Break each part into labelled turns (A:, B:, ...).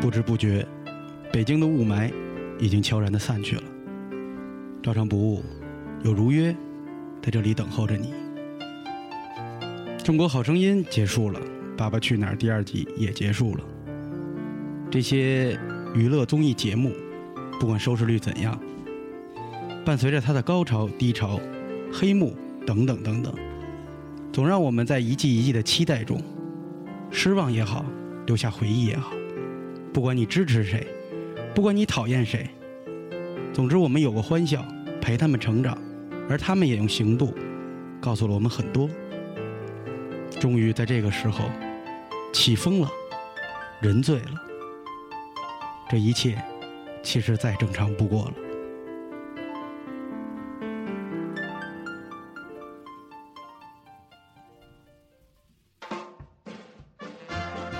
A: 不知不觉，北京的雾霾已经悄然的散去了。照常不误，有如约，在这里等候着你。中国好声音结束了，《爸爸去哪儿》第二季也结束了。这些娱乐综艺节目，不管收视率怎样，伴随着它的高潮、低潮、黑幕等等等等，总让我们在一季一季的期待中，失望也好，留下回忆也好。不管你支持谁，不管你讨厌谁，总之我们有过欢笑，陪他们成长，而他们也用行动告诉了我们很多。终于在这个时候，起风了，人醉了，这一切其实再正常不过了。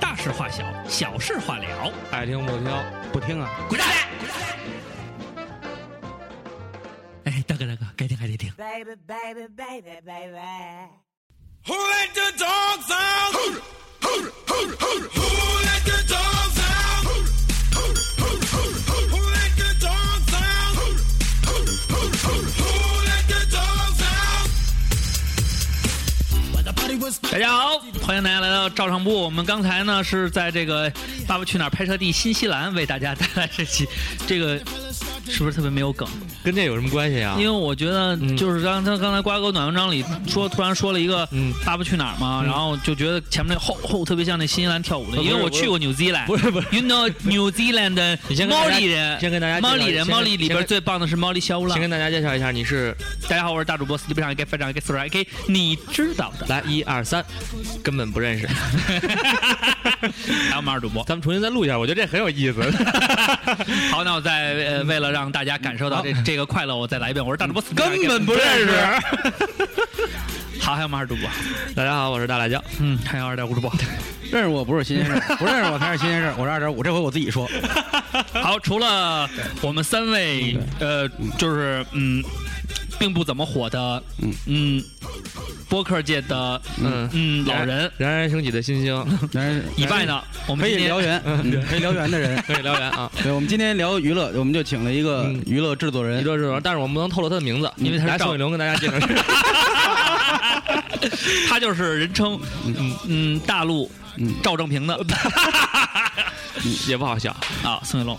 B: 大事化小，小事化了。
C: 爱听不听，
A: 不听啊，
B: 滚蛋！哎，大哥大哥，该听还得听。
D: baby, baby, baby, baby.
E: Who let the dogs out? Who, who, who, who, who let the dogs out? Who, who, who, who, who, who let the dogs out? Who, who, who, who, who let the dogs out?
B: 大家好，欢迎大家来到照常部。我们刚才呢是在这个《爸爸去哪儿》拍摄地新西兰为大家带来这期，这个是不是特别没有梗？
C: 跟这有什么关系啊
B: 因？为我觉得就是刚他刚才瓜哥暖文章里说，突然说了一个
C: 嗯
B: 《爸爸去哪儿》嘛，然后就觉得前面那后后特别像那新西兰跳舞的，
C: 不是
B: 因为我
C: 不是
B: 去过 New Zealand，
C: 不是不是，
B: You know New Zealand 的
C: 你先跟
B: 毛
C: 大家
B: 利人，
C: 先跟大家介绍
B: 毛利人，
C: 先跟
B: 毛利哎里边最棒的是毛利小五郎
C: 先。跟大家介绍一下，你是
B: 大家好，我是大主播 s t e v 上一个非常一个 s r 一个，你知道 的。
C: 来一二三，根本不认 识。
B: 还有我们二主播。
C: 咱们重新再录一下，我觉得这很有 意思。
B: 好，那我再呃，为了让大家感受到这这个快乐，我再来一遍。我是大主播 Steve Blank，
C: 根本不认识。
B: 好，还有我们二主播，
C: 大家好，我是大辣椒。
B: 嗯，还有二点五主播。
A: 认识我不是新鲜事儿，不认识我才是新鲜事儿。我是二点五，这回我自 己说。
B: 好，除了我们三位，呃，就是嗯，并不怎么火的，嗯，播客界的，
C: 嗯
B: 嗯，老人
C: 冉冉升起 的新星，
A: 但是
B: 以外，呢，我们
A: 可以
B: 今天
A: 燎原， 嗯可以燎原的人。
C: 可以聊言啊。
A: 对，我们今天聊娱乐，我们就请了一个
C: 嗯
A: 娱乐制作
C: 娱
A: 人，
C: 乐制作人，但是我们不能透露他的名字，
B: 因为他是
C: 来
B: 赵
C: 宋雨龙跟大家介绍 一下。
B: 他就是人称嗯嗯大陆
A: 嗯
B: 赵正平的
C: 也不好笑。
B: 啊，宋雨龙，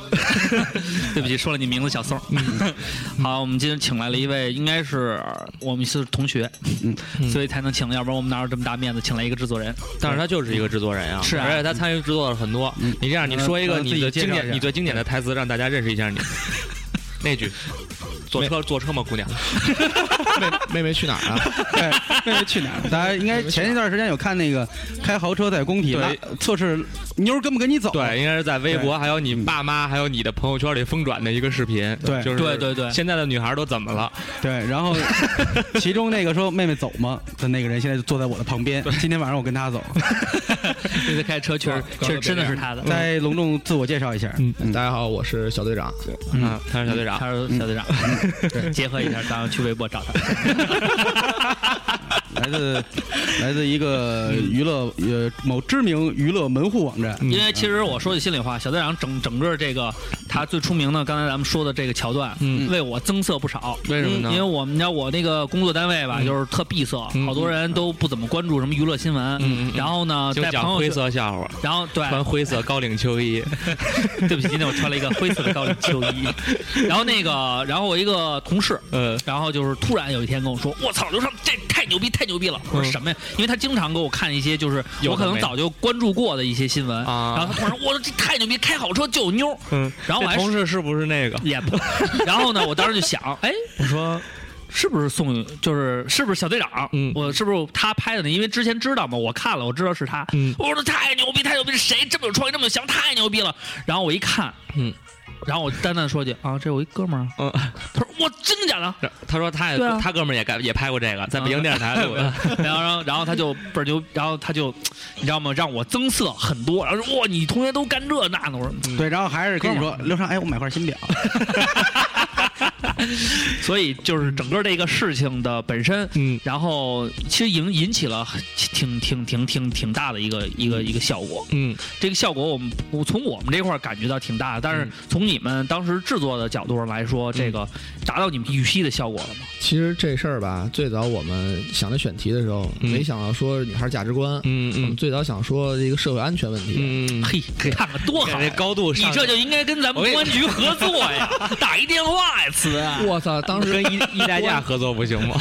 B: 对不起，说了你名字小宋。 好，我们今天请来了一位，应该是我们是同学， 所以才能请了，要不然我们哪有这么大面子请来一个制作人？
C: 但是他就是一个制作人啊，
B: 是啊
C: 而且他参与制作了很多。
A: 嗯
C: 你这样，你说一个
A: 嗯
C: 你
A: 自己
C: 最
A: 介
C: 经
A: 绍一
C: 典、
A: 下
C: 你最经典的台词，让大家认识 一下你。那句，坐车坐车吗，姑娘？
F: 妹妹妹去哪儿啊？
A: 对，妹妹去哪儿？大家应该前一段时间有看那个开豪车在工体
C: 对
A: 拉测试妞儿跟不跟你走？
C: 对，应该是在微博、还有你爸妈、还有你的朋友圈里疯转的一个视频。
A: 对
C: 就是
B: 对对对
C: 现在的女孩都怎么了？
A: 对，然后其中那个说妹妹走吗的那个人，现在就坐在我的旁边。今天晚上我跟他走。
B: 嗯这次开车确
C: 哦
B: 实
F: 高高
B: 确实真的
F: 高
B: 是他的，
A: 再隆重自我介绍一下，
C: 嗯
A: 嗯
F: 大家好，我是小队长。
B: 嗯
C: 啊，他是小队长。
B: 他是小队长， 结合一下，咱们去微博找他。
A: 来自来自一个娱乐呃某知名娱乐门户网站。
C: 嗯
B: 因为其实我说句心里话，小队长整整个这个他最出名的，刚才咱们说的这个桥段，
C: 嗯
B: 为我增色不少。
C: 为什么呢
B: 因为我们家我那个工作单位吧，就是特闭塞，
C: 嗯
B: 好多人都不怎么关注什么娱乐新闻。
C: 嗯嗯嗯
B: 然后呢，
C: 就
B: 在
C: 讲
B: 朋
C: 灰
B: 友圈，
C: 色笑话，
B: 然后对，
C: 穿灰色高领秋 衣。
B: 对不起，今天我穿了一个灰色的高领秋 衣。然后那个，然后我一个同事，
C: 呃，
B: 然后就是突然有一天跟我说：“我操，刘畅这太牛逼，太牛逼了！”我说：“什么呀？”因为他经常给我看一些就是
C: 嗯有
B: 我
C: 的
B: 可能
C: 没
B: 早就关注过的一些新闻，
C: 啊
B: 然后他突然说：“我说这太牛逼，开好车就有妞儿。”
C: 嗯，
B: 然后我还
C: 这同事是不是那个？
B: 也不，然后呢，我当时就 想，哎，
C: 我说，
B: 是不是宋雨？就是是不是小队长？
C: 嗯
B: 我是不是他拍的呢？因为之前知道嘛，我看了，我知道是他。
C: 嗯
B: 我说太牛逼，太牛逼，谁这么有创意，这么有想法，太牛逼了。然后我一看，
C: 嗯，
B: 然后我淡淡说句啊，这我一哥们儿啊，
C: 嗯，
B: 他说我真的假的？
C: 他说他也
B: 对啊
C: 他哥们儿也干也拍过这个，在北京电视台 录的。
B: 然后，然后，然后他就倍儿牛，然后他就，你知道吗？让我增色很多。然后说哇，你同学都干这那的，我说嗯
A: 对，然后还是跟你说，刘畅，哎，我买块新表。
B: 所以就是整个这个事情的本身，
F: 嗯
B: 然后其实引引起了挺挺挺挺挺大的一个一个一个效果。
F: 嗯
B: 这个效果我们我从我们这块儿感觉到挺大的，但是从你们当时制作的角度上来说，这个达到你们预期的效果了吗？
F: 其实这事儿吧，最早我们想的选题的时候，
C: 嗯
F: 没想到说女孩价值观，
C: 嗯
F: 我们
C: 嗯
F: 最早想说一个社会安全问题。
C: 嗯，
B: 嘿，看看多好
C: 感
B: 呀
C: 觉！高度
B: 你
C: 上，
B: 这就应该跟咱们
C: 我跟
B: 公
C: 你
B: 安局合作呀，打一电话呀， 词
C: 嗯
B: 啊。
F: 我操！当时
C: 跟一一代驾合作不行 吗？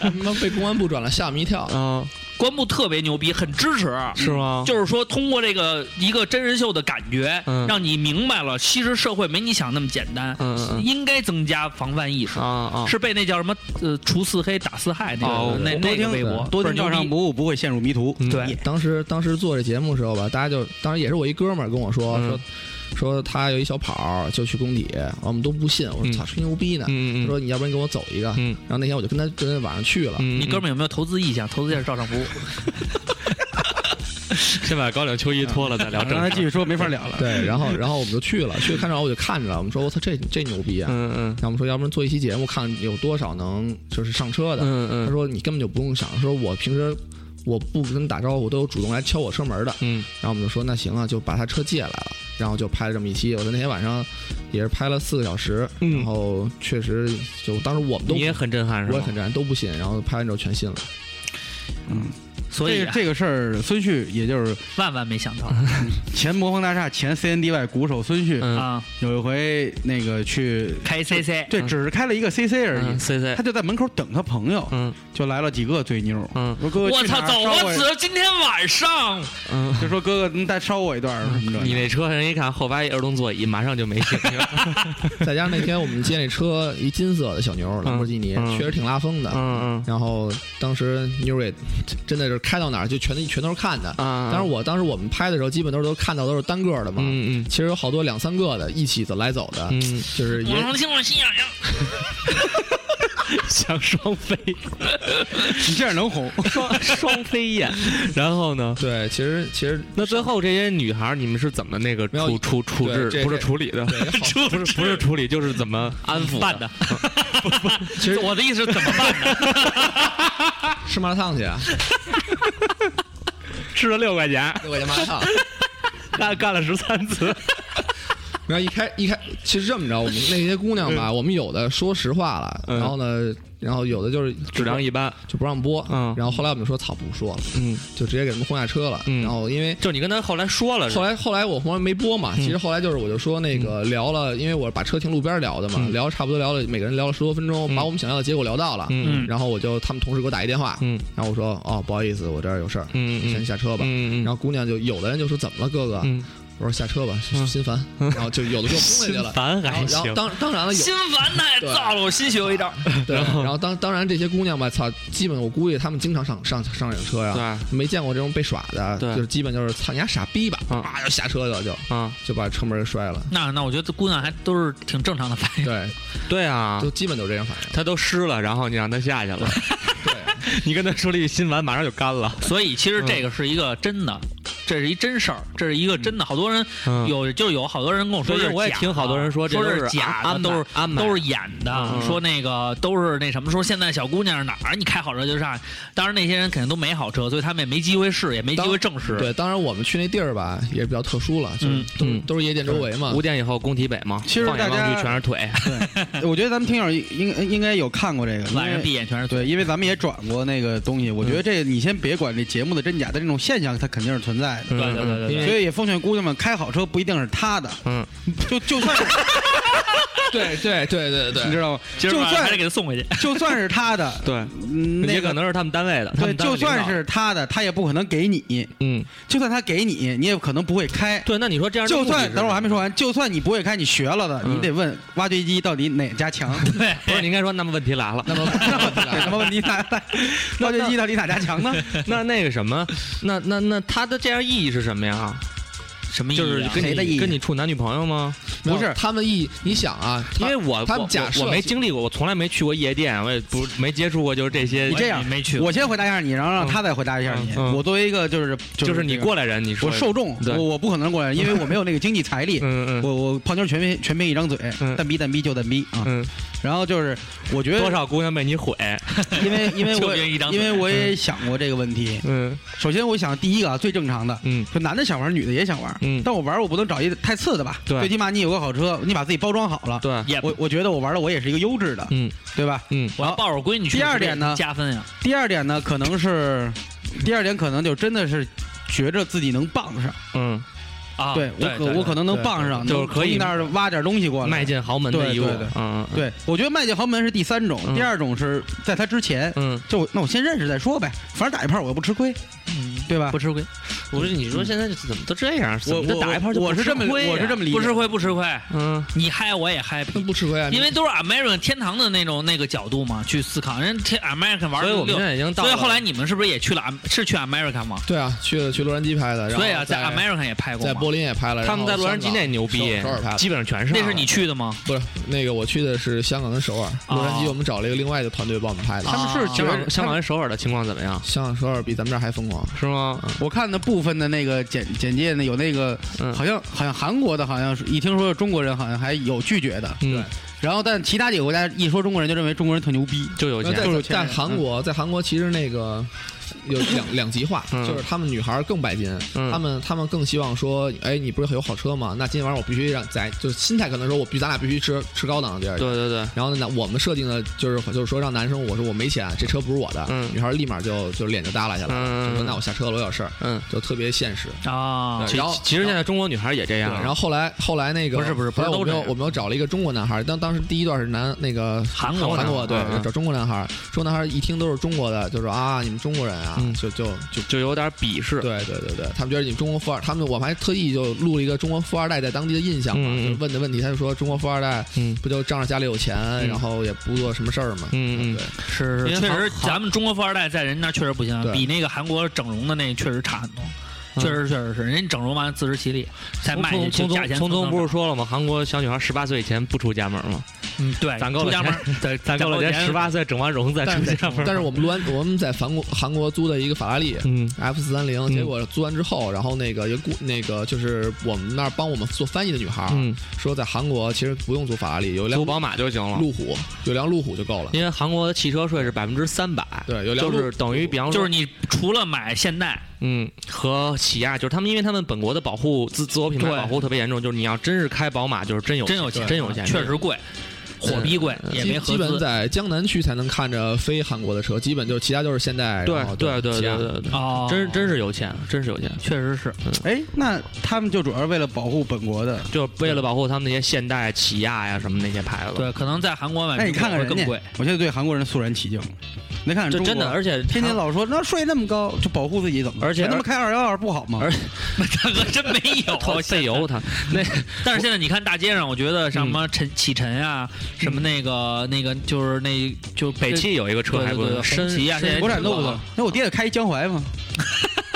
F: 他妈被公安部转了，吓我们一跳。
C: 啊，
B: 关部特别牛逼，很支持。
C: 是
B: 嗯
C: 吗？
B: 就是说，通过这个一个真人秀的感觉，
C: 嗯
B: 让你明白了，其实社会没你想那么简单，
C: 嗯嗯嗯
B: 应该增加防范意识。
C: 啊啊，
B: 是被那叫什么呃，除四黑打四害那个、
C: 哦
B: 那
A: 多
B: 那个
A: 听
B: 微博，
A: 多听
B: 倍儿牛
A: 照
B: 逼
A: 上不误，不会陷入迷途。
C: 嗯
B: 对，
F: 当时当时做这节目的时候吧，大家就当时也是我一哥们儿跟我说、
C: 嗯
F: 说说他有一小跑儿就去工体，我们都不信，我说
C: 嗯
F: 操吹牛逼呢。
C: 嗯嗯
F: 他说你要不然跟我走一个，
C: 嗯
F: 然后那天我就跟他跟他晚上去了。
C: 嗯，
B: 你哥们有没有投资意向？投资一下照上不误。
C: 先嗯把高领秋衣脱了再聊
A: 啊
C: 正事
A: 刚
B: 嗯
C: 儿。
A: 才继续说没法聊了。
C: 嗯
F: 对，然后然后我们就去了，去看着我就看着了，我们说我操这这牛逼啊！
C: 嗯嗯
F: 然后我们说要不然做一期节目，看有多少能就是上车的。
C: 嗯嗯
F: 他说你根本就不用想，说我平时我不跟打招呼都有主动来敲我车门的。
C: 嗯
F: 然后我们就说那行啊，就把他车借来了，然后就拍了这么一期。我在那天晚上也是拍了四个小时，
C: 嗯
F: 然后确实就当时我们都
C: 你也很震撼是吧？
F: 我也很震撼，都不信，然后拍完之后全信了。
B: 所以啊
A: 这这个事儿，孙旭也就是
B: 万万没想到、
A: 前魔方大厦前 CNDY 鼓手孙旭，
C: 嗯
B: 啊，
A: 有一回那个去，
B: 开 CC
A: 对，只是开了一个 CC 而
B: 嗯
A: 已，
C: C C，
A: 他就在门口等他朋友，
C: 嗯
A: 就来了几个醉妞，
C: 嗯
A: 说哥哥
B: 我
A: 去哪儿
B: 操，走
A: 捎
B: 啊！
A: 我一
B: 只要今天晚上，
C: 嗯。
A: 就说哥哥，你再捎我一段儿什么的。
C: 你那车人一看后排一儿童座椅，马上就没停。
F: 再加上那天我们接那车一金色的小牛兰博基尼，
C: 嗯
F: 确实挺拉风的。
C: 嗯
F: 然后当时妞儿也真的是开到哪儿就全全都是看的。
C: 嗯啊
F: 当时我当时我们拍的时候，基本都是都看到都是单个的嘛。
C: 嗯嗯
F: 其实有好多两三个的一起走来走的，
C: 嗯，
F: 就是也
B: 我能听我心痒痒。
C: 像 双飞
A: 你这样能红？
C: 双双飞燕。然后呢？
F: 对，其实其实
C: 那最后这些女孩儿，你们是怎么那个
F: 没有
C: 处处处
F: 对
C: 置？
F: 这
C: 不是
F: 这
C: 处理 的，
F: 对好
C: 不是不是处理，就是怎么安抚
B: 办 的？
F: 其实
B: 我的意思是怎么 办呢？
F: 吃麻辣烫去啊，
C: 吃了六块 钱，
F: 六块钱麻辣 烫。
C: 干干了十三次。
F: 然后一开一开，其实这么着，我们那些姑娘吧，我们有的说实话了，
C: 嗯
F: 然后呢，然后有的就是
C: 质量一般，
F: 就不让播，
C: 嗯
F: 然后后来我们就说草不说了，
C: 嗯，
F: 就直接给他们轰下车了，
C: 嗯
F: 然后因为。
C: 就你跟他后来说了是
F: 后
C: 吧，
F: 来后来我后来没播
C: 嗯
F: 嘛，其实后来就是我就说那个聊了，因为我把车停路边聊的
C: 嗯
F: 嘛，聊差不多聊了每个人聊了十多分钟，把我们想要的结果聊到了，
C: 嗯
F: 然后我就他们同事给我打一电话，
C: 嗯
F: 然后我说哦不好意思，我这儿有事儿，
C: 嗯
F: 先
C: 嗯
F: 下车吧，
C: 嗯嗯，
F: 然后姑娘就有的人就说怎么了哥哥，
C: 嗯
F: 我说下车吧，心烦， 然后就有的就轰下去了，
C: 烦
F: 然
C: 还
F: 后然后
C: 行，
F: 当当然了有
B: 心烦太燥了，我新学一招。
F: 对，然后当当然这些姑娘吧，操，基本我估计她们经常上上上这种车呀，
C: 对
F: 没见过这种被耍的，
C: 对
F: 就是基本就是操你丫傻逼吧，
C: 嗯
F: 啊就下车了就
C: 啊，
F: 就把车门给摔了，
B: 那那我觉得这姑娘还都是挺正常的反应。
F: 对，
C: 对啊
F: 就，基本都这样反应，
C: 他都湿了，然后你让他下去 了，
F: 对，
C: 你跟他说了一句心烦，马上就干了。
B: 所以其实这个是一个真的，这是一真事儿，这是一个真的。好多人
C: 嗯
B: 有就有好多人跟我说这
C: 对
B: 是假的，
C: 我也听好多人说这
B: 说
C: 都是
B: 是假
C: 安
B: 的，
C: 安
B: 都是
C: 排安排
B: 都是演的
C: 嗯，
B: 说那个都是那什么，说现在小姑娘哪儿你开好车就上，当然那些人肯定都没好车，所以他们也没机会试，也没机
F: 当
B: 会证实。
F: 对，当然我们去那地儿吧也比较特殊了，就是
B: 嗯
F: 都
C: 嗯
F: 都是夜店周围嘛
C: 五，点以后工体北嘛，
A: 其实
C: 放眼
A: 大家
C: 望去全是腿。
A: 我觉得咱们听友应应应该有看过这个，因为
B: 晚上闭眼全嗯是
A: 对，因为咱们也转过那个东西。我觉得这你先别管这节目的真假，但这种现象它肯定是存在的。
B: 对对对对对
F: 因为
A: 所以也奉劝姑娘们，开好车不一定是他的，
C: 嗯，
A: 就就算是
F: 对对对对
A: 你
F: 对，
A: 知道吗？
B: 今
A: 就
B: 儿晚上还得
A: 算
B: 给他送回去。
A: 就算是他的，
C: 对，
A: 嗯 那
C: 也
A: 个
C: 可能是他们单位的，他
A: 对，
C: 们单位
A: 就
C: 领导
A: 算是他的，他也不可能给你。
C: 嗯，
A: 就算他给你，你也可能不会开。
C: 对，那你说这样的
A: 就
C: 目的
A: 算
C: 是
A: 等会儿我还没说完，就算你不会开，你学了的，
C: 嗯
A: 你得问挖掘机到底哪家强。
B: 对，
C: 不是，你应该说，那么问题来了，
F: 那么
A: 对，他妈问题哪来？挖掘机到底哪家强呢？
C: 那那个什么，那那那他的这样意义是什么呀？
B: 什么意
C: 就是
B: 思啊？
C: 跟
A: 谁的意
C: 你
A: 义
C: 跟你处男女朋友吗？
F: 没有
A: 不是
F: 他们一你想啊，
C: 因
F: 他
C: 为我
F: 他们
C: 我
F: 假
C: 我
F: 设
C: 我没
F: 其
C: 经历过，我从来没去过夜店，我也不没接触过，就是这些。
A: 你这样
B: 我也没去过
A: 我先回答一下你，然后让他再回答一下你。
C: 嗯嗯
A: 我作为一个就是
C: 就是
A: 这
C: 你
A: 个
C: 过来人，你说
A: 我受众，
C: 对
A: 我我不可能过来，因为我没有那个经济财力。
C: 嗯嗯
A: 我我泡妞全凭全凭一张嘴
C: 嗯，
A: 蛋逼蛋逼就蛋逼啊！
C: 嗯
A: 然后就是我觉
C: 多
A: 得，
C: 少姑娘被你毁？
A: 因为 因为
B: 就
A: 我
B: 别人一张
A: 因
B: 嘴
A: 为我也想过这个问题。
C: 嗯
A: 首先，我想第一个啊，最正常的，
C: 嗯，
A: 就男的想玩，女的也想玩，
C: 嗯
A: 但我玩我不能找一太次的吧，
C: 对
A: 最起码你有个好车，你把自己包装好了，
C: 对，
B: 也
A: 我我觉得我玩的我也是一个优质的，
C: 嗯
A: 对吧？
C: 嗯
B: 我要抱着闺女去，
A: 第二点呢
B: 加分啊呀，
A: 第二点呢，可能是，第二点可能就真的是觉着自己能傍上，
C: 嗯，
B: 啊，
A: 对我可我可能能傍上，
C: 对就
A: 能
C: 是可以
A: 从你那儿挖点东西过来。
C: 迈进豪门的一步
A: 对对对，
C: 嗯嗯
A: 对，我觉得迈进豪门是第三种，
C: 嗯
A: 第二种是在他之前，
C: 嗯，
A: 就我那我先认识再说呗，反正打一炮我又不吃亏，
B: 嗯
A: 对吧
B: 不？吃亏，
C: 我说你说现在怎么都这样？怎
A: 我
C: 么就
A: 我
C: 打一炮就
A: 我
C: 不
A: 是
C: 吃
A: 这么
C: 亏呀
A: 我是这么理解，
B: 不吃亏不吃亏，
C: 嗯
B: 你嗨我也 happy
F: 那。不吃亏啊，
B: 因为都是 American 天堂的那种那个角度嘛，去思考人天 American 玩
C: 所以
B: 的
C: 我们
B: 六
C: 现，在已经到
B: 所
C: 了，
B: 以后来你们是不是也去了 Am- 是去 American 吗？
F: 对啊，去了去洛杉矶拍的，然后
B: 所以啊，在 American 也拍过
F: 在
B: 嘛，
F: 柏林也拍了，
C: 他们在洛杉矶那牛逼
F: 首尔首尔拍，的
C: 基本上全是
B: 那是你去的吗？
F: 不是那个我去的是香港跟首尔，洛杉矶我们找了一个另外的团队帮我们拍的
C: 他，们是啊香港香港跟首尔的情况怎么样？
F: 香港首尔比咱们这儿还疯狂，
C: 是吗？
A: 我看的部分的那个简简介呢，有那个
C: 嗯
A: 好像好像韩国的，好像是一听说中国人，好像还有拒绝的。
C: 嗯，
A: 然后但其他几个国家一说中国人，就认为中国人特牛逼。
C: 就有
F: 那
C: 钱
F: 在
A: 就是有钱
F: 在
A: 人
F: 韩国，在韩国其实那个有两两极化，
C: 嗯
F: 就是他们女孩儿更拜金，
C: 嗯
F: 他们他们更希望说，哎，你不是有好车吗？那今天晚上我必须让在，就是心态可能说我必咱俩必须吃吃高档的地儿。
C: 对对对，
F: 然后呢，我们设定的就是就是说让男生我说我没钱，这车不是我的，
C: 嗯
F: 女孩儿立马就就脸就耷拉下来了，
C: 嗯嗯嗯
F: 就说那我下车了，我有事儿，
C: 嗯。
F: 就特别现实。
B: 啊，
F: 对
C: 其
F: 然后
C: 其实现在中国女孩也这样，
F: 对然后后来后来那个
B: 嗯不是不是不是都
F: 后来我们
B: 这
F: 又
B: 样
F: 我们又找了一个中国男孩儿，当当时第一段是男那个
B: 韩国
F: 韩
B: 的
F: 国对
C: 嗯嗯，
F: 找中国男孩儿，中国男孩儿一听都是中国的，就说啊，你们中国人啊
C: 嗯，
F: 就就就。
C: 就有点鄙视。
F: 对对对对，他们觉得你们中国富二，他们我们还特意就录了一个中国富二代在当地的印象嘛，
C: 嗯嗯
F: 就问的问题，他就说中国富二代
C: 嗯
F: 不就仗着家里有钱，然后也不做什么事儿嘛，
C: 嗯嗯
F: 对，
B: 是
C: 因为
B: 确
C: 韩
B: 实，
C: 韩
B: 咱们中国富二代在人那确实不行，啊
F: 对
B: 比那个韩国整容的那确实差很多。
C: 嗯
B: 确实，确实是，人家整容完自食其力，才卖去
C: 聪聪
B: 这价
C: 聪
B: 钱
C: 聪
B: 能
C: 聪不是说了吗？韩国小女孩十八岁以前不出家门吗？
B: 嗯对，
C: 攒够
B: 出
C: 了
B: 家门儿，
C: 钱，攒攒够了
B: 攒够
C: 钱，
B: 钱
C: 十八岁整完容再
F: 但
C: 出
F: 是
C: 家门。
F: 但是我们录完，我们在韩国韩国租的一个法拉利，
C: 嗯
F: F 四三零，结果租完之后，然后那个也雇那个就是我们那儿帮我们做翻译的女孩儿，
C: 嗯，
F: 说在韩国其实不用租法拉利，有一辆
C: 租啊宝马就行了，
F: 路虎，有辆路虎就够了。
C: 因为韩国的汽车税是百分之三百，
F: 对，有辆
C: 就
F: 路
C: 是等于比方说
B: 就是你除了买现代，
C: 嗯，和起亚就是他们，因为他们本国的保护自自我品牌
B: 对
C: 保护特别严重，就是你要真是开宝马，就是真有
B: 真有
C: 钱
B: 钱，
C: 真有钱，
B: 确实贵，火逼贵，也没
F: 基
B: 合
F: 基本
B: 资
F: 在江南区才能看着非韩国的车，基本就是其他就是现代，
C: 对
F: 然后
C: 对对
F: 起亚
C: 对对对，
B: 哦，
C: 真真是有钱，真是有钱，
B: 确实是
A: 哎，那他们就主要是为了保护本国的。
C: 就为了保护他们那些现代、起亚呀什么那些牌子，
B: 对，可能在韩国买
A: 哎，你
B: 苹
A: 看看
B: 果会
A: 人
B: 更
A: 家，
B: 贵，
A: 我现在对韩国人肃然起敬。你看看
C: 就
A: 中国
C: 真的，而且
A: 天天老说那税那么高，就保护自己怎么？
C: 而且
A: 全他妈开二幺二不好吗？
C: 而
B: 大哥真没 有
C: 他费油，他那
B: 但是现在你看大街上，我觉得像什么陈启辰啊，什么那个那个就是那就
C: 北汽有一个车
B: 对
C: 还
B: 对
C: 不
B: 对，
C: 深
B: 红旗啊，现在
A: 国产都不
B: 挺
A: 错
B: 好。
A: 那我爹也开一江淮嘛，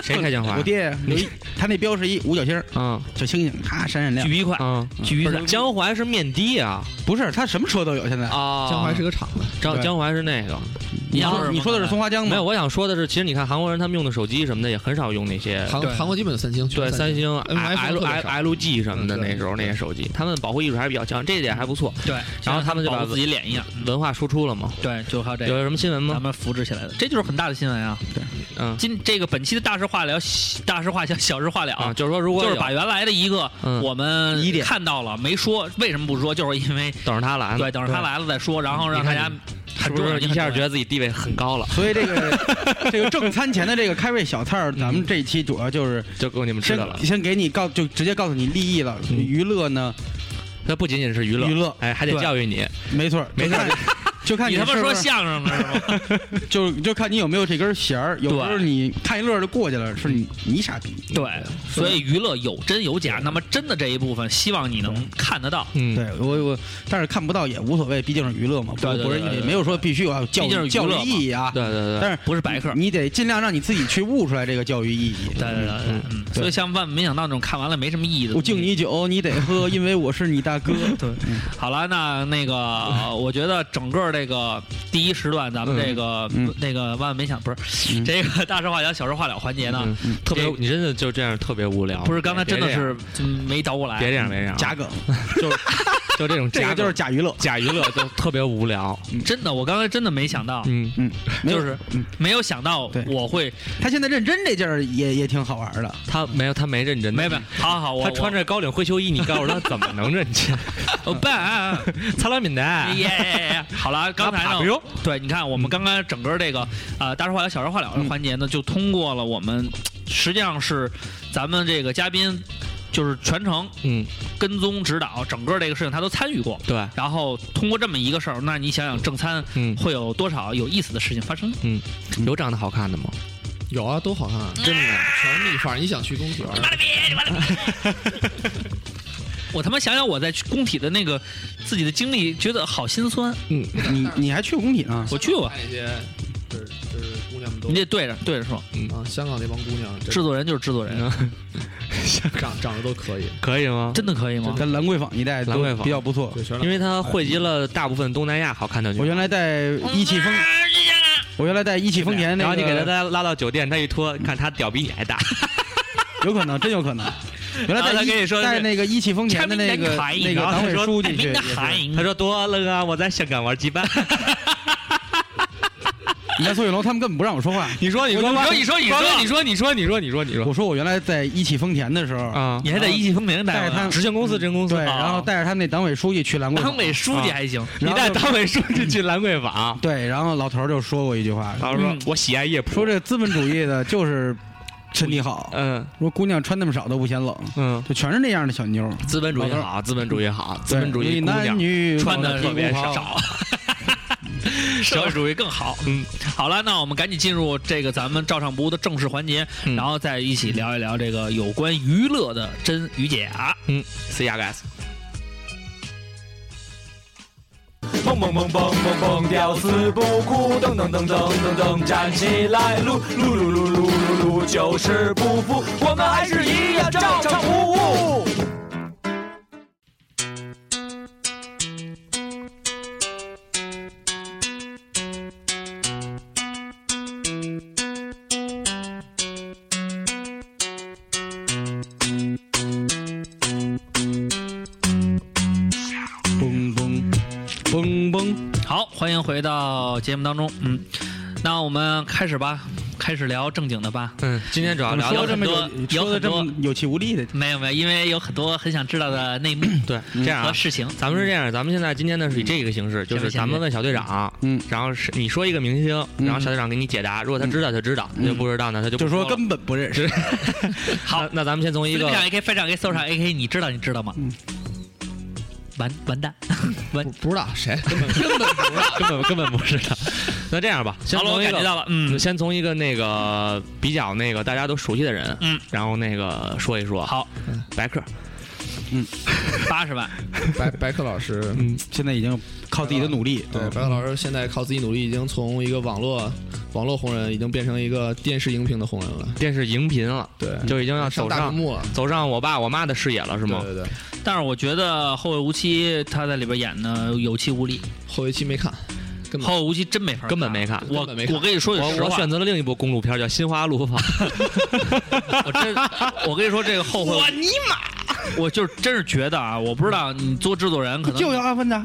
C: 谁开江淮
A: 我？爹有 一他那标是一五角星儿
C: 嗯
A: 小星星，咔闪闪亮
B: 巨。逼快，
C: 嗯，
B: 巨逼
C: 不
B: 快
C: 是。江淮是面的啊
A: 不是，他什么车都有现在。
C: 啊，
F: 江淮是个厂子，
C: 江
A: 对
C: 江淮是那个
A: 你
B: 要
A: 说
B: 是
A: 你说的是松花江吗？
C: 没有，我想说的是，其实你看韩国人他们用的手机什么的也很少用那些
F: 韩
B: 对
F: 韩国基本三星，全
C: 对
F: 是
C: 三
F: 星，
C: 星、
F: 嗯
C: L
F: iPhone 特别
C: L
F: 少
C: L G 什么的，
F: 嗯对
C: 那时候那些手机，他们保护意识还是比较强，这一点还不错。
B: 对，
C: 然后他们就
B: 保
C: 把
B: 护自己脸一样，
C: 文化输出了嘛？
B: 嗯对，就靠这
C: 有
B: 个。
C: 什么新闻
B: 咱
C: 吗？
B: 们扶植起来的，这就是很大的新闻啊！
C: 嗯
B: 今这个本期的大事化了，大事化小，小事化了，
C: 啊，就是说如果
B: 就是
C: 有
B: 把原来的一个
C: 嗯
B: 我们
C: 疑点
B: 看到了没说，为什么不说？就是因为
C: 等着他来呢，
B: 对，等着他来了再说，然后让
C: 你
B: 大
C: 看
B: 家
C: 是
B: 很
C: 不
B: 重要
C: 是一下觉
B: 得
C: 得自己地位很高了？
A: 所以这个 这个正餐前的这个开胃小菜儿，咱
B: 嗯
A: 们这一期主要就是
C: 就够你们吃
A: 先
C: 的了。
A: 先给你告，就直接告诉你利益了。
C: 嗯
A: 娱乐呢，
C: 它不仅仅是娱乐，
A: 娱乐
C: 哎，还得
B: 对
C: 教育你。
A: 没错，
C: 没
A: 就
C: 事
A: 看，就看
B: 你他妈
A: 是不
B: 说
A: 是
B: 相声呢 是吗？
A: 就就看你有没有这根弦儿。有时候
B: 对
A: 你看一乐就过去了，是你你傻逼。
B: 对，所以娱乐有真有假，那么真的这一部分，希望你能看得到。
C: 嗯，
A: 对我我，但是看不到也无所谓，毕竟是娱乐嘛，
B: 对对对
A: 不是
B: 对对对
A: 没有说必须要有教
B: 毕竟是
A: 育
B: 娱乐
A: 教育
B: 嘛
A: 意义啊。
C: 对对对
A: 但是
B: 不是白客
C: 嗯
A: 你得尽量让你自己去悟出来这个教育意义。
B: 对对对对，嗯，所以像万没想到那种看完了没什么意义的。
A: 我敬。你酒，你得喝，因为我是你大 哥。
B: 对，好了，那那个，呃我觉得整个这个第一时段，咱们这个、
A: 嗯嗯
B: 那个万万没想，不是、
A: 嗯
B: 这个大事化小，小事化了环节呢，
C: 嗯
A: 嗯
C: 特别
B: 这，
C: 你真的就这样特别无聊。
B: 不是刚才
C: 别
B: 真
C: 这
B: 的
C: 样
B: 是嗯没倒过来，
C: 别这样，别这样，
A: 假梗，
C: 就是 就这种
A: 这
C: 假
A: 个就是假娱乐。
C: 假娱乐都特别无聊。
B: 真的，我刚才真的没想到，
C: 嗯，
A: 嗯，没有
B: 就是
A: 嗯
B: 没有想到
A: 对
B: 我会，
A: 他现在认真这劲儿也也挺好玩的。
C: 他没有，他没认真的，
B: 没有没有，好好好，我
C: 他穿着高领灰秋衣，你告诉他怎么能认 真？哎
B: 我办，
C: 啊擦拉敏的，
B: 耶耶耶！好了，刚才
C: 拿
B: 呢
C: 把柄，
B: 对，你看我们刚刚整个这个啊大事化了小事化了的环节呢，就通过了我们，实际上是咱们这个嘉宾就是全程
C: 嗯，
B: 跟踪指导，整个这个事情他都参与过。
C: 对，
B: 然后通过这么一个事儿，那你想想正餐
C: 嗯，
B: 会有多少有意思的事情发生？
C: 有长得好看的吗？
F: 有啊，都好看，
C: 真的，
F: 全是蜜蜂。你想去公园儿？
B: 我他妈想想我在工体的那个自己的经历，觉得好心酸。
A: 你你还去过工体呢？
B: 我去过
F: 看那些，就是就是姑娘们都
B: 你得对着对着说，
F: 啊，香港那帮姑娘，
B: 制作人就是制作人，
F: 长长得都可以，
C: 可以吗？
B: 真的可以吗？
A: 在兰桂坊一带都
C: 兰桂坊
A: 比较不错。
F: 对，全是
C: 因为他汇集了大部分东南亚好看的女
A: 我
C: 孩。
A: 原来在一汽丰，我原来在一汽丰田那
C: 然后
A: 个，
C: 啊你给他拉拉到酒店，他一脱，看他屌比你还大。
A: 有可能，真有可 能。原来
C: 然后
A: 在
C: 他
A: 一
C: 跟你说
A: 在
C: 是
A: 那个一汽丰田的那个
B: 产品
A: 那
B: 的
A: 个
B: 卡
A: 党委书记去
B: 民
A: 也
B: 的
A: 是，
B: 含义
C: 他，说多冷啊，我在香港玩鸡巴。
A: 你看宋雨龙他们根本不让我说话。
C: 你说，你说，
B: 你说你说
C: 你说，你说，你说，你说，你说
A: 我说我原来在一汽丰田的时候，
C: 啊！
B: 你还在一汽丰田
A: 带
B: 待
A: 着
B: 过
A: 他
B: 呢，
C: 执行公司，执行公司
A: 对，，然后带着他们那党委书记去兰桂坊
B: 党委书记还行，
A: 然
C: 你
A: 后
C: 带
A: 就
C: 党委书记去兰桂坊，
A: 对，然后老头儿就说过一句话，
C: 然后说嗯我喜爱夜
A: 说
C: 蒲。
A: 这资本主义的就是身体 好，
C: 嗯
A: 说姑娘穿那么少都不嫌冷，
C: 嗯，
A: 就全是那样的小妞儿，
C: 资本主义好，啊资本主义好，资本主
A: 对
C: 义
A: 一
C: 姑
A: 男
C: 娘。
A: 女
B: 穿
A: 老
B: 的
A: 提
B: 特别
A: 供好
B: 少。 社会主义更好。
C: 嗯，
B: 好了，那我们赶紧进入这个咱们照常不误的正式环节，
C: 嗯
B: 然后再一起聊一聊这个有关娱乐的真与假。
C: 嗯，C R S。
G: 蹦蹦蹦蹦蹦蹦，吊死不哭，噔噔噔噔噔噔，站起来，撸撸撸撸撸撸撸，就是不服，我们还是一样照常不误。
A: 嘣嘣嘣嘣，
B: 好，欢迎回到节目当中。嗯，那我们开始吧，开始聊正经的吧。
C: 嗯，今天主要
A: 我
C: 聊
A: 说
C: 聊
A: 得这么
B: 有
A: 有
B: 很多
A: 说的这么有气无力的，
B: 没有没有，因为有很多很想知道的内幕
C: 对这样
B: 和
C: 啊。
B: 事情。
C: 咱们是这样，咱们现在今天呢是以这个形式，就是咱们问小队长，
A: 嗯，
C: 然后是你说一个明星，
A: 嗯
C: 然后小队长给你解答，如果他知道就知道，
A: 嗯
C: 他就不知道呢他就
A: 就
C: 不
A: 说
C: 了
A: 根本不认识。
C: 好。那那咱们先从一
B: 一
C: 个
B: 个 A K 翻唱 A K 搜上 A K，你知道你知道吗？
A: 嗯
B: 完完蛋！
F: 不不知道谁，
C: 根本根本不知道。那这样吧，先
B: 好了，我
C: 从一
B: 感觉
C: 个
B: 到了，嗯，
C: 先从一个那个比较那个大家都熟悉的人，
B: 嗯，
C: 然后那个说一说。
B: 好，
C: 白客，
B: 八十万，
F: 白白客老师，
A: 嗯，现在已经靠自己的努力，
F: 对，
A: 嗯
F: 白客老师现在靠自己努力，已经从一个网络网络红人，已经变成一个电视荧屏的红人了，
C: 电视荧屏了，
F: 对，
C: 就已经要
F: 上
C: 走
F: 大
C: 嗯
F: 屏
C: 上
F: 幕了，
C: 走上我爸我妈的视野了，是吗？
F: 对对对，
B: 但是我觉得《后会无期》他在里边演的有气无力，
F: 后一期没看，
B: 《
F: 根本
B: 后会无期》真没法看，
C: 嗯根本没看
B: 我
F: 根本没看
B: 我跟你说句
C: 我
B: 实
C: 我
B: 话，
C: 选择了另一部公路片，叫《心花怒放》。
B: 我真， 我跟你说这个后会，我尼玛，我就是真是觉得啊，我不知道你做制作人可
A: 就
B: 能。嗯
A: 要阿凡达，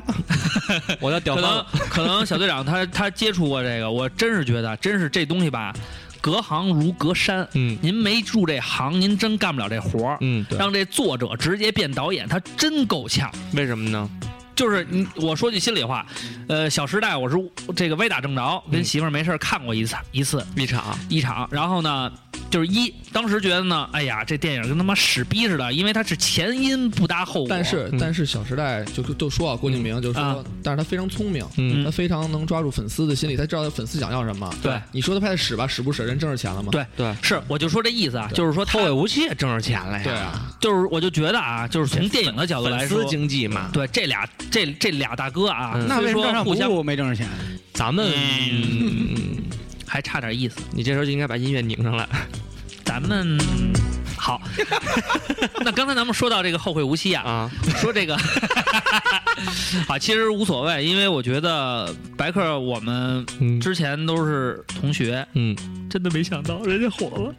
C: 我叫屌
B: 可能
C: 方，
B: 可能小队长他他接触过这个，我真是觉得真是这东西吧，隔行如隔山。
C: 嗯
B: 您没入这行，您真干不了这活儿。
C: 嗯，
B: 让这作者直接变导演，他真够呛。
C: 为什么呢？
B: 就是你，我说句心里话，呃，《小时代》我是这个歪打正
C: 嗯
B: 着，跟媳妇儿没事儿看过一次一次
C: 立场，
B: 一场，然后呢，就是一当时觉得呢，哎呀，这电影跟他妈屎逼似的，因为它是前因不搭后果。
F: 但是
C: 嗯
F: 但是《小时代》就就说啊，郭敬明就
B: 啊
F: 说，但是他非常聪明，
C: 嗯
F: 他非常能抓住粉丝的心理，他知道他粉丝想要什么。
B: 对
F: 你说他拍的屎吧，屎不屎？人挣着钱了吗？
B: 对
C: 对，
B: 是，我就说这意思啊，就是说他
C: 后会无期也挣着钱了呀，
F: 对，啊，
B: 就是我就觉得啊，就是从电影的角度来
C: 粉
B: 说
C: 丝，经济嘛。
B: 对这俩这这俩大哥啊，
C: 嗯
A: 那为
B: 虽
A: 什么照
B: 说
A: 上
B: 互相
A: 不误没挣着钱？
C: 咱们，
B: 嗯还差点意思，
C: 你这时候就应该把音乐拧上来。
B: 咱们 好。那刚才咱们说到这个后会无期啊，
C: 啊，
B: 说这个 啊，其实无所谓，因为我觉得白客我们
C: 嗯
B: 之前都是同学，
C: 嗯，
B: 真的没想到人家火了。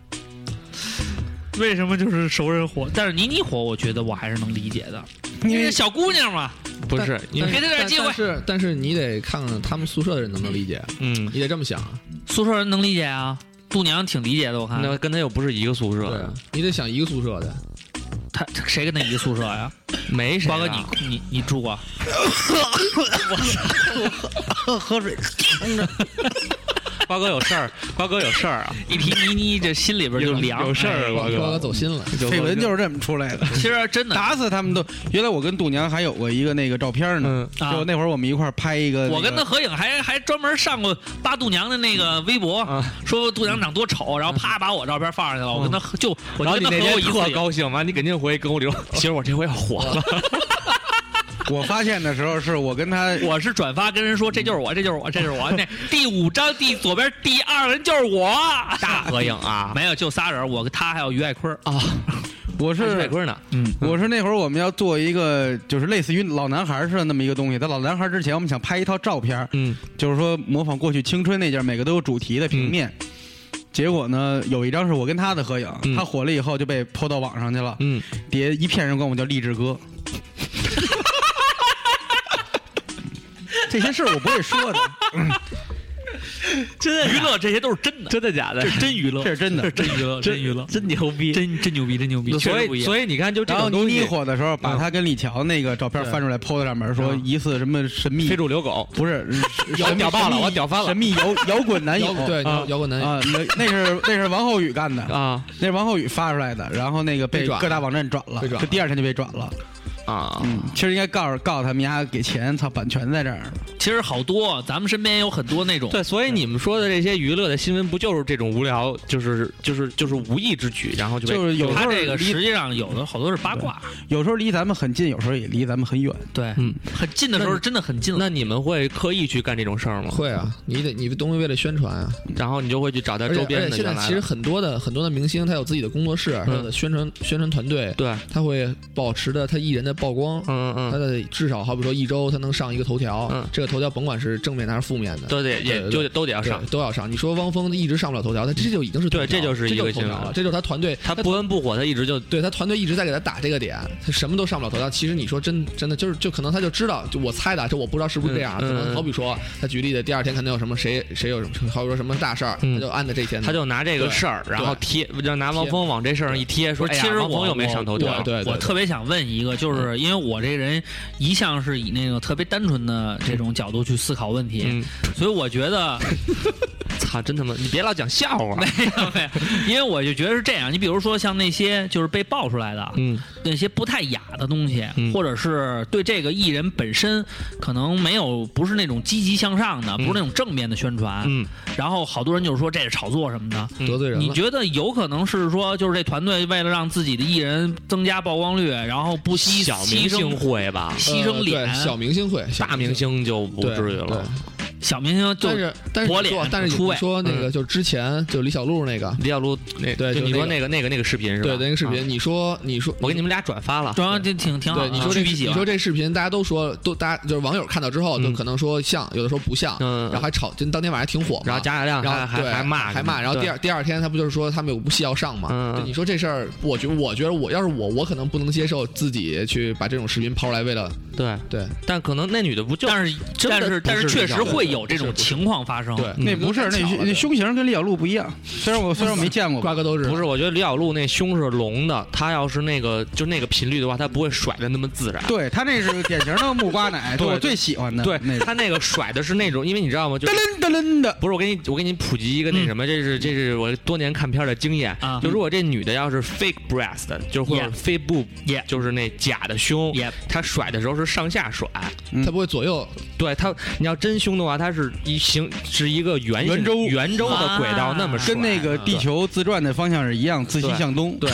B: 为什么就是熟人火？但是倪妮火，我觉得我还是能理解的。因为小姑娘嘛，
C: 不是，因
F: 但
C: 为
B: 给他点
F: 但
B: 机会
F: 但是但是你得看看他们宿舍的人能不能理解，
C: 嗯，
F: 你得这么想啊。
B: 宿舍人能理解啊，度娘挺理解的，我看
C: 那跟他又不是一个宿
F: 对
C: 舍
F: 啊，，你得想一个宿舍的，
B: 他他谁跟他一个宿舍 呀？
C: 没谁啊。
B: 瓜哥， 你你你住过？我喝喝水，
C: 瓜哥有事儿，瓜哥有事儿啊，
B: 一提倪妮这心里边就
C: 有
B: 凉。
C: 有事儿，
B: 哎
C: 瓜
F: 瓜哥
C: 哥。
F: 走心了。
A: 绯闻就是这么出来 的。
B: 其实真的，
A: 打死他们都！原来我跟度娘还有过一个那个照片呢，
B: 嗯啊
A: 就那会儿我们一块儿拍一个那个、
B: 我跟他合影还还专门上过八度娘的那个微博，
C: 啊
B: 说度娘长多丑，然后啪把我照片放上去了。我跟他
C: 嗯
B: 合就我
C: 然后
B: 就跟
C: 你
B: 他
C: 那
B: 合
C: 天
B: 过一次
C: 特
B: 影。
C: 高兴，完你肯定回去跟我说，其实我这回要火了。
A: 我发现的时候，是我跟他
B: 我是转发跟人说这就是我，这就是我，这就是我。那第五张第左边第二个人就是我，
C: 大合影 啊！
B: 没有就仨人，我跟他还有于爱坤儿。
C: 啊，
A: 我
C: 海
A: 是
C: 坤呢？
A: 我是那会儿我们要做一个就是类似于老男孩似的那么一个东西，在老男孩之前，我们想拍一套照片，
C: 嗯，
A: 就是说模仿过去青春那件，每个都有主题的平面。结果呢，有一张是我跟他的合影，
C: 嗯
A: 他火了以后就被抛到网上去了，
C: 嗯，
A: 底下一片人管我叫励志哥。这些事儿我不会说 的，
B: 真娱乐这些都是真的，
C: 真的假的
B: 这？是真娱乐，
A: 这是真的。
B: 真娱乐，真娱乐，
C: 真牛逼！
B: 真真牛逼，真牛逼，
C: 所
B: 确实不一
C: 以
B: 样。
C: 所以你看，就这
A: 然后
C: 种
A: 倪
C: 东
A: 妮
C: 西，
A: 火的时候，把他跟李乔那个照片翻出来抛在上面，说疑似什么神秘
C: 嗯非主流狗，
A: 不是，是
C: 我
A: 神秘
C: 屌爆了
A: 神秘
C: 我屌翻了
A: 神秘摇摇滚男友
F: 摇，对
C: 啊
F: 摇滚男友
A: 啊，那那是那是王浩宇干的，
C: 啊
A: 那是王浩宇发出来的，然后那个
F: 被
A: 被
F: 转了
A: 各大网站转了，
F: 被转了
A: 就第二天就被转了。
C: 啊！
A: 嗯，其实应该告诉告诉他们丫给钱，操，版权在这儿。
B: 其实好多，咱们身边有很多那种
C: 对，所
F: 嗯
C: 以你们说的这些娱乐的新闻，不就是这种无聊，就是就是就是无意之举，然后就被
A: 就是有时
B: 他
A: 候
B: 这个
A: 离
B: 实际上有的好多是八卦，
A: 有时候离咱们很近，有时候也离咱们很远。
B: 对，
C: 嗯
B: 很近的时候
C: 那
B: 真的很近了。
C: 那你们会刻意去干这种事儿吗？
F: 会啊，你得你东西为了宣传啊，
C: 然后你就会去找他
F: 而且
C: 周
F: 而
C: 边
F: 且
C: 的
F: 现
C: 原
F: 在
C: 来嗯
F: 其实
C: 的。
F: 很多的很多的明星，他有自己的工作室，他的宣传宣传团队，
C: 对，
F: 他会保持着他艺人的曝光，
C: 嗯
F: 他
C: 嗯，
F: 的至少好比说一周他能上一个头条，
C: 嗯
F: 这个头条甭管是正面的还是负面的，
C: 都得
F: 对对
C: 也就得都得要
F: 对
C: 上，
F: 都要上。你说汪峰一直上不了头条，他这就已经是头
C: 对
F: 条
C: 这就是
F: 这
C: 一个
F: 头
C: 新闻
F: 条了，这就是他嗯团队
C: 他不温不火，他一直就
F: 对他团队一直在给他打这个点，他什么都上不了头条。其实你说真真的就是就可能他就知道，就我猜的啊，这我不知道是不是这样啊。
C: 嗯嗯
F: 可能好比说他举例的，第二天可能有什么谁谁有什么，好比说什么大事儿，
C: 嗯
F: 他就按着这些呢，
C: 他就拿这个
F: 对
C: 事儿，然后贴，就拿王峰往这事儿上一贴，说
B: 不是
C: 哎呀
B: 其实
C: 王
B: 我
C: 峰又没上头条
B: 我，
F: 对对对
B: 我特别想问一个，就是因为我这人一向是以那种特别单纯的这种角度去思考问题，
C: 嗯，
B: 所以我觉得
C: 操，真他妈，你别老讲笑话
B: 没，有没有，因为我就觉得是这样。你比如说像那些就是被爆出来的
C: 嗯
B: 那些不太雅的东西，
C: 嗯
B: 或者是对这个艺人本身可能没有不是那种积极向上的，不是那种正面的宣
F: 啊
B: 传，
C: 嗯，啊
B: 然后好多人就是说这是炒作什么的，
F: 得罪人
B: 你
F: 了。
B: 觉得有可能是说，就是这团队为了让自己的艺人增加曝光率，然后不惜
C: 小明
B: 牺
C: 星
B: 牲
C: 会吧，
B: 牺牲
F: 呃
B: 脸，
F: 对小明星会，小
C: 大明星就不
F: 对
C: 至于了。
F: 对
B: 小明星就
F: 但是但是
B: 薄
F: 你
B: 脸
F: 说但是
B: 出
F: 你
B: 位
F: 说那个就是之前就李小璐那个，
C: 李小璐嗯那
F: 对
C: 就
F: 就
C: 你说
F: 那
C: 那个那个那个视频是吧？
F: 对那个视频，
C: 啊，
F: 你说你说
C: 我给你们俩转发了。
B: 中央就挺挺好的
F: 对，
B: 啊，
F: 你说这
B: 巨比喜
F: 你
B: 欢
F: 说。这视频，大家都说都大家就是网友看到之后，就
C: 嗯
F: 可能说像，有的时候不像，
C: 嗯
F: 然后还吵，就当天晚上还挺火嘛，
C: 然后贾乃亮
F: 然
C: 还
F: 后对
C: 还骂
F: 还骂，然后第二第二天他不就是说他们有部戏要上嘛？
C: 嗯嗯
F: 对你说这事儿，我觉我觉得我要是我，我可能不能接受自己去把这种视频抛出来，为了
C: 对，
F: 对
C: 但可能那女的不就
B: 但是
C: 真的
B: 但是
C: 不是
B: 但是确实
C: 这样
B: 会有这种情况发
C: 哦
B: 生。
C: 嗯
F: 对，
A: 那不是那
F: 嗯巧了
A: 那胸型跟李小璐不一样，虽然我虽然我没见过
F: 对瓜
A: 吧，
F: 哥都是
C: 不是？我觉得李小璐那胸是隆的，她要是那个就那个频率的话，她不会甩的那么自然。
A: 对他那是典型的木瓜奶，
C: 对
A: 就我最喜欢的
C: 对
A: 那， 种
C: 她那个甩的是那种，因为你知道吗？就
A: 噔
C: 是
A: 噔噔噔的，
C: 不是我给你，我给你普及一个那什么，这是这是我多年看片儿的经验
B: 啊
C: 就如果这女的要是 fake breast，就是或者
B: Yeah
C: fake boob，、
B: Yeah
C: 就是那假的胸
B: Yep
C: 她甩的时候是上下甩。
F: 他不会左右，
C: 对她，你要真胸的话，它是一形是一个圆形
A: 圆周
C: 圆周的轨道
B: 啊
C: 那么甩，
A: 跟那个地球自转的方向是一样，自西向东。
C: 对，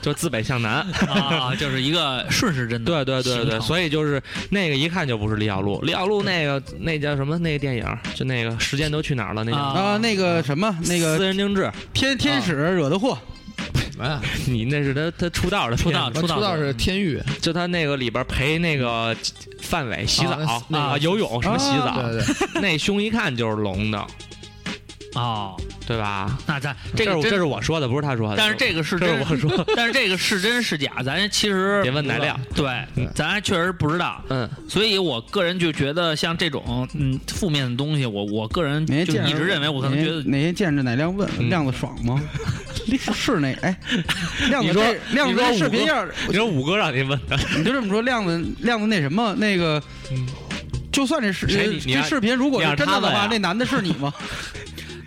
C: 就自北向南。
B: 啊，就是一个顺时针的。
C: 对对对对，所以就是那个一看就不是李小璐，李小璐那个那叫什么那个电影，就那个时间都去哪儿了那叫。
A: 啊，那个什么，那
C: 私
A: 个
C: 人定制，
A: 天天使惹的祸，
F: 哎呀，
C: 你那是他他 出道的
B: 出
C: 片
B: 道
C: 子
F: 出道是天域，
C: 就他那个里边陪那个范伟洗澡
F: 啊那那个
C: 啊，游泳什么洗澡，
F: 对对，
C: 那胸一看就是隆的。
B: 哦，
C: 对吧？
B: 那咱这
C: 是
B: 个
C: 嗯我这
B: 真，
C: 是我说的，不是他说的。
B: 但是这个是
C: 这
B: 真
C: 是我 说，
B: 但是这个是真是假，咱其实
C: 别问乃亮。
B: 对，咱还确实不知道。
C: 嗯，
B: 所以我个人就觉得像这种嗯负面的东西，我我个人
A: 哪天
B: 就
A: 见着
B: 一直认为，我可能觉得
A: 哪天哪天见着奶亮问
C: 嗯
A: 亮子爽吗？ 是那哎，亮子
C: 你说
A: 这亮
C: 你
A: 子
C: 说
A: 这
C: 五
A: 视频
C: 个
A: 要是
C: 你说五哥让你问的，
A: 你就这么说，亮子亮子那什么那个，就算这视
C: 嗯
A: 呃
C: 谁你你
A: 这
C: 让
A: 视频如果
C: 你
A: 是
C: 让
A: 真
C: 他
A: 的的
C: 问
A: 话，
C: 啊
A: 那男的是你 吗？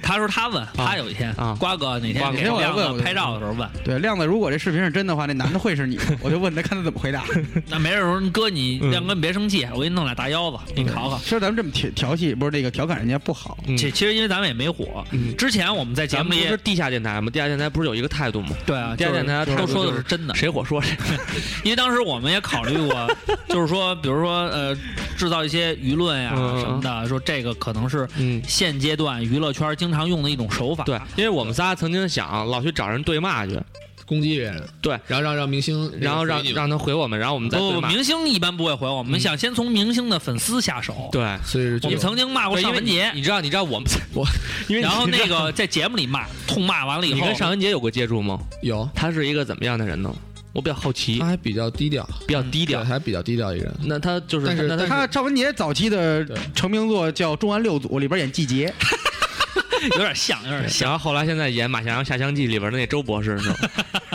B: 他说他问他有一天
C: 啊
B: 瓜哥哪天
C: 瓜哥
B: 给亮
A: 我要问
B: 子
A: 我
B: 拍照的时候问，
A: 对，亮子如果这视频是真的话，那男的会是你吗？我就问他，看他怎么回 答。
B: 那没事儿我说哥你
C: 嗯
B: 亮哥你别生气，我给你弄俩大腰子，给你烤烤。
A: 其实咱们这么调调戏，不是那个调侃人家不好，
C: 嗯
B: 其其实因为咱们也没火，
C: 嗯
B: 之前我们在节
C: 咱
B: 目
C: 们
B: 里
C: 不
B: 也
C: 是地下电台吗？地下电台不是有一个态度吗？
B: 对啊，
C: 电
B: 就是
C: 电台
B: 都
C: 态度
B: 说
C: 就
B: 的是真的，
C: 谁火说谁。
B: 因为当时我们也考虑过， 就是说，比如说呃，制造一些舆论呀、
C: 嗯
B: 什么的，说这个可能是
C: 嗯，
B: 现阶段娱乐圈经常用的一种手法。
C: 对，因为我们仨曾经想老去找人对骂去，
F: 攻击别人，
C: 对，
F: 然后让让明星那个回你们，
C: 然后让让他回我们，然后我们再
B: 不，
C: 对
B: 不
C: 骂。
B: 哦
C: 嗯
B: 明星一般不会回我们，我们想先从明星的粉丝下手。，
C: 对，
F: 所以
B: 我
F: 就
B: 们曾经骂过
C: 对
B: 尚
C: 因为
B: 雯
C: 你
B: 婕，
C: 你知道你知道我们我，因为
B: 然后
C: 你知
B: 那
C: 道
B: 个在节目里骂，痛骂完了以
C: 你
B: 后，
C: 跟尚雯婕有过接触吗？
F: 有，
C: 他是一个怎么样的人呢？我比较好奇
F: 他，还比较低调，
C: 比较低调
F: 对。还比较低调一个人。
C: 那他嗯就是，
F: 但是
C: 那他
A: 他赵文杰早期的
F: 对
A: 成名作叫《重案六组》，里边演季杰，
B: 有点像，有点像。
C: 然后后来现在演《马向阳下乡记》里边的那周博士 是吧？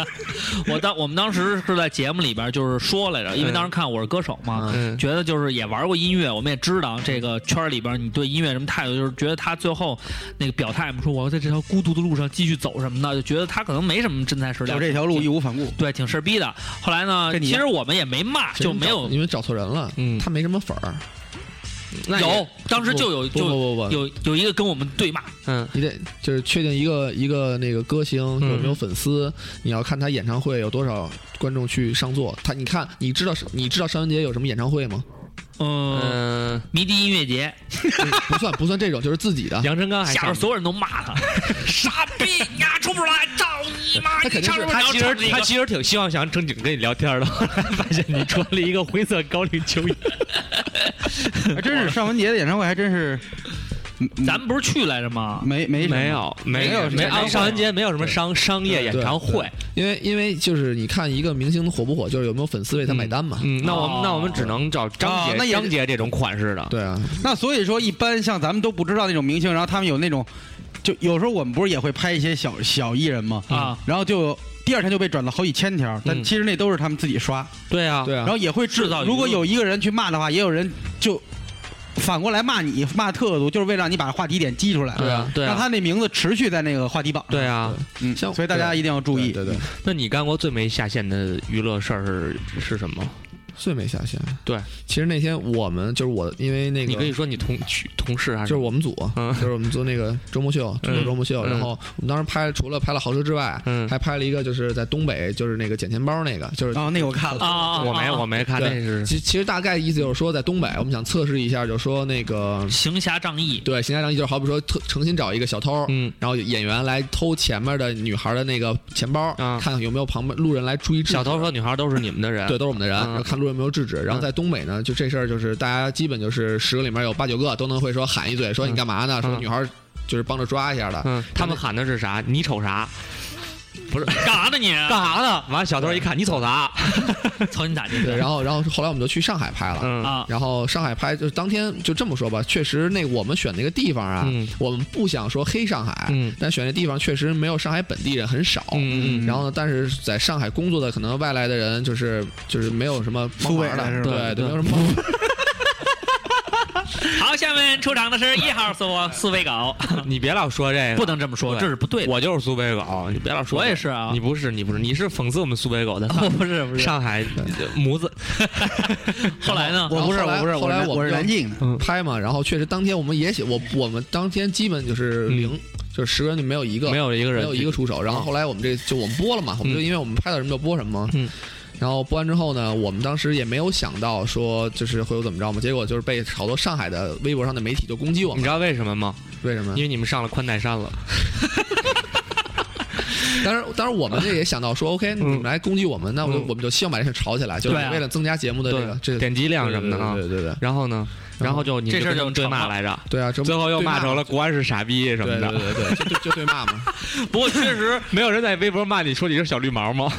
B: 我当我们当时是在节目里边就是说来着，因为当时看《我是歌手》嘛，
C: 嗯
B: 觉得就是也玩过音乐，我们也知道这个圈儿里边你对音乐什么态度，就是觉得他最后那个表态嘛，说我要在这条孤独的路上继续走什么的，就觉得他可能没什么真材实料
A: 走，这条路义无反 顾。
B: 对，挺事儿逼的。后来呢，
A: 跟你一
B: 其
A: 样
B: 实我们也没骂，就没有
F: 因为找错人了，
C: 嗯
F: 他没什么粉儿。
C: 那也
B: 有，当时就有
F: 不不
B: 就
F: 不不不，
B: 有有一个跟我们对骂，
C: 嗯
F: 你得就是确定一个一个那个歌星
C: 嗯
F: 有没有粉丝，你要看他演唱会有多少观众去上座。他你看，你知道你知道尚雯婕有什么演唱会吗？
B: 嗯，
C: 嗯，
B: 迷笛音乐节
F: 不算不算这种，就是自己的。
C: 杨晨刚还
B: 下边
C: 上
B: 所有人都骂 他，傻逼，你丫出不来，操你妈！
F: 他肯定
B: 你
F: 是
B: 唱什么
C: 他
B: 你要
C: 其
B: 唱这
C: 实
B: 个
C: 他其实挺希望想正经跟你聊天的，后来发现你穿了一个灰色高领球衣。
A: 还真是尚雯婕的演唱会，还真是，嗯嗯
B: 咱们不是去来着吗？
A: 没没什么
C: 没，啊有没
A: 没有
C: 嗯没
A: 演唱
C: 啊，
A: 会
C: 尚雯婕没有什么商商业演唱会。
F: 因为因为就是你看一个明星火不火，就是有没有粉丝为他买单嘛。
C: 嗯，那我们
B: 哦
C: 那我们只能找张
A: 哦那
C: 杰
A: 也
C: 张杰这种款式的。
F: 对啊，
A: 那所以说，一般像咱们都不知道那种明星，然后他们有那种，就有时候我们不是也会拍一些小小艺人吗？
B: 啊，
A: 然后就第二天就被转了好几千条，但
C: 嗯
A: 其实那都是他们自己刷，
C: 对啊，
F: 对啊
A: 然后也会制
B: 制造舆论
A: 如果有一个人去骂的话，也有人就反过来骂你，骂特组，就是为了让你把话题点激出来，
B: 嗯
C: 对啊对啊
A: 让他那名字持续在那个话题榜。
C: 对啊。
A: 嗯，
F: 像
A: 所以大家一定要注意。嗯
F: 对对对，
C: 那你干过最没下限的娱乐事儿是是什么？
F: 最没下限。
C: 对，
F: 其实那天我们就是我，因为那个
C: 你可以说你同去同事还
F: 就是是我们组，
C: 嗯
F: 就是我们做那个周末秀，中国周末秀。
C: 嗯
F: 然后我们当时拍，除了拍了豪车之外，
C: 嗯
F: 还拍了一个就是在东北，就是那个捡钱包那个，就是
A: 然后哦那个我看了，
B: 啊，
C: 我没我没看那
F: 对
C: 是
F: 其其实大概意思就是说，在东北，我们想测试一下，就是说那个
B: 行侠仗义，
F: 对邢家长义，就是好比说特诚心找一个小偷，
C: 嗯
F: 然后演员来偷前面的女孩的那个钱包，
C: 啊
F: 看看有没有旁边路人来追制止
C: 小偷和女孩都是你们的人。
F: 对，都是我们的人，
C: 嗯
F: 然后看路人有没有制止。然后在东北呢，就这事儿就是大家基本就是十个里面有八九个都能会说喊一嘴，说你干嘛呢？
C: 嗯
F: 说女孩儿就是帮着抓一下的。
C: 嗯，他们喊的是啥？你瞅啥？
B: 干啥呢你？
C: 干啥呢？嗯完，小偷一看你瞅啥？
B: 操你咋地？
F: 对，然后然后后来我们就去上海拍了。
C: 嗯
B: 啊，
F: 然后上海拍就是当天就这么说吧，确实那我们选那个地方啊，
C: 嗯
F: 我们不想说黑上海，
C: 嗯
F: 但选那地方确实没有上海本地人很少。
C: 嗯嗯嗯
F: 然后呢，但是在上海工作的可能外来的人就是就是没有什么帮忙
A: 苏北的是
F: 的，
A: 吧
F: 对
C: 对
F: 没有什么帮忙。
B: 好，下面出场的是一号苏苏菲 狗，
C: 你别老说这个，
B: 不能这么说，
C: 对
B: 这是不对的。
C: 我就是苏北狗，你别老说。
B: 我也是啊
C: 你不是，你不是，你是讽刺我们苏北狗的。
B: 我不是不是。
C: 上海模子，
B: 后来呢？
A: 我不是
F: 然后
A: 我
F: 后来
A: 不是
F: 后来
A: 我是
F: 我
A: 我
F: 们
A: 是
F: 就
A: 南京的，
F: 拍嘛，然后确实当天我们也写我我们当天基本就是零，就是十个人就没有一
C: 嗯
F: 个
C: 没有一个人
F: 没有一个出手。然后后来我们这就我们播了嘛，我们就因为我们拍到什么就播什么嘛。
C: 嗯。
F: 然后播完之后呢，我们当时也没有想到说就是会有怎么着嘛，结果就是被好多上海的微博上的媒体就攻击我
C: 你
F: 们
C: 知，道为什么吗？
F: 为什么
C: 嗯因？为你们上了宽带山了。
F: 当然，当然我们这也想 到说，OK，你们来攻击我们，那我就
C: 嗯
F: 我们就希望把这事吵起来，就是
B: 对啊
F: 为了增加节目的这个这个
C: 点击量什么的啊。
F: 对对对对对。
C: 然后呢，然后就你
B: 这事儿
C: 就
B: 就
C: 跟对
B: 成
C: 骂
B: 了
C: 来着，
F: 对啊，这不
C: 最后又
F: 对
C: 骂成了
F: 嘛
C: 国安是傻逼什
F: 对
C: 么
F: 对
C: 的。
F: 对对，就就就对 骂嘛，
B: 不过确实
C: 没有人在微博骂你说你是小绿毛吗？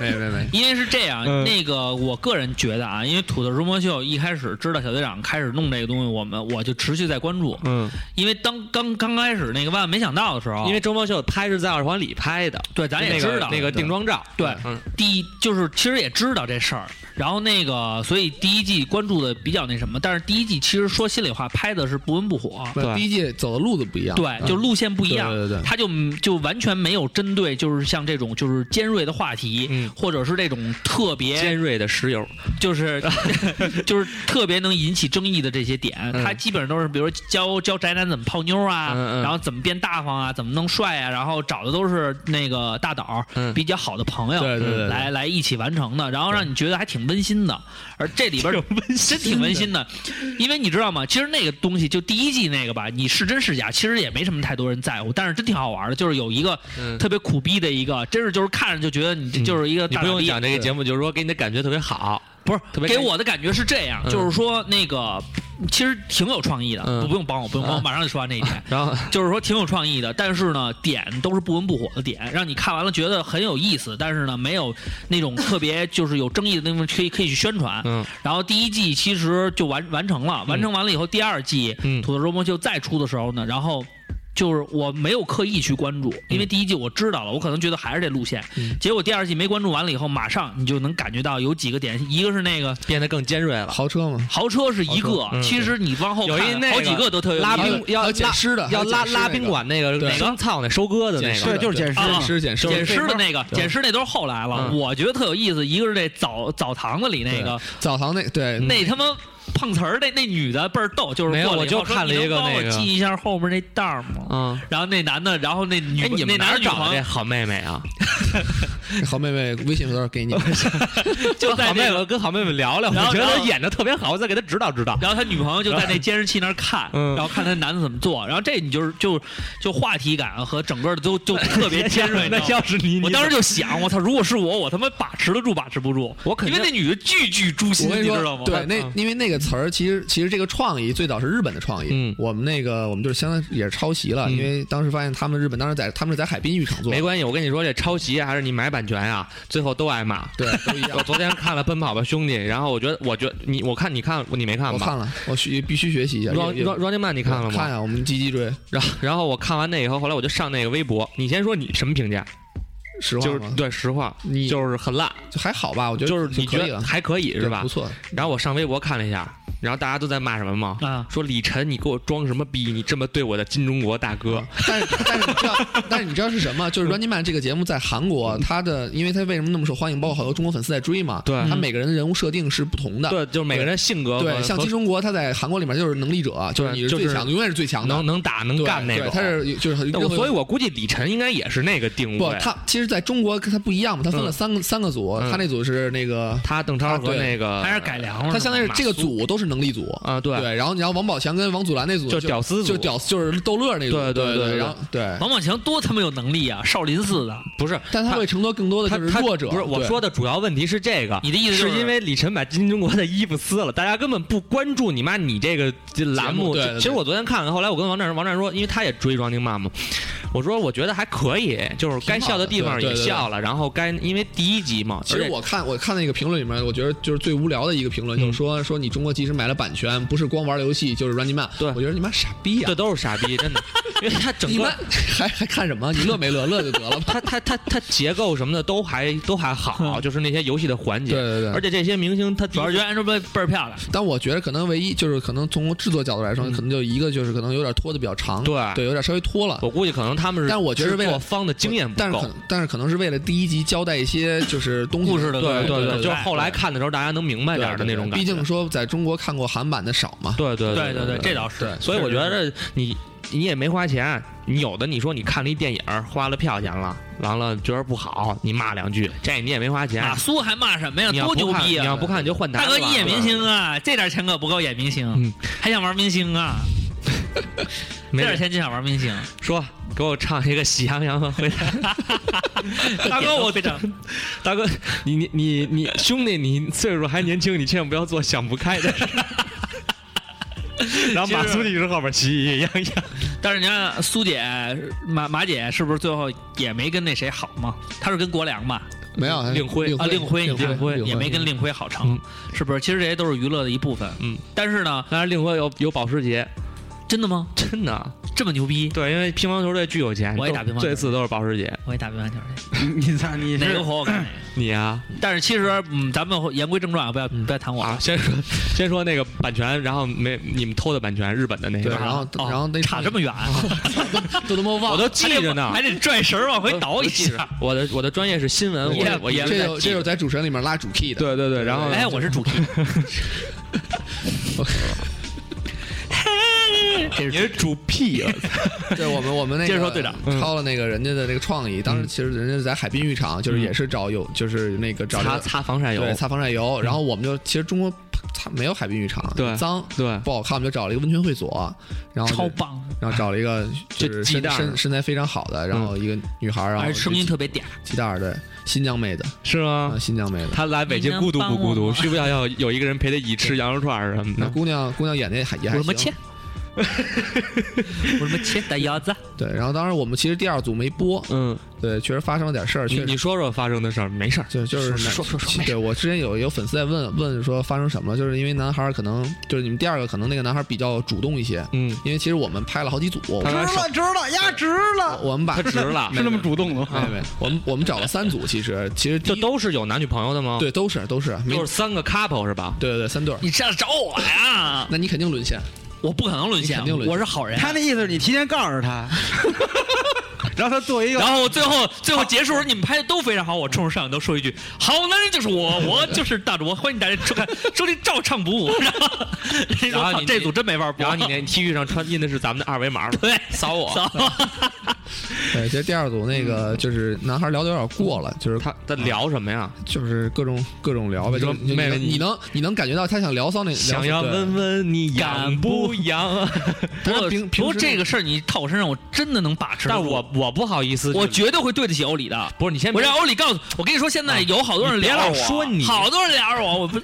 F: 没没没，
B: 因为是这样，
C: 嗯
B: 那个我个人觉得啊，因为土豆如魔秀一开始知道小队长开始弄这个东西，我们我就持续在关注，
C: 嗯，
B: 因为当刚刚开始那个万万没想到的时候，
C: 因为周茂秀拍是在二环里拍的，
B: 对咱也
C: 那
B: 知
C: 个
B: 道
C: 那个定妆照，
B: 对
C: 嗯
B: 第一就是其实也知道这事儿，然后那个所以第一季关注的比较那什么，但是第一季其实说心里话拍的是不温不火，
C: 对
F: 第一季走的路子不一样，嗯
B: 对，就路线不一样，
F: 对对对对
B: 他就就完全没有针对就是像这种就是尖锐的话题，
C: 嗯
B: 或者是这种特别
C: 尖锐的石油，
B: 就是 就是特别能引起争议的这些点，
C: 嗯
B: 他基本上都是比如说教教宅男怎么泡妞啊，
C: 嗯嗯
B: 然后怎么变大方啊，怎么弄帅啊，然后找的都是那个大导、
C: 嗯
B: 比较好的朋友，
F: 对对对对
B: 来来一起完成的，然后让你觉得还挺温馨的，而这里边 真挺温馨的，因为你知道吗？其实那个东西就第一季那个吧，你是真是假，其实也没什么太多人在乎，但是真挺好玩的，就是有一个
C: 嗯，
B: 特别苦逼的一个，真是就是看着就觉得你这就是一个
C: 你
B: 大
C: 不
B: 傻
C: 用
B: 逼。
C: 讲这个节目，就是说给你的感觉特别好，
B: 不是
C: 特别
B: 给
C: 开心
B: 我的感觉是这样，
C: 嗯
B: 就是说那个其实挺有创意的，
C: 嗯
B: 不不用帮我，不用帮我，马上就说完这一点。
C: 然后
B: 就是说挺有创意的，但是呢，点都是不温不火的点，让你看完了觉得很有意思，但是呢，没有那种特别就是有争议的地方可以可以去宣传。
C: 嗯
B: 然后第一季其实就完完成了，完成完了以后，第二季《
C: 嗯
B: 土豆周末秀》再出的时候呢，然后。就是我没有刻意去关注，因为第一季我知道了，我可能觉得还是这路线。
C: 嗯
B: 结果第二季没关注完了以后，马上你就能感觉到有几个点，一个是那个
C: 变得更尖锐了，
F: 豪车嘛，
B: 豪车是一个
C: 豪，车嗯
B: 其实你往后
C: 有一
B: 看
C: 那个
B: 好几个都特有
C: 拉
B: 意思
C: 宾要
F: 还有捡尸的，
C: 要拉
F: 还有捡尸那
C: 拉
F: 个
C: 宾，馆那个
F: 对
C: 哪个操那收割的那
F: 捡尸
C: 个，
F: 的
A: 对就是捡尸
B: 啊
F: 捡尸捡尸
B: 捡尸的那个，捡尸那都是后来了。
C: 嗯
B: 我觉得特有意思，一个是这澡澡堂子里那个，
F: 澡堂那对
B: 那他妈碰瓷儿那那女的倍儿逗，就是
C: 嗯没有
B: 过来
C: 我
B: 以
C: 就
B: 后说
C: 看了
B: 你
C: 一个
B: 能帮我
C: 那个
B: 记一下后面那袋儿吗？
C: 嗯，
B: 然后那男的，然后那女
C: 哎，你
B: 那
C: 们
B: 男
C: 哪
B: 的
C: 儿
B: 女
C: 找的
B: 朋
C: 这
B: 友
C: 好妹妹啊？
F: 好妹妹微信多少给 你，
B: 就在
C: 好
B: 那
C: 妹
B: 个，
C: 妹跟好妹妹聊聊，我
B: 然后
C: 觉得
B: 然
C: 她
B: 后
C: 演的特别好，我再给她指导指导。
B: 然后他女朋友就在那监视器那儿看，
C: 嗯。
B: 然后看他男的怎么做，然后这你就是就就话题感和整个的都就特别尖锐
C: 那
B: 你知道
C: 要
B: 吗
C: 是你，
B: 我当时
C: 就
B: 就想，我操，如果是我，我他妈把持得住把持不住？
C: 我肯
B: 因
C: 定
B: 为那女的句句诛心，
F: 我跟
B: 你
F: 你
B: 知道
F: 说
B: 吗，？
F: 对，
C: 嗯
F: 那因为那个词儿，其实其实这个创意最早是日本的创意，
C: 嗯
F: 我们那个我们就是相当于也是抄袭了，
C: 嗯
F: 因为当时发现他们日本当时在他们是在海滨浴场做
C: 没
F: 的，
C: 关系，我跟你说，这抄袭还是你买版权啊，最后都挨骂。
F: 对， 都一
C: 我
F: 样。
C: 昨天看了《奔跑吧兄弟》，然后我觉得，我觉得你，我看你看你没看
F: 我
C: 吧
F: 看了，我学必须学习一下。
C: ？Run
F: 也也
C: Run Running Man 你看了吗？
F: 看啊，我们积极追，
C: 然后然后我看完那以后，后来我就上那个微博，你先说你什么评价？
F: 实话
C: 就是
F: 嘛
C: 对实话，
F: 你
C: 就是很烂，
F: 就还好吧，我觉得
C: 就是你
F: 可
C: 觉
F: 以
C: 得
F: 了，
C: 还可以是
F: 对
C: 吧
F: 不？错，
C: 然后我上微博看了一下，然后大家都在骂什么吗？
B: 啊，
C: 说李晨，你给我装什么逼？你这么对我的新中国大哥，
F: 但是但是你知道， 但是你知道是什么？就是《Running Man》这个节目在韩国， 它的因为它为什么那么受欢迎，包括好多中国粉丝在追嘛，
C: 对
F: 它每个人的人物设定是不同的。
C: 对，就是每个人性格
F: 对，
C: 和
F: 像
C: 和
F: 金中国，他在韩国里面就是能力者，就是你是
C: 就是
F: 最强的，永远是最强的，
C: 能能打能
F: 对
C: 干那
F: 对
C: 种。
F: 他是就是
C: 那
F: 任
C: 我
F: 何
C: 所以，我估计李晨应该也是那个定
F: 不
C: 位，。
F: 他其实在中国跟他不一样嘛，他分了三个三个组，
C: 嗯
F: 他那组是那个，
C: 他邓
F: 啊
C: 超和那个
B: 还是改良了。
F: 他相当于是
C: 马苏
F: 这个组都是能力组。
C: 啊，对，
F: 对，然后你要王宝强跟王祖蓝那组
C: 就屌丝组
F: 就屌就是逗乐那组，
C: 对对
F: 对
C: 对对
F: 然后对，
B: 王宝强多他妈有能力啊！少林寺的，
C: 不是，
F: 但他会承托更多的
C: 他
F: 就是
C: 他
F: 弱者，
C: 不是我
F: 对
C: 说的主要问题是这个。
B: 你的意思就是
C: 因为李晨把金钟国的衣服撕了，大家根本不关注你妈你这个这栏
F: 节
C: 目。
F: 目对对对
C: 其实我昨天看了，后来我跟王战王战说，因为他也追 Running Man 嘛，我说我觉得还可以，就是该笑的地方也
F: 对对对
C: 笑了，然后该因为第一集嘛，
F: 其实
C: 而且
F: 我看我看那个评论里面，我觉得就是最无聊的一个评论，
C: 嗯
F: 就是说说你中国即使买了版权，不是光玩游戏就是 Running Man。
C: 对
F: 我觉得你妈傻逼啊呀
C: 这！都是傻逼，真的，因为他整
F: 你妈
C: 个
F: 还还看什么？你乐没乐？乐就得了吧。
C: 他他他他结构什么的都还都还好，就是那些游戏的环节，
F: 对对对
C: 而且这些明星他
B: 主要是觉得 Angelababy 倍儿漂亮。
F: 但我觉得可能唯一就是可能从制作角度来说，可能就一个就是可能有点拖的比较长，
C: 对
F: 对，有点稍微拖了。
C: 我估计可能他们是，
F: 但我觉得是为了
C: 方的经验不
F: 但是可
C: 够
F: 能，但是可能是为了第一集交代一些就是东西
B: 故事的
C: 对
B: 对
C: 对，
B: 对
C: 就是后来看的时候大家能明白
F: 对
C: 点儿的那种
F: 对
C: 感觉。
F: 毕竟说在中国看过韩版的少嘛。
C: 对对
B: 对
C: 对
B: 对对，这倒是
F: 对。
C: 所以我觉
B: 是
C: 得你你也没花钱，你有的你说你看了一电影儿花了票钱了，完了觉得不好，你骂两句，这你也没花钱。
B: 马啊苏还骂什么呀？
C: 你要
B: 多
C: 不
B: 牛
C: 看
B: 逼
C: 你要
B: 啊！
C: 不看你就换台
B: 大
C: 了吧。
B: 哥，你演明星啊，这点钱可不够演明星
C: 嗯，
B: 还想玩明星啊？这
C: 没
B: 点
C: 事
B: 钱就想玩明星？
C: 说给我唱一个《喜羊羊和灰太狼》。大哥，我
B: 非常
C: 大哥，你你你你兄弟，你岁数还年轻，你千万不要做想不开的事。 然后马苏一直后边喜喜洋洋，
B: 但是你看苏姐马马姐是不是最后也没跟那谁好嘛？她是跟国良吧？
F: 没有
C: 令辉
B: 啊，令辉，你看
F: 辉
B: 也没跟令辉好成
C: 嗯，
B: 是不是？其实这些都是娱乐的一部分。
C: 嗯，
B: 但是呢，
C: 但是令辉有有保时捷，
B: 真的吗？
C: 真的，
B: 这么牛逼？
C: 对，因为乒乓球队巨有钱，
B: 我也
C: 都
B: 打乒乓球
C: 这次都是保时捷。
B: 我也打乒乓球
A: 你咋你
B: 去，哪个火我看哪个。
C: 你啊
B: 但是其实，嗯，咱们言归正传啊，不要不要谈我
C: 啊，，先说先说那个版权，然后没你们偷的版权，日本的那
F: 对，
C: 个，
F: 然后
B: 哦
F: 然后那
B: 差这 么远，
F: 都他妈忘
C: 我
F: 了。
C: 都记着呢
B: 还，得拽绳儿往回倒一下。
C: 我的我的专业是新闻，
B: 也
C: 我我
B: 也
C: 也
F: 这有这有在主持人里面拉主 key 的，
C: 对对对，然后
B: 哎，我是主 key，
C: 你是主 P，
F: 对我们我们那个
B: 接着说队长
C: 嗯
F: 抄了那个人家的那个创意，当时其实人家在海滨浴场，就是也是找有就是那个找
C: 擦
F: 这个
C: 擦防晒油
F: 对，擦防晒油，然后我们就其实中国它没有海滨浴场，
C: 对
F: 脏
C: 对，
F: 不好看，我们就找了一个温泉会所，然后就
B: 超棒，
F: 然后找了一个就
C: 就是鸡
F: 身
C: 蛋儿
F: 身身材非常好的，然后一个女孩儿，然后
B: 而且声音
F: 就
B: 特别嗲。
F: 鸡蛋儿对新疆妹子
C: 是吗
F: 啊，？新疆妹子。
C: 他来北京孤独不
B: 你
C: 孤
B: 能帮我
C: 独？
B: 吗
C: 需不需要有有一个人陪他一起吃羊肉串儿什么
F: 那
C: 的？
F: 姑娘，姑娘演的也还也
B: 我
F: 还
B: 什么
F: 哎行
B: 切，？我什么切大腰子？
F: 对。然后当时我们其实第二组没播，
C: 嗯，
F: 对，确实发生了点事儿，
C: 你
F: 确
C: 你
F: 实
C: 说说发生的事儿，没事儿。
F: 就就是男
B: 说说说没事
F: 对我之前有有粉丝在问问说发生什么了，就是因为男孩儿可能就是你们第二个可能那个男孩儿比较主动一些，
C: 嗯，
F: 因为其实我们拍了好几组，我
C: 他
F: 们
C: 来手
A: 值了，压值了，
F: 我们把
C: 他值 了，
A: 是那么主动的
F: 没
A: 吗？
F: 没，我们我们找了三组，其实其实第
C: 这
F: 一
C: 都是有男女朋友的吗？，
F: 对都是都是没
C: 就是三个 couple 是吧？
F: 对对对三对儿，
B: 你这样找我呀？
F: 那你肯定沦陷，
B: 我不可能沦陷
F: 你肯定，沦陷
B: 我是好人。
A: 他那意思是你提前告诉他，然后他做一个
B: 然后最后最后结束时，你们拍的都非常好，我冲着摄像头说一句：“好男人就是 我，我就是大主播，欢迎大家收看， 收听照唱不误。” 然后人
C: 然
B: 说
C: 后
B: 操
C: 你
B: 这组 真没法播，
C: 然后你那 T 恤上穿印的是咱们的二维码，
B: 对
C: 扫我。
B: 操，
F: 对，其实第二组那个就是男孩聊的有点过了，就是
C: 嗯他他聊什么呀？
F: 就是各种各种聊呗，
C: 你
F: 就
C: 说
F: 是你
C: 妹妹
F: 能
C: 你
F: 你能你能感觉到他想聊骚那
C: 想要问问你
B: 敢
C: 痒不痒？
B: 不啊
F: 但是
B: 过
F: 平
B: 不过
F: 平时
B: 这个事儿你套我身上，我真的能把持得
C: 但
B: 住。
C: 是我我不好意思，
B: 我绝对会对得起欧里的。
C: 不是你先
B: 我
C: 别啊
B: 让欧里告诉我跟你说，现在有好多人
C: 你别
B: 聊着我，
C: 老
B: 啊
C: 说你
B: 好多人聊着我，我 不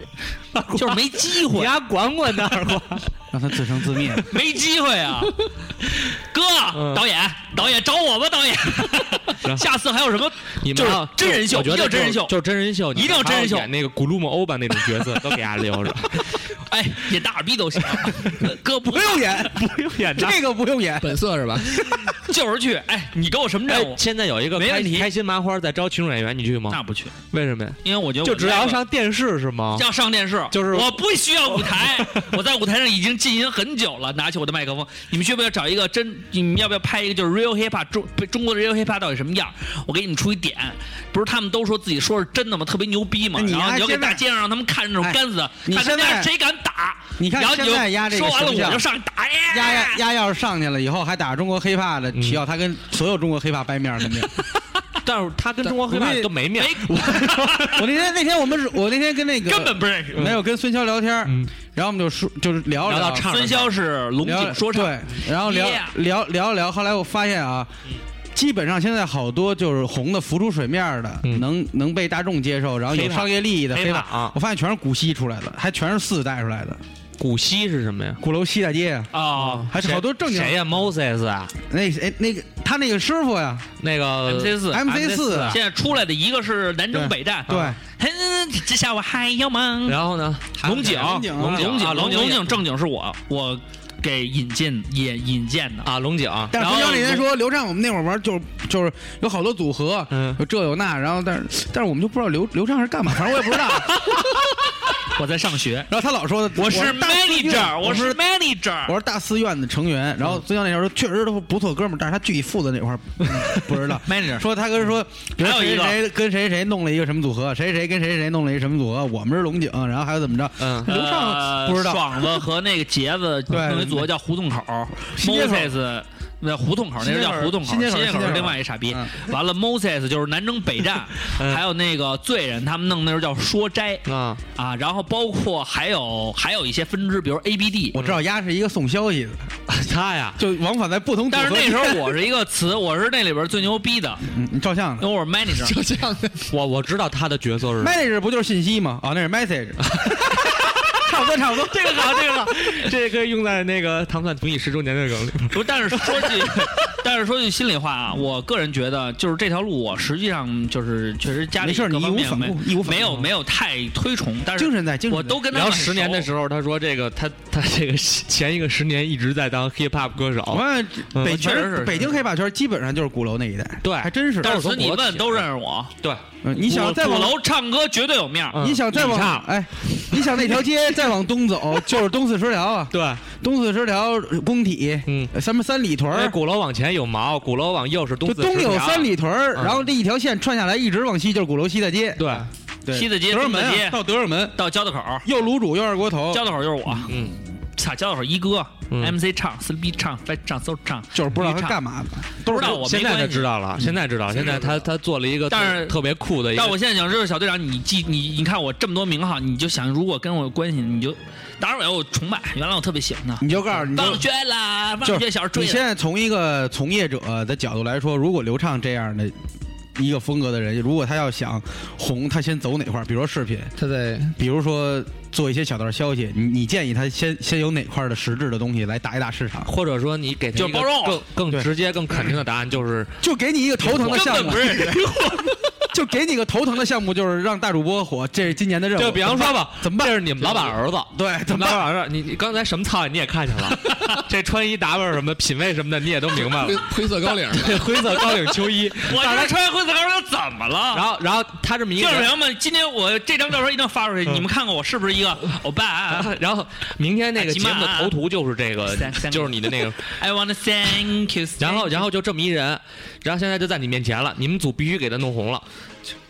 B: 就是没机
C: 你啊
B: 会，
C: 丫管管那儿吧。
A: 让他自生自灭。
B: 没机会 啊！哥，
C: 嗯啊
B: 导演，导演找我吧，导演。 下次还有什么？
C: 你们
B: 就是
C: 啊
B: 真人秀
C: 我觉得
B: 一定要真人秀
C: 就是就是真人秀，
B: 一定要真人秀
C: 你还要演那个古鲁姆欧巴那种角色都给大家留着，
B: 哎，演大耳逼 都行。哥 不
A: 不用演，
C: 不用演
A: 这个不用演。
F: 本色是吧？
C: 啊
B: 就是去。哎，你给我什么
C: 哎
B: 任务，？
C: 现在有一个
B: 没
C: 开
B: 问题
C: 开心麻花在招群众演员，你去吗？
B: 那不去，
C: 为什么呀？
B: 因为我觉得
C: 就
B: 我
C: 只要
B: level-
C: 上电视是吗？
B: 要上电视，
C: 就是
B: 我不需要舞 台，我在舞台上已经进行很久了。拿起我的麦克风，你们需不需要找一个真？你们要不要拍一个就是 real hip hop 中中国的 real hip hop 到底什么样？我给你们出一点，不是他们都说自己说是真的吗？特别牛逼吗？
A: 哎你
B: 然后
A: 呀
B: 你要给
A: 现在
B: 大街上让他们看这种
A: 哎
B: 杆子的，
A: 你
B: 看他
A: 现
B: 们
A: 在
B: 谁敢打。
A: 你看
B: 然后你就
A: 现在丫这个
B: 说完了
A: 形象
B: 我就上去打哎耶
A: 丫丫丫要是上去了以后，还打着中国黑怕的旗号，他跟所有中国黑怕掰面儿肯定。
C: 但是他跟中国黑
A: 我
C: 怕
A: 们
C: 都没面
B: 没，
A: 我那天那天我们是我那天跟那个
B: 根本不认识。
A: 没有跟孙骁聊天儿，
C: 嗯
A: 然后我们就说就是聊
C: 聊到
A: 着
C: 唱
B: 孙骁是龙
A: 聊
B: 井说唱，
A: 啊对，然后聊
B: Yeah 嗯
A: 聊聊聊，后来我发现啊，基本上现在好多就是红的浮出水面儿的，
C: 嗯
A: 能能被大众接受，然后有
C: 黑怕
A: 商业利益的
C: 黑
A: 黑
C: 怕
A: 怕
C: 啊
A: 我发现全是古稀出来的，还全是四代出来的，
C: 古稀是什么呀？
A: 鼓楼西大街啊，
C: 哦
A: 还是好多正经
C: 谁呀？Moses 啊，
A: 那哎那个他那个师傅呀
C: 那个
B: MC 呃四
A: MC 四
B: 现在出来的一个是南征北战，
A: 对，
B: 嗯，这下我还要吗？
C: 然后呢？
B: 龙井，
A: 龙井啊
B: 龙
C: 龙井
B: 井，
C: 啊
B: 龙
C: 龙井
B: 龙井正经是我，我给引荐引引荐的。
C: 啊，龙井，
A: 但是
B: 然后
A: 孙骁那天说刘畅，我们那会儿玩就是就是有好多组合，
C: 嗯
A: 有这有那，然后但是但是我们就不知道刘刘畅是干嘛，反正我也不 知道。
B: 我在上学，
A: 然后他老说的
B: 我是
A: 大四院
B: manager，
A: 我
B: 是
A: 我
B: manager，
A: 是大四院的成员，然后
B: 嗯
A: 孙骁那时候确实都不错哥们儿，但是他具体负责哪块儿嗯不 知道。
B: manager
A: 说他跟说，比如
B: 还有一
A: 谁
B: 个
A: 谁跟谁谁弄了一个什么组合，谁谁跟谁谁弄了一个什么组合，我们是龙井，然后还有怎么着？
C: 嗯，
A: 刘畅
B: 呃
A: 不知道，
B: 爽子和那个杰子
A: 对
B: 弄一组合叫胡同口
A: 新街口
B: ，Moses 那胡同口那是叫胡同口，
A: 新街口
B: 新
A: 新街口
B: 是另外一傻逼
A: 嗯。
B: 完了，Moses 就是南征北战，
C: 嗯
B: 还有那个罪人，他们弄那时候叫说斋
C: 啊，
B: 啊，然后包括还有还有一些分支，比如 ABD，
A: 我知道丫是一个送消息的，
C: 他呀，
A: 就往返在不同组合。
B: 但是那时候我是一个词，我是那里边最牛逼的，
A: 嗯你照相
B: 因
A: 的
B: 为我是 manager。
F: 就这样的，
B: 嗯
C: 我我知道他的角色是什么。
A: ，message 不就是信息吗？啊，那是 message。看
B: 不多，差不多。
C: 这个好，这个好， 这个可以用在那个糖蒜同你十周年的梗里。
B: 不是，但是说句，但是说句心里话啊，我个人觉得，就是这条路，我实际上就是确实家里
A: 没事儿，
B: 各
A: 你义
B: 方
A: 无
B: 面
A: 反
B: 没
A: 顾，义无反顾。啊
B: 没有没有太推崇，但
A: 精
B: 是
A: 神在，精神在
B: 我都跟他
C: 聊
B: 们很
C: 十年的时候，他说这个他他这个前一个十年一直在当 hip hop 歌
A: 我
C: 手，
A: 看
C: 嗯
A: 北
B: 确
A: 全
B: 实
A: 是
B: 是
A: 北京黑怕圈基本上就是鼓楼那一带，
C: 对
A: 还真是。
B: 熟，但是
A: 都
B: 所以
A: 鼓
B: 你
A: 楼
B: 问
A: 起
B: 都认识我，
C: 对，
A: 嗯你想
B: 鼓
A: 再往
B: 鼓楼唱歌绝对有面儿。
C: 嗯
A: 你想再
C: 你
A: 往
C: 唱
A: 哎，你想那条街再往东走，就是东四十条啊，
C: 对，
A: 东四十条工体，
C: 嗯，
A: 呃什么三里屯
C: 而且
A: 儿，
C: 鼓楼往前有毛，鼓楼往右是东
A: 就
C: 四十
A: 东有
C: 条
A: 三，里屯儿，
C: 嗯
A: 然后这一条线串下来，一直往西就是鼓楼西大街，
C: 对，
A: 对
B: 西大街、
A: 德胜
B: 东
A: 门
B: 大
A: 啊
B: 街
A: 到德胜门，
B: 到交道口儿，
A: 右卤煮右二锅头，
B: 交道口儿就是我，
C: 嗯，
B: 操，交道口儿一哥
C: 嗯
B: ，MC 唱、四逼唱、白唱、搜唱，
A: 就是不知道他干嘛的，
B: 不知道我
C: 现
B: 没
C: 在他
B: 关
C: 知
B: 系。嗯
C: 道了，现在知道，现在他他做了一个特，
B: 但是
C: 特别酷的一
B: 但我
C: 个，
B: 现在想，就是小队长，你记你你看我这么多名号，你就想如果跟我有关系，你就当然我有崇拜，原来我特别喜欢他。
A: 你就告诉你就
B: 放学啦，
A: 就
B: 放学
A: 是
B: 小时候
A: 你
B: 追
A: 现
B: 的。
A: 在从一个从业者的角度来说，如果刘畅这样的一个风格的人，如果他要想红，他先走哪块儿？比如说视频，
F: 他在
A: 比如说做一些小道消息，你你建议他先先有哪块儿的实质的东西来打一打市场？
C: 或者说你给他
B: 就是
C: 一个
B: 包容
C: 更
A: 对
C: 更直接、更肯定的答案就是
A: 就给你一个 头疼的项目，
B: 认识，
A: 就给你个头疼的项目，就是让大主播火，这是今年的任务。
C: 就比方说吧，
A: 怎么办
C: 这是你们老板儿子。
A: 对，
C: 怎
A: 怎
C: 么
A: 么办？
C: 老板儿子，你你刚才什么操你也看 见了，这穿衣打扮什么的品味什么的你也都明白
F: 灰
C: 了。
F: 灰色 高领儿，
C: 这灰色高领秋衣，
B: 我这人穿灰色高跟怎么 了？
C: 然后然后他这么一
B: 就
C: 个
B: 是
C: 人，
B: 什么？今天我这张照片一定要发出去，
C: 嗯
B: 你们看看我是不是一个欧巴啊
C: 然后明天那个节目的头图就是这个
B: 三三，个
C: 就是你的那个，
B: ？I wanna thank you。
C: 然后然后就这么一人，然后现在就在你面前了，你们组必须给他弄红了。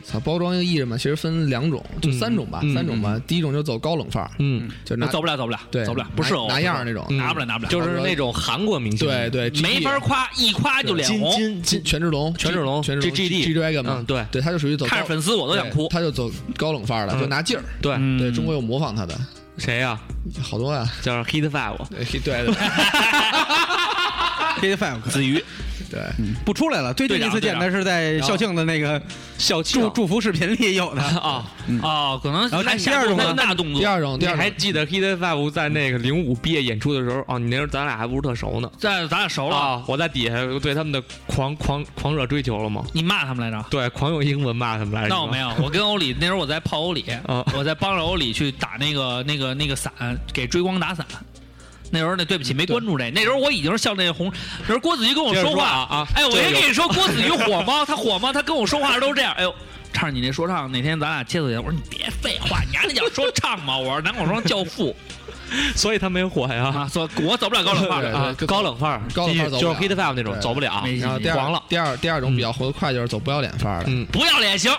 F: 操，包装艺人嘛，其实分两种，就三种吧，
C: 嗯嗯
F: 三种吧。第一种就走高冷范儿，
C: 嗯，
F: 就
B: 我
F: 拿
B: 走不了，走不了，
F: 对
B: 走不了，不是我
F: 拿拿样儿那种，
C: 嗯
B: 拿不了，拿不了，
C: 就是那种韩国明星，
F: 对，对，
B: 没法夸，一夸就脸
C: 金
B: 红。
C: 嗯金
F: 金
C: 金
F: 权志龙，
C: 权志龙
F: 权志龙
C: G- GD
F: G Dragon 嘛
C: 嗯，对
F: 对，他就属于走高
B: 看着粉丝我都想
F: 对
B: 哭。
F: 他就走高冷范儿了，
C: 嗯
F: 就拿劲儿。
C: 对
B: 嗯
F: 对，中国有模仿他的，
C: 谁呀？
F: 好多啊，
C: 叫 Hit Five，
F: 对对对
A: K Five
C: 子瑜，
F: 对，
A: 不出来了。最近一次见他是在校庆的那个
C: 校
A: 祝祝福视频里有的。
C: 啊！
B: 哦，可能
A: 然后
B: 还
A: 那
B: 下
A: 第二种
B: 那
A: 呢
B: 大动
F: 第
B: 作，
F: 二种，
C: 你
F: 第二
C: 还
F: 种
C: 记得 Hit Five 在那个零五毕业演出的时候？哦，你那时候咱俩还不是特熟呢。
B: 这咱俩熟了，
C: 啊！我在底下对他们的狂狂狂热追求了吗？
B: 你骂他们来着？
C: 对，狂用英文骂他们来着。
B: 那我没有，我跟欧里那时候我在泡欧里，
C: 啊
B: 我在帮着欧里去打那个那个那个伞，给追光打伞。那时候那对不起没关注这，那时候我已经是像那红，那时候郭子仪跟我
C: 接着
B: 说
C: 说
B: 话
C: 啊啊
B: 哎，我
C: 这
B: 先
C: 有
B: 跟你说郭子仪火吗？他火吗？他跟我说话都是这样，哎呦。唱你那说唱，哪天咱俩接触去？我说你别废话，你还是想说唱吗？我说南广庄教父
C: 所以他没火呀。
B: 啊，说我走不了高冷范
F: 对
B: 儿
F: 对
B: 啊，
C: 啊，高冷范儿，
F: 高冷范
C: 就是
F: 儿走不
C: 就
F: 了
C: 是 Hit Five 那种
F: 对
C: 走不了。
B: 没
F: 然后第
C: 黄
F: 二
C: 了
F: 第二第二种比较活得快，就是走不要脸范儿的。
C: 嗯，
B: 不要脸行，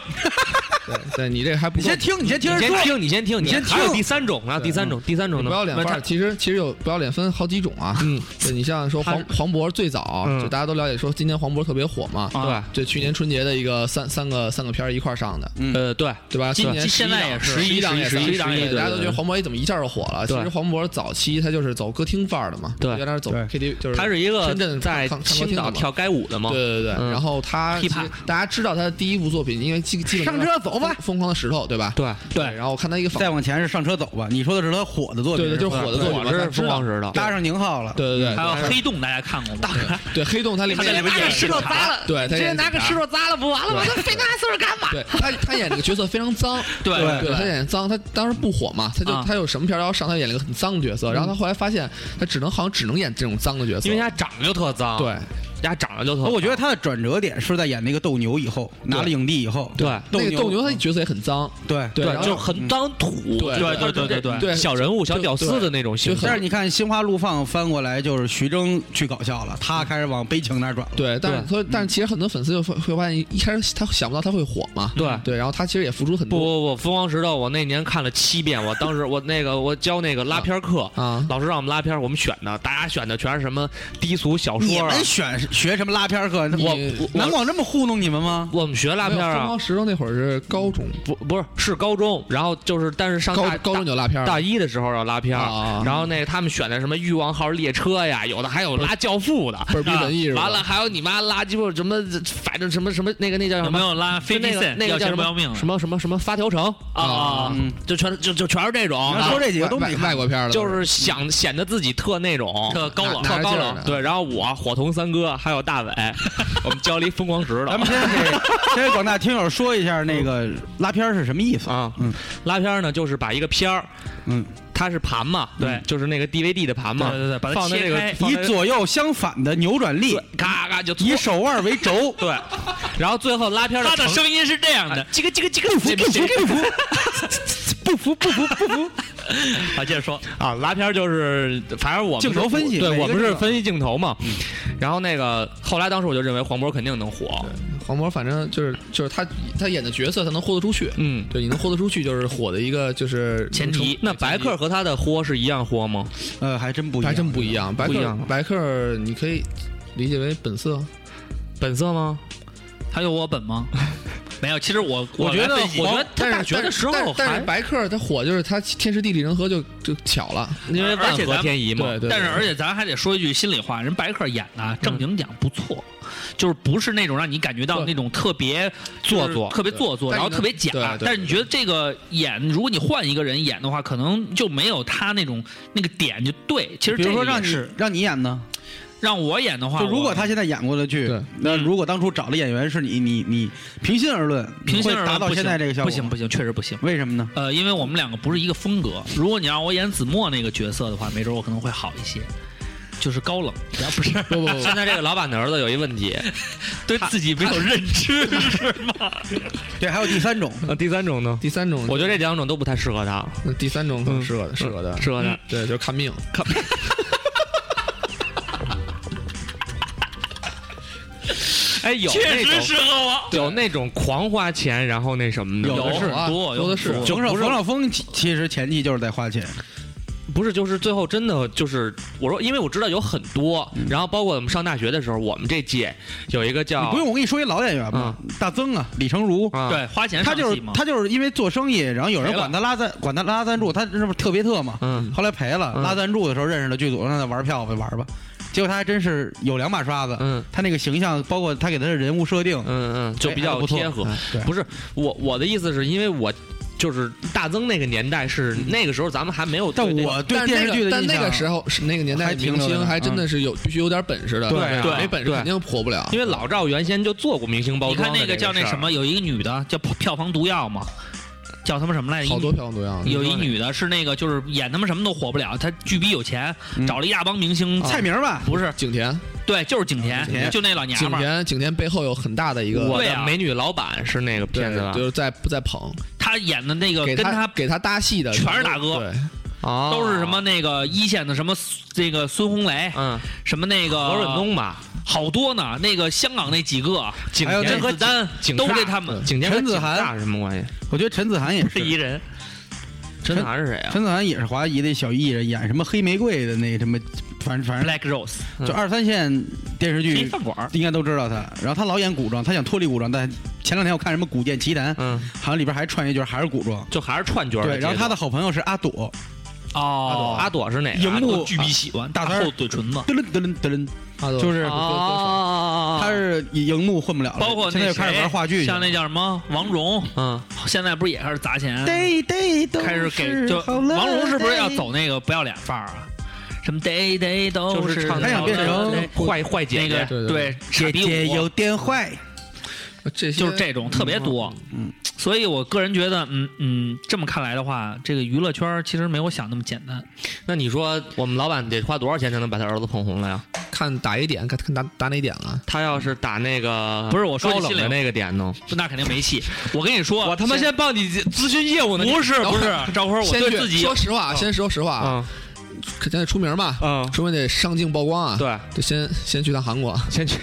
F: 对对，你这还不
A: 你
F: 够
A: 先听，你先听人
C: 你先
A: 说。
C: 听，你先听，你
A: 先
C: 还有
A: 听
C: 第三种，然后第三种，第三种
F: 你
C: 呢
F: 不？要脸范儿，其实其实有不要脸分好几种啊。
C: 嗯，
F: 对你像说黄黄渤最早
C: 嗯，
F: 就大家都了解说今年黄渤特别火嘛，
B: 啊
C: 对，
F: 对，去年春节的一个三三个三个片儿一块儿上的，
C: 呃，对，
F: 对吧？
B: 今
F: 今年
B: 现在也是
F: 十一档也
B: 十
F: 上
B: 一档也
F: 对
B: 对
F: 大家都觉
B: 对
F: 得黄渤哎怎么一下就火了？其
C: 对
F: 实黄渤早期他就是走歌厅范儿的嘛，
C: 对
F: 原来是走
A: 对
F: KTV，就是
C: 他是一个
F: 深圳
C: 在
F: 唱唱歌
C: 青
F: 厅的
C: 岛
F: 嘛
C: 跳街舞的嘛
F: 对。对对，
C: 嗯
F: 然后他其实
B: Hip-hop
F: 大家知道他的第一部作品，因为基基本
A: 上车走吧
F: 疯疯狂的石头，对吧？
C: 对，
F: 然后我看他一个访
A: 再，往前是上车走吧。你说的是他火的作品，
F: 对对，就是火的作品
C: 我
F: 嘛，
C: 是
F: 他知
C: 疯
F: 道
C: 狂，石头，
A: 搭上宁浩了。
F: 对对
B: 还
F: 对
B: 有黑洞，大家看过吗？
F: 对，黑洞它里面
B: 他在里面演石头砸
F: 了，对，他演警察
B: 头砸了不完了吗？他非拿石头干嘛？
F: 对他他演这个角色非常 脏，
B: 对
F: 对他演脏，他当时不火嘛，他就、
B: 啊
F: 他有什么片儿都要上，他演了一个很脏的角色，然后他后来发现他只能好像只能演这种脏的角
C: 嗯
F: 色，
C: 因为他啊长得就特脏，，
F: 对
C: 他长得就特脏。
A: 我觉得他的转折点是在演那个斗牛以后，拿了影帝以后，
C: 对
A: 斗
F: 那个
A: 牛
F: 斗牛他角色也很脏，
A: 对
C: 嗯对，
F: 对，然后
C: 就很脏土，
F: 对
B: 对对对对
F: 对
C: 小人物、小屌丝的那种形
F: 就
A: 但
C: 象
A: 是。你看《心花怒放》翻过来就是徐峥去搞笑了，他开始往悲情那儿转了。
F: 对，但是所以但是其实很多粉丝就会会发现，一开始他想不到他会火嘛，
C: 对
F: 对，然后他其实也付出很
C: 不
F: 多
C: 不不，《疯狂石头》我那年看了七遍，我当时我那个我教那个拉片课，
F: 啊，
C: 老师让我们拉片，我们选的，大家选的全是什么低俗小
A: 你
C: 说啊
A: 们。选学什么拉片儿课？
C: 我
A: 你
C: 我
A: 南广这么糊弄你们吗？
C: 我们学拉片
F: 没有疯
C: 啊
F: 狂，石头那会儿是高中，
C: 不不是是高中，然后就是但是上
F: 高
C: 嗯大
F: 高中就拉片
C: 大
F: 儿
C: 大
F: 了。
C: 一的时候要拉片儿
F: 啊，
C: 然后那个他们选的什么欲望号列车呀，有的还有拉教父的，啊
F: 倍儿逼文艺是吧
C: 完了还有你妈拉鸡巴什么，反正什么什么那个那叫
B: 有
C: 什
B: 没
C: 么？
B: 有拉
C: 就
B: 飞
C: 那
B: 机
C: 个
B: 线
C: 那个
B: 要
C: 叫
B: 钱
C: 什
B: 不要
C: 么
B: 命的？
C: 什么什么什么发条城
F: 啊
A: 嗯，
C: 就全就就全是这种，
A: 你要
C: 啊
A: 说这几个
F: 外
A: 都没
F: 外
A: 看
F: 外国片儿了，
C: 就是想显得自己特那种，
B: 特高冷
F: 哪，
C: 特高
F: 拿着劲儿
C: 冷
F: 呢。
C: 对，然后我伙同三哥还有大 伟，我们教了一疯狂石
A: 咱
C: 头
A: 们先 给先给广大听友说一下那个拉片儿是什么意思？
C: 啊
A: 嗯。
C: 拉片儿呢，就是把一个片儿，
A: 嗯，
C: 它是盘嘛，
F: 嗯
A: 对
C: 就是那个 DVD 的盘嘛，
B: 对对对把它
C: 放在
B: 切
C: 这个
B: 开
C: 放
A: 以
C: 在这个
A: 左右相反的扭转力，
C: 咔咔就搓
A: 以手腕为轴，
C: 对，然后最后拉片儿
B: 他的
C: 成啊
B: 声音是这样的，
C: 这个这个这个这个这个
A: 不服不服不服，
B: 好，接着说，
C: 啊，拉片儿就是，反正我们是
A: 镜头分析
C: 对
A: 每
C: 我
A: 个
C: 们
A: 镜
C: 是
A: 头
C: 分析镜头嘛。然后那个后来当时我就认为黄渤肯定能火，
F: 黄渤，反正就是就是他他演的角色，他能豁得出去。
C: 嗯，
F: 对，你能豁得出去，就是火的一个就是
C: 前提。那白客和他的豁是一样豁吗？
A: 呃，还真不一样，
F: 还真不一样，白
C: 不一
F: 客
C: 样
F: 白客你可以理解为本色，
C: 本色吗？
B: 还有我本吗？ 没有，其实我
C: 我觉得
B: 来分析
C: 我觉得他
F: 但
C: 大
F: 是
C: 学的时候
F: 但是但
C: 还
F: 是白客他火就是他天时地利人和就 就巧了，
C: 因为万
B: 而且咱
C: 合
B: 们
C: 天宜嘛
F: 对。对。
B: 但是
F: 对
B: 而且咱还得说一句心里话，人白客演的啊正经讲不错，就是不是那种让你感觉到
F: 对
B: 那种特别
C: 做
B: 就是
C: 作
B: 特别做作，然
F: 但是
B: 后
F: 呢
B: 特别假
F: 对对。对
B: 但是你觉得这个演，如果你换一个人演的话，可能就没有他那种那个点就对。其实
A: 比如
B: 这
A: 说
B: 个
A: 让
B: 也
A: 你
B: 是
A: 让你演呢，
B: 让我演的话，
A: 就如果
B: 我
A: 他现在演过的剧
F: 对，
A: 那如果当初找的演员是你，你你平心而论，
B: 平心
A: 你会
B: 而论
A: 达到
B: 不行
A: 现在这个效果，
B: 不行，不行，确实不行。
A: 为什么呢？
B: 呃，因为我们两个不是一个风格。如果你让我演子墨那个角色的话，没准我可能会好一些，就是高冷，然后不是
F: 不不不，
C: 现在这个老板的儿子有一问题，
B: 对自己没有认知，是吗？
A: 对，还有第三种，
C: 那第三种呢？
F: 第三种
C: 我觉嗯得这两种都不太适合他，
F: 那第三种可能适合的，适合的，
C: 适合他。
F: 对，就是看命，看
C: 哎，有
B: 确
C: 那
B: 实
C: 种
B: 适合我。
C: 有那种狂花钱，然后那什么的，啊
A: 有的是
B: 很多
F: 有的是
B: 很多
A: 冯绍冯绍峰其其实前期就是在花钱，
C: 不是，就是最后真的就是我说，因为我知道有很多，然后包括我们上大学的时候，我们这届有一个
A: 你
C: 叫
A: 不用我跟你说一老演员吧，
C: 嗯
A: 大曾啊，李成儒。
C: 啊，
B: 对，花钱
A: 他
B: 上
A: 就是
B: 戏嘛
A: 他就是因为做生意，然后有人管他拉赞管他拉赞助，他这不是特别特嘛，
C: 嗯
A: 后来赔了，
C: 嗯
A: 拉赞助的时候认识了剧组，让他玩票呗，玩吧。结果他还真是有两把刷子，
C: 嗯
A: 他那个形象，包括他给他的人物设定
C: 嗯，嗯，就
A: 哎
C: 比
A: 还
C: 较
A: 不错
C: 贴合。嗯
A: 哎对
C: 不是我我的意思是因为我就是大增那个年代是那个时候咱们还没有
A: 但
C: 对这个
A: 我对
F: 但
A: 电视剧的
F: 但
A: 印
F: 那
A: 象
F: 个时候嗯是那个年代
A: 还
F: 的
A: 停
F: 明
A: 留着
F: 星
A: 呢
F: 还真的是有必须有点本事的，
C: 对啊
F: 没本事
C: 对
F: 肯定火不了。
C: 因为老赵原先就做过明星包
B: 你
C: 装
B: 看
C: 的这事儿，
B: 那个叫那什么，有一个女的叫票房毒药嘛，叫他妈什么来着？
F: 好多
B: 一
F: 票房毒药呢，
B: 嗯有一女的是那个就是演他妈什么都火不了，她巨逼有钱，
A: 嗯
B: 找了一大帮明星，
A: 蔡明吧，
B: 不是
F: 景甜，
B: 对，就是景甜
A: 景甜，
B: 就那老娘
F: 景
B: 们儿，
F: 甜，景甜背后有很大的一
C: 我
F: 个
B: 对
C: 的
B: 啊
C: 美女老板是那个片子吧
F: 对，？就是在在捧，
B: 她演的那个
F: 给
B: 呃跟她
F: 他给他搭戏的
B: 全是大哥
F: 对，
C: 啊，
B: 都是什么那个一线的什么这个孙红雷，
C: 嗯，
B: 什么那个
C: 何润东吧，
B: 好多呢。那个香港那几个
C: 景
A: 还有
C: 甜
B: 甄
C: 和
B: 子丹
C: 景
B: 都
C: 大
B: 给他们
C: 景甜和
A: 陈子
C: 景
A: 涵
C: 大是什么关系？
A: 我觉得陈子涵也
B: 是一
A: 是，
B: 人。
C: 陈子涵是谁啊？
A: 陈子涵也是华谊的小艺人，演什么黑玫瑰的那什么，反正反正
B: Black Rose
A: 就二三线电视
B: 黑
A: 剧
B: 饭馆儿，
A: 应该都知道他。然后他老演古装，他想脱离古装，但前两天我看什么《古剑奇谭》，
C: 嗯，
A: 好像里边还串一句还是古装。
C: 就还是串角儿
A: 对，然后
C: 节
A: 他
C: 奏
A: 的好朋友是阿朵，
B: 哦，
C: 阿朵是哪个？
A: 荧幕
B: 巨逼喜欢
A: 大三儿
B: 厚嘴唇子，
A: 嘚楞嘚楞嘚楞，
F: 大
B: 哦
F: 哥
A: 就是
C: 啊
A: 他是荧幕混不了了，
B: 包括那
A: 现在又开始
B: 谁
A: 玩话剧去了，
B: 像那叫什么王蓉，
C: 嗯，
B: 现在不是也开始砸钱，
A: day day 都
B: 开始给就王蓉是不是要走那个不要脸范儿啊？什么 day day 都
C: 就是唱
A: 他想变成
C: 坏坏姐
B: 那个
C: 姐，
F: 对对
B: 对傻
A: 姐
B: 逼
A: 姐
B: 舞
A: 有点坏，
F: 这些
B: 就是这种特别多，
A: 嗯，
B: 所以我个人觉得，嗯嗯，这么看来的话，这个娱乐圈儿其实没我想那么简单。
C: 那你说我们老板得花多少钱才能把他儿子捧红了呀？
F: 看打一点，看看打打哪点啊了。
C: 他要是打那个
B: 不是我说
C: 高
B: 你
C: 冷
B: 心里
C: 的那个点呢？
B: 那肯定没戏。我跟你说，
C: 我他妈
B: 先
C: 先帮你咨询业务呢。
B: 不是不是，赵坤，我
F: 先
B: 对
F: 去
B: 自己
F: 说实话，先说实话，
C: 啊
F: 肯定得出名吧，
C: 嗯，
F: 说明得上镜曝光啊。，
C: 对，
F: 得先先去趟 韩国。
C: 先去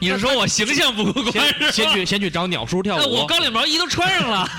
B: 你是说我形象不过关
C: 先
B: 是吧？
C: 先去先去找鸟叔跳
B: 那
C: 舞
B: 我。高领毛衣都穿上了，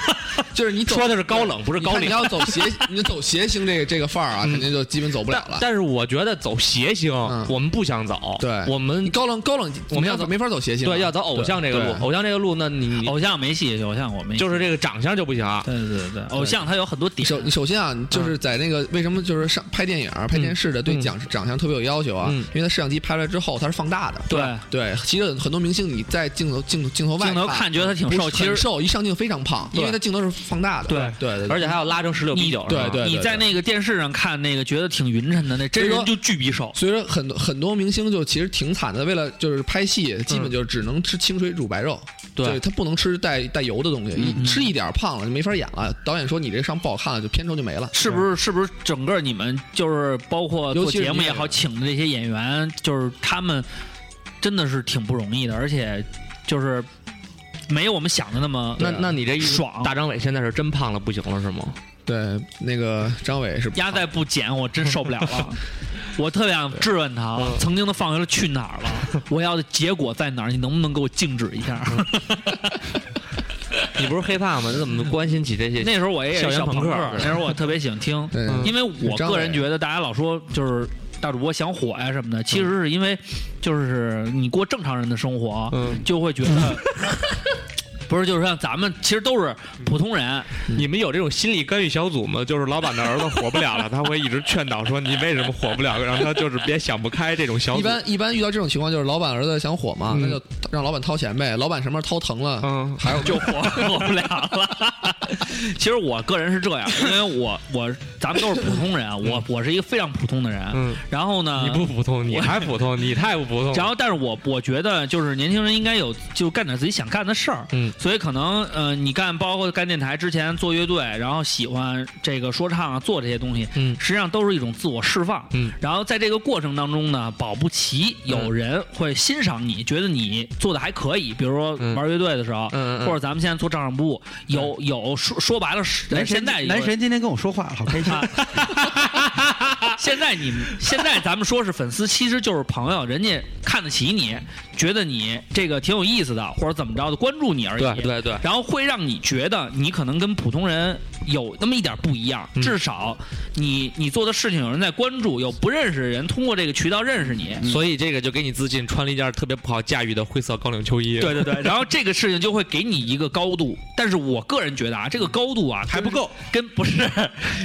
F: 就是你走
B: 说的是高冷，不是
F: 你
B: 高
F: 看你
B: 领。
F: 要走 斜，你走斜行这个这个范儿啊，肯定就基本走不了
C: 嗯
F: 了。
C: 但是我觉得走邪星
F: 嗯，
C: 我们不想走。
F: 对
C: 我们
F: 你高冷高冷，
C: 我们要
F: 没法
C: 走
F: 没法走斜行啊，
C: 对要走偶像这个
F: 对
C: 路，偶像这个路，那你
B: 偶像没戏，偶像我没戏
C: 就是这个长相就不行。啊
B: 对对对，偶像他有很多点，
F: 首首先啊，就是在那个为什么就是上拍电影儿、拍电视的对
C: 嗯
F: 长长相特别有要求啊？
C: 嗯
F: 因为他摄像机拍出来之后，它是放大的。
B: 对
F: 对，其实很多明星你在镜头镜头镜头外
B: 镜头看觉得他挺
F: 不是
B: 瘦，其
F: 很
B: 实
F: 瘦，一上镜非常胖，因为
C: 对
F: 他镜头是放大的。
B: 对
F: 对对，
C: 而且还要拉成十六比九，
F: 对
C: 是吧
F: 对
B: 你在那个电视上看那个觉得挺匀称的，那真
F: 所以
B: 人
F: 说
B: 就巨比瘦。
F: 所以说很多很多明星就其实挺惨的，为了就是拍戏，基本就只能吃清水煮白肉，
C: 对
F: 他不能吃带带油的东西，一吃一点儿胖了就没法演了。导演说你这上不好看了，就片酬就没了。
B: 是不是？是不是整个你们就是包括
F: 尤
B: 做
F: 其是
B: 节目也
F: 演
B: 好，
F: 员
B: 请的这些演员，就是他们真的是挺不容易的，而且就是没有我们想的那么
C: 那那你这一
B: 爽
C: 大张伟现在是真胖了不行了是吗？
F: 对，那个张伟是
B: 压在不减，我真受不了了。我特别想质问他，曾经的放学了去哪儿了？我要的结果在哪儿？你能不能给我静止一下？
C: 你不是黑怕吗？你怎么关心起这 些？
B: 那时候我也是
C: 校园
B: 小
C: 朋
B: 朋
C: 克
B: 克，那时候我特别喜欢听，
F: 对
B: 因为我个人觉得大家老说就是大主播想火呀什么的，其实是因为就是你过正常人的生活，
C: 嗯
B: 就会觉得。 不是，就是像咱们其实都是普通人，
C: 你们有这种心理干预小组吗？就是老板的儿子火不了了，他会一直劝导说你为什么火不了，让他就是别想不开这种小
F: 一般一般遇到这种情况，就是老板儿子想火嘛，
C: 嗯
F: 那就让老板掏钱呗。老板什么时候掏疼了，
C: 嗯
F: 还有
B: 就火火不了了。其实我个人是这样，因为我我咱们都是普通人，啊，我我是一个非常普通的人。
C: 嗯，
B: 然后呢，
C: 你不普通，你还普通，你太不普通。
B: 然后，但是我我觉得就是年轻人应该有就干点自己想干的事儿，
C: 嗯，
B: 所以可能呃，你干包括干电台之前做乐队，然后喜欢这个说唱啊，做这些东西，
C: 嗯
B: 实际上都是一种自我释放，
C: 嗯，
B: 然后在这个过程当中呢，保不齐有人会欣赏你，觉得你做的还可以，比如说
C: 嗯
B: 玩乐队的时候，
C: 嗯嗯嗯
B: 或者咱们现在做照相部，有有说说白了是，
A: 男神
B: 现在有啊
A: 男神今天跟我说话，好开心。
B: 现在你们现在咱们说是粉丝，其实就是朋友，人家看得起你，觉得你这个挺有意思的，或者怎么着的，关注你而已。
C: 对对对，
B: 然后会让你觉得你可能跟普通人有那么一点不一样，
C: 嗯
B: 至少你你做的事情有人在关注，有不认识的人通过这个渠道认识你。
C: 所以这个就给你自信，穿了一件特别不好驾驭的灰色高领秋衣。
B: 对对 对，然后这个事情就会给你一个高度，但是我个人觉得啊，这个高度啊还不够，跟不是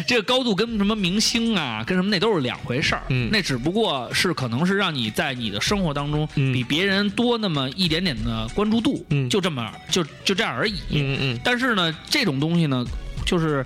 B: 这个高度跟什么明星 啊，跟什么那都是两回事儿，
C: 嗯
B: 那只不过是可能是让你在你的生活当中
C: 嗯
B: 比别人多那么一点点的关注度，
C: 嗯
B: 就这么就就这样而已，
C: 嗯嗯
B: 但是呢，这种东西呢，就是。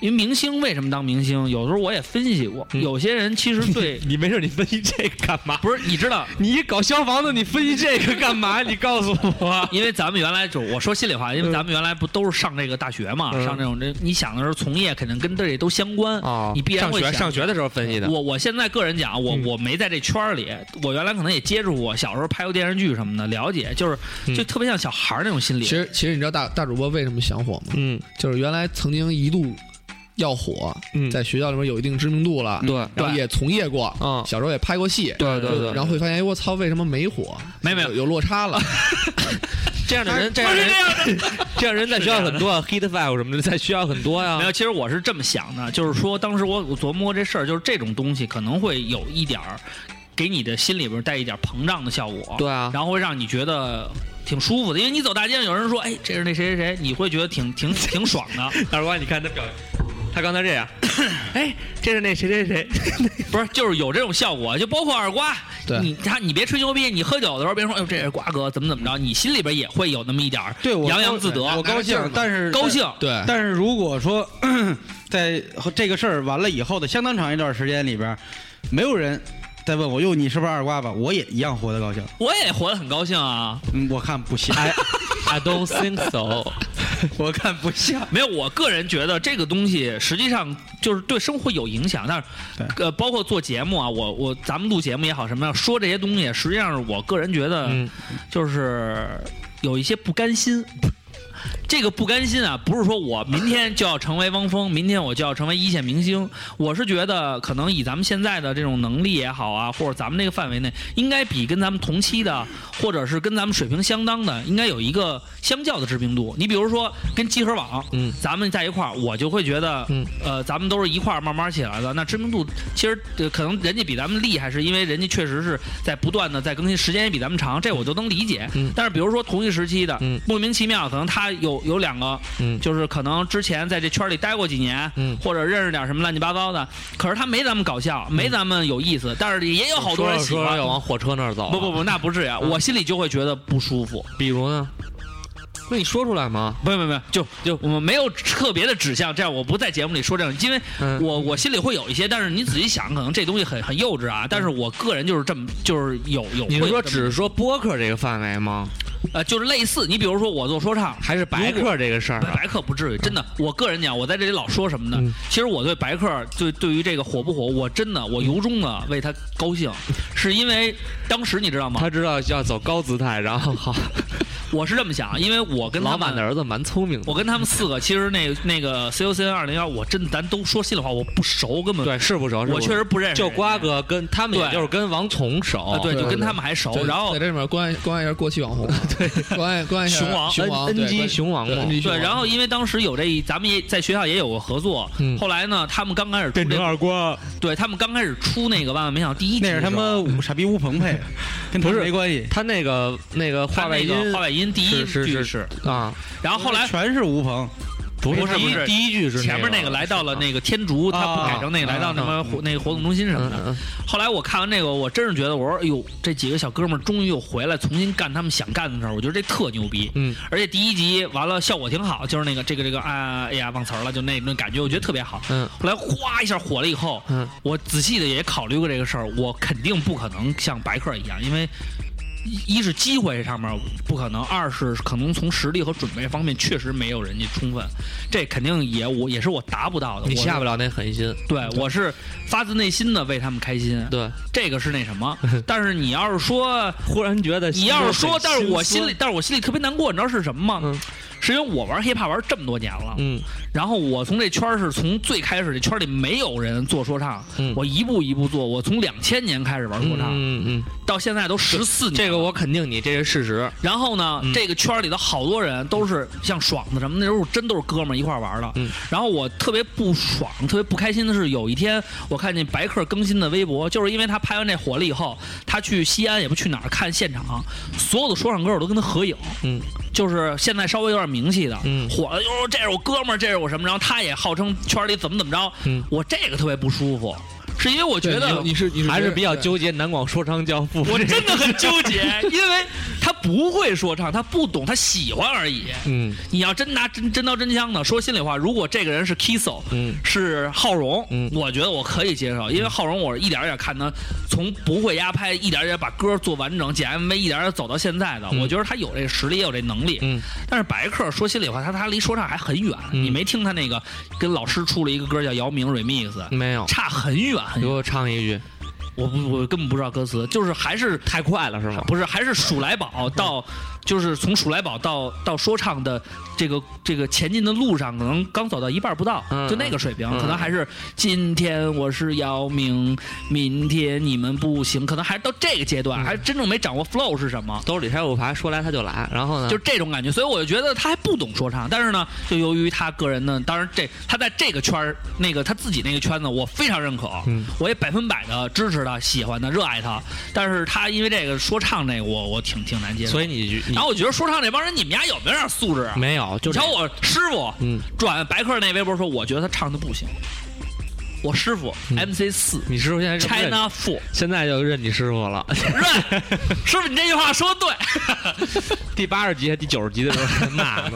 B: 因为明星为什么当明星？有时候我也分析过，
C: 嗯
B: 有些人其实 对
C: 嗯，你没事，你分析这个干嘛？
B: 不是你知道，
C: 你一搞消防的，你分析这个干 嘛？你告诉我。
B: 因为咱们原来就我说心里话，因为咱们原来不都是上这个大学嘛，
C: 嗯
B: 上这种这你想的是从业肯定跟这都相关，
C: 哦
B: 你必然
C: 上
B: 会
C: 学
B: 想
C: 上学的时候分析的。
B: 我我现在个人讲，我、
C: 嗯
B: 我没在这圈儿里，我原来可能也接触过，小时候拍过电视剧什么的，了解就是就
C: 嗯
B: 特别像小孩儿那种心理。
F: 其实其实你知道大大主播为什么想火吗？
C: 嗯
F: 就是原来曾经一度要火，
C: 嗯，
F: 在学校里面有一定知名度了，
C: 对
F: 然后也从业过，
C: 嗯
F: 小时候也拍过戏，
C: 对对对
F: 然后会发现，哎，我操，为什么没火？
B: 没没有
F: 有有落差了，
C: 这样的人，这样的人，这样人在学校很多啊，hit five 什么的，在学校很多呀
B: 没。有，其实我是这么想的，就是
C: 嗯
B: 说当时我我琢磨这事儿，就是这种东西可能会有一点儿给你的心里边儿带一点儿膨胀的效果。
C: 对啊，
B: 然后会让你觉得挺舒服的，因为你走大街上有人说，哎，这是那谁谁谁，你会觉得挺 挺挺爽的。
C: 大叔，你看他表情，他刚才这样，哎，这是那谁谁谁，
B: 不是，就是有这种效果，就包括二瓜，
F: 对
B: 你他你别吹牛逼，你喝酒的时候别说，哎呦，这是瓜哥怎么怎么着，你心里边也会有那么一点儿
A: 对我
B: 洋洋自得，
A: 我高兴
F: 拿着劲儿嘛，
A: 但是
B: 高兴。
F: 对，
A: 但是如果说在和这个事儿完了以后的相当长一段时间里边儿，没有人再问我哟，你是不是二瓜吧？我也一样活得高兴。
B: 我也活得很高兴啊，
A: 嗯，我看不像，
B: 哎
C: I don't think so。
A: 我看不 像。
B: 没有，我个人觉得这个东西实际上就是对生活有影响，但是呃，包括做节目啊，我我咱们录节目也好，什么呀，说这些东西，实际上是我个人觉得，
C: 嗯
B: 就是有一些不甘心。 这个不甘心啊，不是说我明天就要成为汪峰，明天我就要成为一线明星。我是觉得，可能以咱们现在的这种能力也好啊，或者咱们这个范围内，应该比跟咱们同期的，或者是跟咱们水平相当的，应该有一个相较的知名度。你比如说跟集合网，
C: 嗯，
B: 咱们在一块儿，我就会觉得，
C: 嗯，
B: 呃，咱们都是一块儿慢慢起来的，那知名度其实、呃可能人家比咱们厉害，是因为人家确实是在不断的在更新，时间也比咱们长，这我都能理解。
C: 嗯
B: 但是比如说同一时期的，
C: 嗯
B: 莫名其妙，可能他有有两个，
C: 嗯
B: 就是可能之前在这圈里待过几年，
C: 嗯
B: 或者认识点什么乱七八糟的，可是他没咱们搞笑，没咱们有意思，但是也有好多人喜
C: 说啊说
B: 欢
C: 要。往火车那儿走，
B: 不不，不，那不至于啊，我心里就会觉得不舒服。
C: 比如呢？那你说出来嘛？
B: 没有没有没有，就就我们没有特别的指向，这样我不在节目里说这样，因为
C: 嗯
B: 我我心里会有一些，但是你仔细想，可能这东西很很幼稚啊。但是我个人就是这么，就是有有
C: 嗯你是
B: 会有
C: 说
B: 这么
C: 只是说播客这个范围吗？
B: 呃，就是类似你比如说我做说唱，
C: 还是白
B: 如果
C: 客这个事儿啊？
B: 白客不至于，真的。我个人讲，我在这里老说什么呢？
C: 嗯
B: 其实我对白客，对对于这个火不火，我真的我由衷的为他高兴，是因为当时你知道吗？
C: 嗯他知道要走高姿态，然后好，
B: 我是这么想，因为我跟
C: 老
B: 他
C: 板的
B: 们，
C: 儿子蛮聪明的
B: 我。跟他们四个，其实那个那个 COCN 二零幺，我真的咱都说心里话，我不熟，根本
C: 对，是不熟，是不
B: 我
C: 熟
B: 确实不认识
C: 就
B: 人家，
C: 瓜哥跟他们，
B: 对
C: 也就是跟王从
B: 啊
C: 熟，，
B: 对，
F: 对
B: 就跟
F: 对
B: 他们还熟
F: 在，
B: 然后
F: 在这里面关关爱一下过气网 红，对，关爱关爱一下
B: 熊王
F: 熊王
C: N
F: 对
C: NG
F: 关
C: 熊王嘛
F: 对 NG
B: 对，
F: 熊王
B: 然后因为当时有这一，咱们也在学校也有过合作，
C: 嗯
B: 后来呢，他们刚开始出
H: 变成
B: 这，
H: 二瓜，
B: 对他们刚开始出那个万万没想到第一集
A: 那
B: 的时
A: 是
B: 候，
A: 他妈五傻逼吴鹏 配，跟他
C: 不是
A: 没关系。
C: 他那个那个
B: 他
C: 话外
B: 那
C: 音
B: 个话外音第一句
C: 是是是啊，
B: 然后后来
A: 全是吴鹏，
C: 不
B: 不是不是
C: 第一句是
B: 前面那个来到了那个天竺，他不改成那个
C: 啊
B: 来到什么活那个活动中心什么
C: 嗯
B: 的。
C: 嗯
B: 后来我看完这个，我真是觉得我说，哎呦，这几个小哥们儿终于又回来，重新干他们想干的事儿，我觉得这特牛逼。
C: 嗯，
B: 而且第一集完了效果挺好，就是那个这个这个啊，哎呀忘词儿了，就那那感觉，我觉得特别好。
C: 嗯
B: 后来哗一下火了以后，
C: 嗯，
B: 我仔细的也考虑过这个事儿，我肯定不可能像白客一样，因为一一是机会上面不可能，二是可能从实力和准备方面确实没有人家充分，这肯定也我也是我达不到的。
C: 你
B: 我是
C: 下不了那狠心，
B: 对，我是发自内心的为他们开心，
C: 对，
B: 这个是那什么。但是你要是说，
C: 忽然觉得
B: 你要是说，但是我心
C: 里
B: 里，但是我心里特别难过，你知道是什么吗？
C: 嗯
B: 是因为我玩 hiphop 玩这么多年了，
C: 嗯
B: 然后我从这圈儿是从最开始这圈里没有人做说唱，
C: 嗯
B: 我一步一步做，我从两千年开始玩说
C: 嗯
B: 唱，
C: 嗯嗯，
B: 到现在都十四年。
C: 这个我肯定你这是事实，
B: 然后呢，
C: 嗯
B: 这个圈里的好多人都是像爽子什么的，那时候真都是哥们儿一块儿玩儿的。
C: 嗯
B: 然后我特别不爽、特别不开心的是，有一天我看见白客更新的微博，就是因为他拍完这火了以后，他去西安也不去哪儿看现场，所有的说唱歌手都跟他合影。
C: 嗯，
B: 就是现在稍微有点名气的，
C: 嗯
B: 火了，哟，哎这是我哥们儿，这是我什么，然后他也号称圈里怎么怎么着，
C: 嗯
B: 我这个特别不舒服，是因为我
F: 对
B: 觉得
F: 你你是你是
C: 还是
F: 觉得
C: 比较
F: 对
C: 纠结南广说唱教父，
B: 我真的很纠 结，因为他不会说唱，他不懂，他喜欢而已。
C: 嗯
B: 你要真拿真真刀真枪的说心里话，如果这个人是 Kiso，
C: 嗯
B: 是浩荣，
C: 嗯
B: 我觉得我可以接受，因为浩荣我是一点儿一点儿看他从不会压拍，一点儿一点儿把歌做完整，剪 MV，一点儿一点儿走到现在的，
C: 嗯
B: 我觉得他有这实力，也有这能力。
C: 嗯
B: 但是白客说心里话，他他离说唱还很远，
C: 嗯
B: 你没听他那个跟老师出了一个歌叫《姚明 Remix》。
C: 嗯没有，
B: 差很远很
C: 给
B: 远，
C: 我唱一句，
B: 我不我根本不知道歌词，就是还是
C: 太快了是吗？嗯
B: 不是，还是鼠来宝到，就是从鼠来宝到到说唱的这个这个前进的路上，可能刚走到一半不到，
C: 嗯
B: 就那个水平，
C: 嗯
B: 可能还是今天我是姚明，明天你们不行，可能还到这个阶
C: 嗯
B: 段，还真正没掌握 flow 是什么。
C: 兜里还有牌，说来他就来，然后呢，
B: 就是这种感觉，所以我就觉得他还不懂说唱。但是呢，就由于他个人呢，当然这他在这个圈儿，那个他自己那个圈子，我非常认可，啊
C: 嗯
B: 我也百分百的支持他、喜欢他、热爱他。但是他因为这个说唱这个，我我挺挺难接受。
C: 所以你你
B: 然后我觉得说唱这帮人，你们家有没有点素质啊？
C: 没有，就
B: 你
C: 是
B: 瞧我师傅
C: 嗯，
B: 转白客那微博说，我觉得他唱的不行。我师傅
C: 嗯
B: MC 四
C: 你师傅现在认不认
B: China Four，
C: 现在就认你师傅了。
B: right？师傅，你这句话说的对。
C: 第八十集还是第九十集的时候骂呢，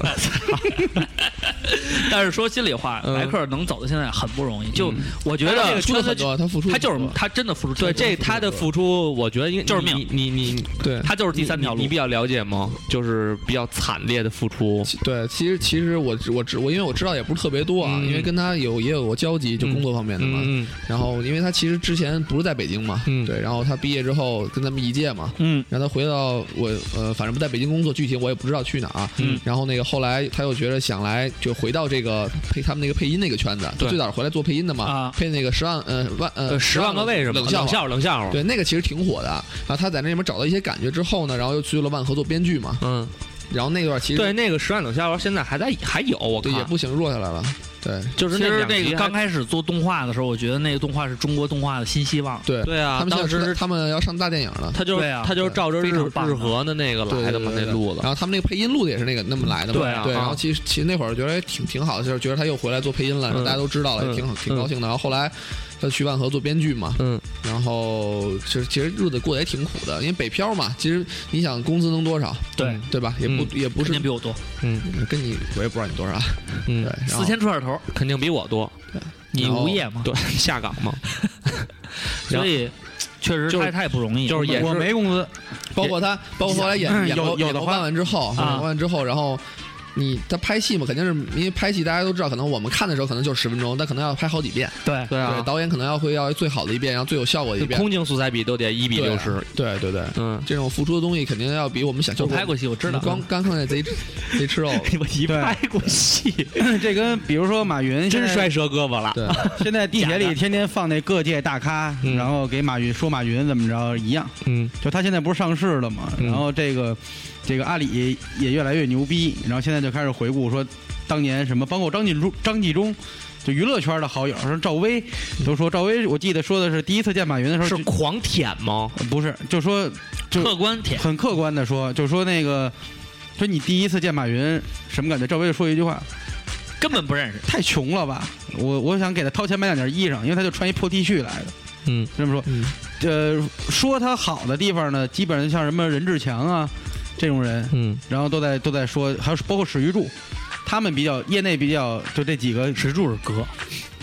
B: 但是说心里话，
C: 嗯
B: 莱克能走到现在很不容易。就
C: 嗯
B: 我觉
C: 他这
B: 得
C: 个
F: 付出
B: 圈
F: 了
B: 子
F: 很多，他付出
B: 他
F: 了很多
B: 就是他真的付出
C: 对，
B: 特别多，
C: 这他的付出，我觉得应该
B: 就是命
C: 你你你你
F: 对
B: 他就是第三条
C: 你
B: 路
C: 你。比较了解吗？就是比较惨烈的付出，
F: 其对，其实其实我知我知我因为我知道也不是特别多啊，
C: 嗯
F: 因为跟他有也有过交集，就
C: 嗯
F: 工作方面的嘛。
C: 嗯
F: 然后因为他其实之前不是在北京嘛，
C: 嗯
F: 对，然后他毕业之后跟咱们一届嘛，
B: 嗯，
F: 让他回到我呃，反正不在北京工作，具体我也不知道去哪儿。
B: 嗯，
F: 然后那个后来他又觉得想来，就回到这个配他们那个配音那个圈子，
C: 对
F: 就最早回来做配音的嘛，
B: 啊
F: 配那个十万呃万呃
C: 呃，十万个为什么，
F: 冷
C: 冷
F: 笑话。
C: 笑冷笑话，
F: 对，那个其实挺火的。然后他在那里面找到一些感觉之后呢，然后又去了万合做编剧嘛。
C: 嗯，
F: 然后那段其实
C: 对，那个十万冷笑话现在还在还有，我
F: 对
C: 看
F: 也不行，弱下来了。对
C: 就是
B: 其实
C: 两
B: 那
C: 集
B: 个
C: 还
B: 刚开始做动画的时候，我觉得那个动画是中国动画的新希望。
F: 对，
C: 对啊
F: 他，们
C: 当
F: 现在
C: 时
F: 他们要上大电影了。
C: 他就是
B: 对啊
C: 他就是照着
B: 非
C: 日
B: 常棒
C: 日和的那个
F: 对
C: 来的嘛，
F: 对
C: 那
F: 对对
C: 路子
F: 然，后他们那个配音录的也是那个那么来的嘛，
C: 对
F: 对
C: 啊啊
F: 然后其实其实那会儿觉得哎挺挺好的，就是觉得他又回来做配音了，然后
C: 嗯
F: 大家都知道了，也挺好，挺高兴的。然后后来他去万和做编剧嘛，
C: 嗯，
F: 然后其实其实日子过得也挺苦的，因为北漂嘛，其实你想工资能多少，嗯
B: 对，
F: 对吧？也不也不
B: 肯
F: 是
B: 定比我多，
C: 嗯
F: 跟你我也不知道你 多少啊，对
C: 嗯，，
F: 然后
B: 四千出点头。
C: 肯定比我多，
B: 你
F: 然后
B: 无业嘛，
C: 对， 下岗嘛，
B: 所以确实
C: 就是
B: 太太不容易。
C: 就是也
B: 我
A: 我没工资，
F: 包括他，包括后来演
A: 嗯
F: 演
A: 有
F: 过
A: 有
F: 演
A: 的
F: 过
A: 话
F: 万万之后，
B: 啊
F: 演过万万之后，然后你他拍戏嘛，肯定是因为拍戏大家都知道，可能我们看的时候可能就十分钟，但可能要拍好几遍，
B: 对
C: 对
F: 对，
C: 啊，
F: 导演可能要会要最好的一遍，然后最有效果的一遍，
C: 空镜素材比都得一比
F: 对啊
C: 六十，
F: 对对对，
C: 嗯，
F: 这种付出的东西肯定要比我们想
B: 我
F: 象
B: 拍过戏，我知道。
F: 光 刚看见贼贼吃肉了，
C: 我一拍过 戏，
A: 这跟比如说马云
C: 真
A: 现在
C: 摔折胳膊了，
F: 对，
A: 现在地铁里天天放那各界大咖，
C: 嗯
A: 然后给马云说马云怎么着一样，
C: 嗯
A: 就他现在不是上市了嘛，
C: 嗯
A: 然后这个这个阿里也越来越牛逼，然后现在就开始回顾说当年什么，包括张纪中张纪中。就娱乐圈的好友，说赵薇，都说赵薇，我记得说的是第一次见马云的时候
C: 嗯是
A: 就
C: 狂舔吗？
A: 不是，就说就
B: 客观舔，
A: 很客观的说，就说那个，说你第一次见马云什么感觉？赵薇就说一句话，
B: 根本不认识。
A: 太穷了吧！我我想给他掏钱买两件衣裳，因为他就穿一破 T 恤来的。
C: 嗯，
A: 这么说，
F: 嗯
A: 呃，说他好的地方呢，基本上像什么任志强啊这种人，
C: 嗯，
A: 然后都在都在说，还有包括史玉柱，他们比较业内比较就这几个，
B: 石柱是哥，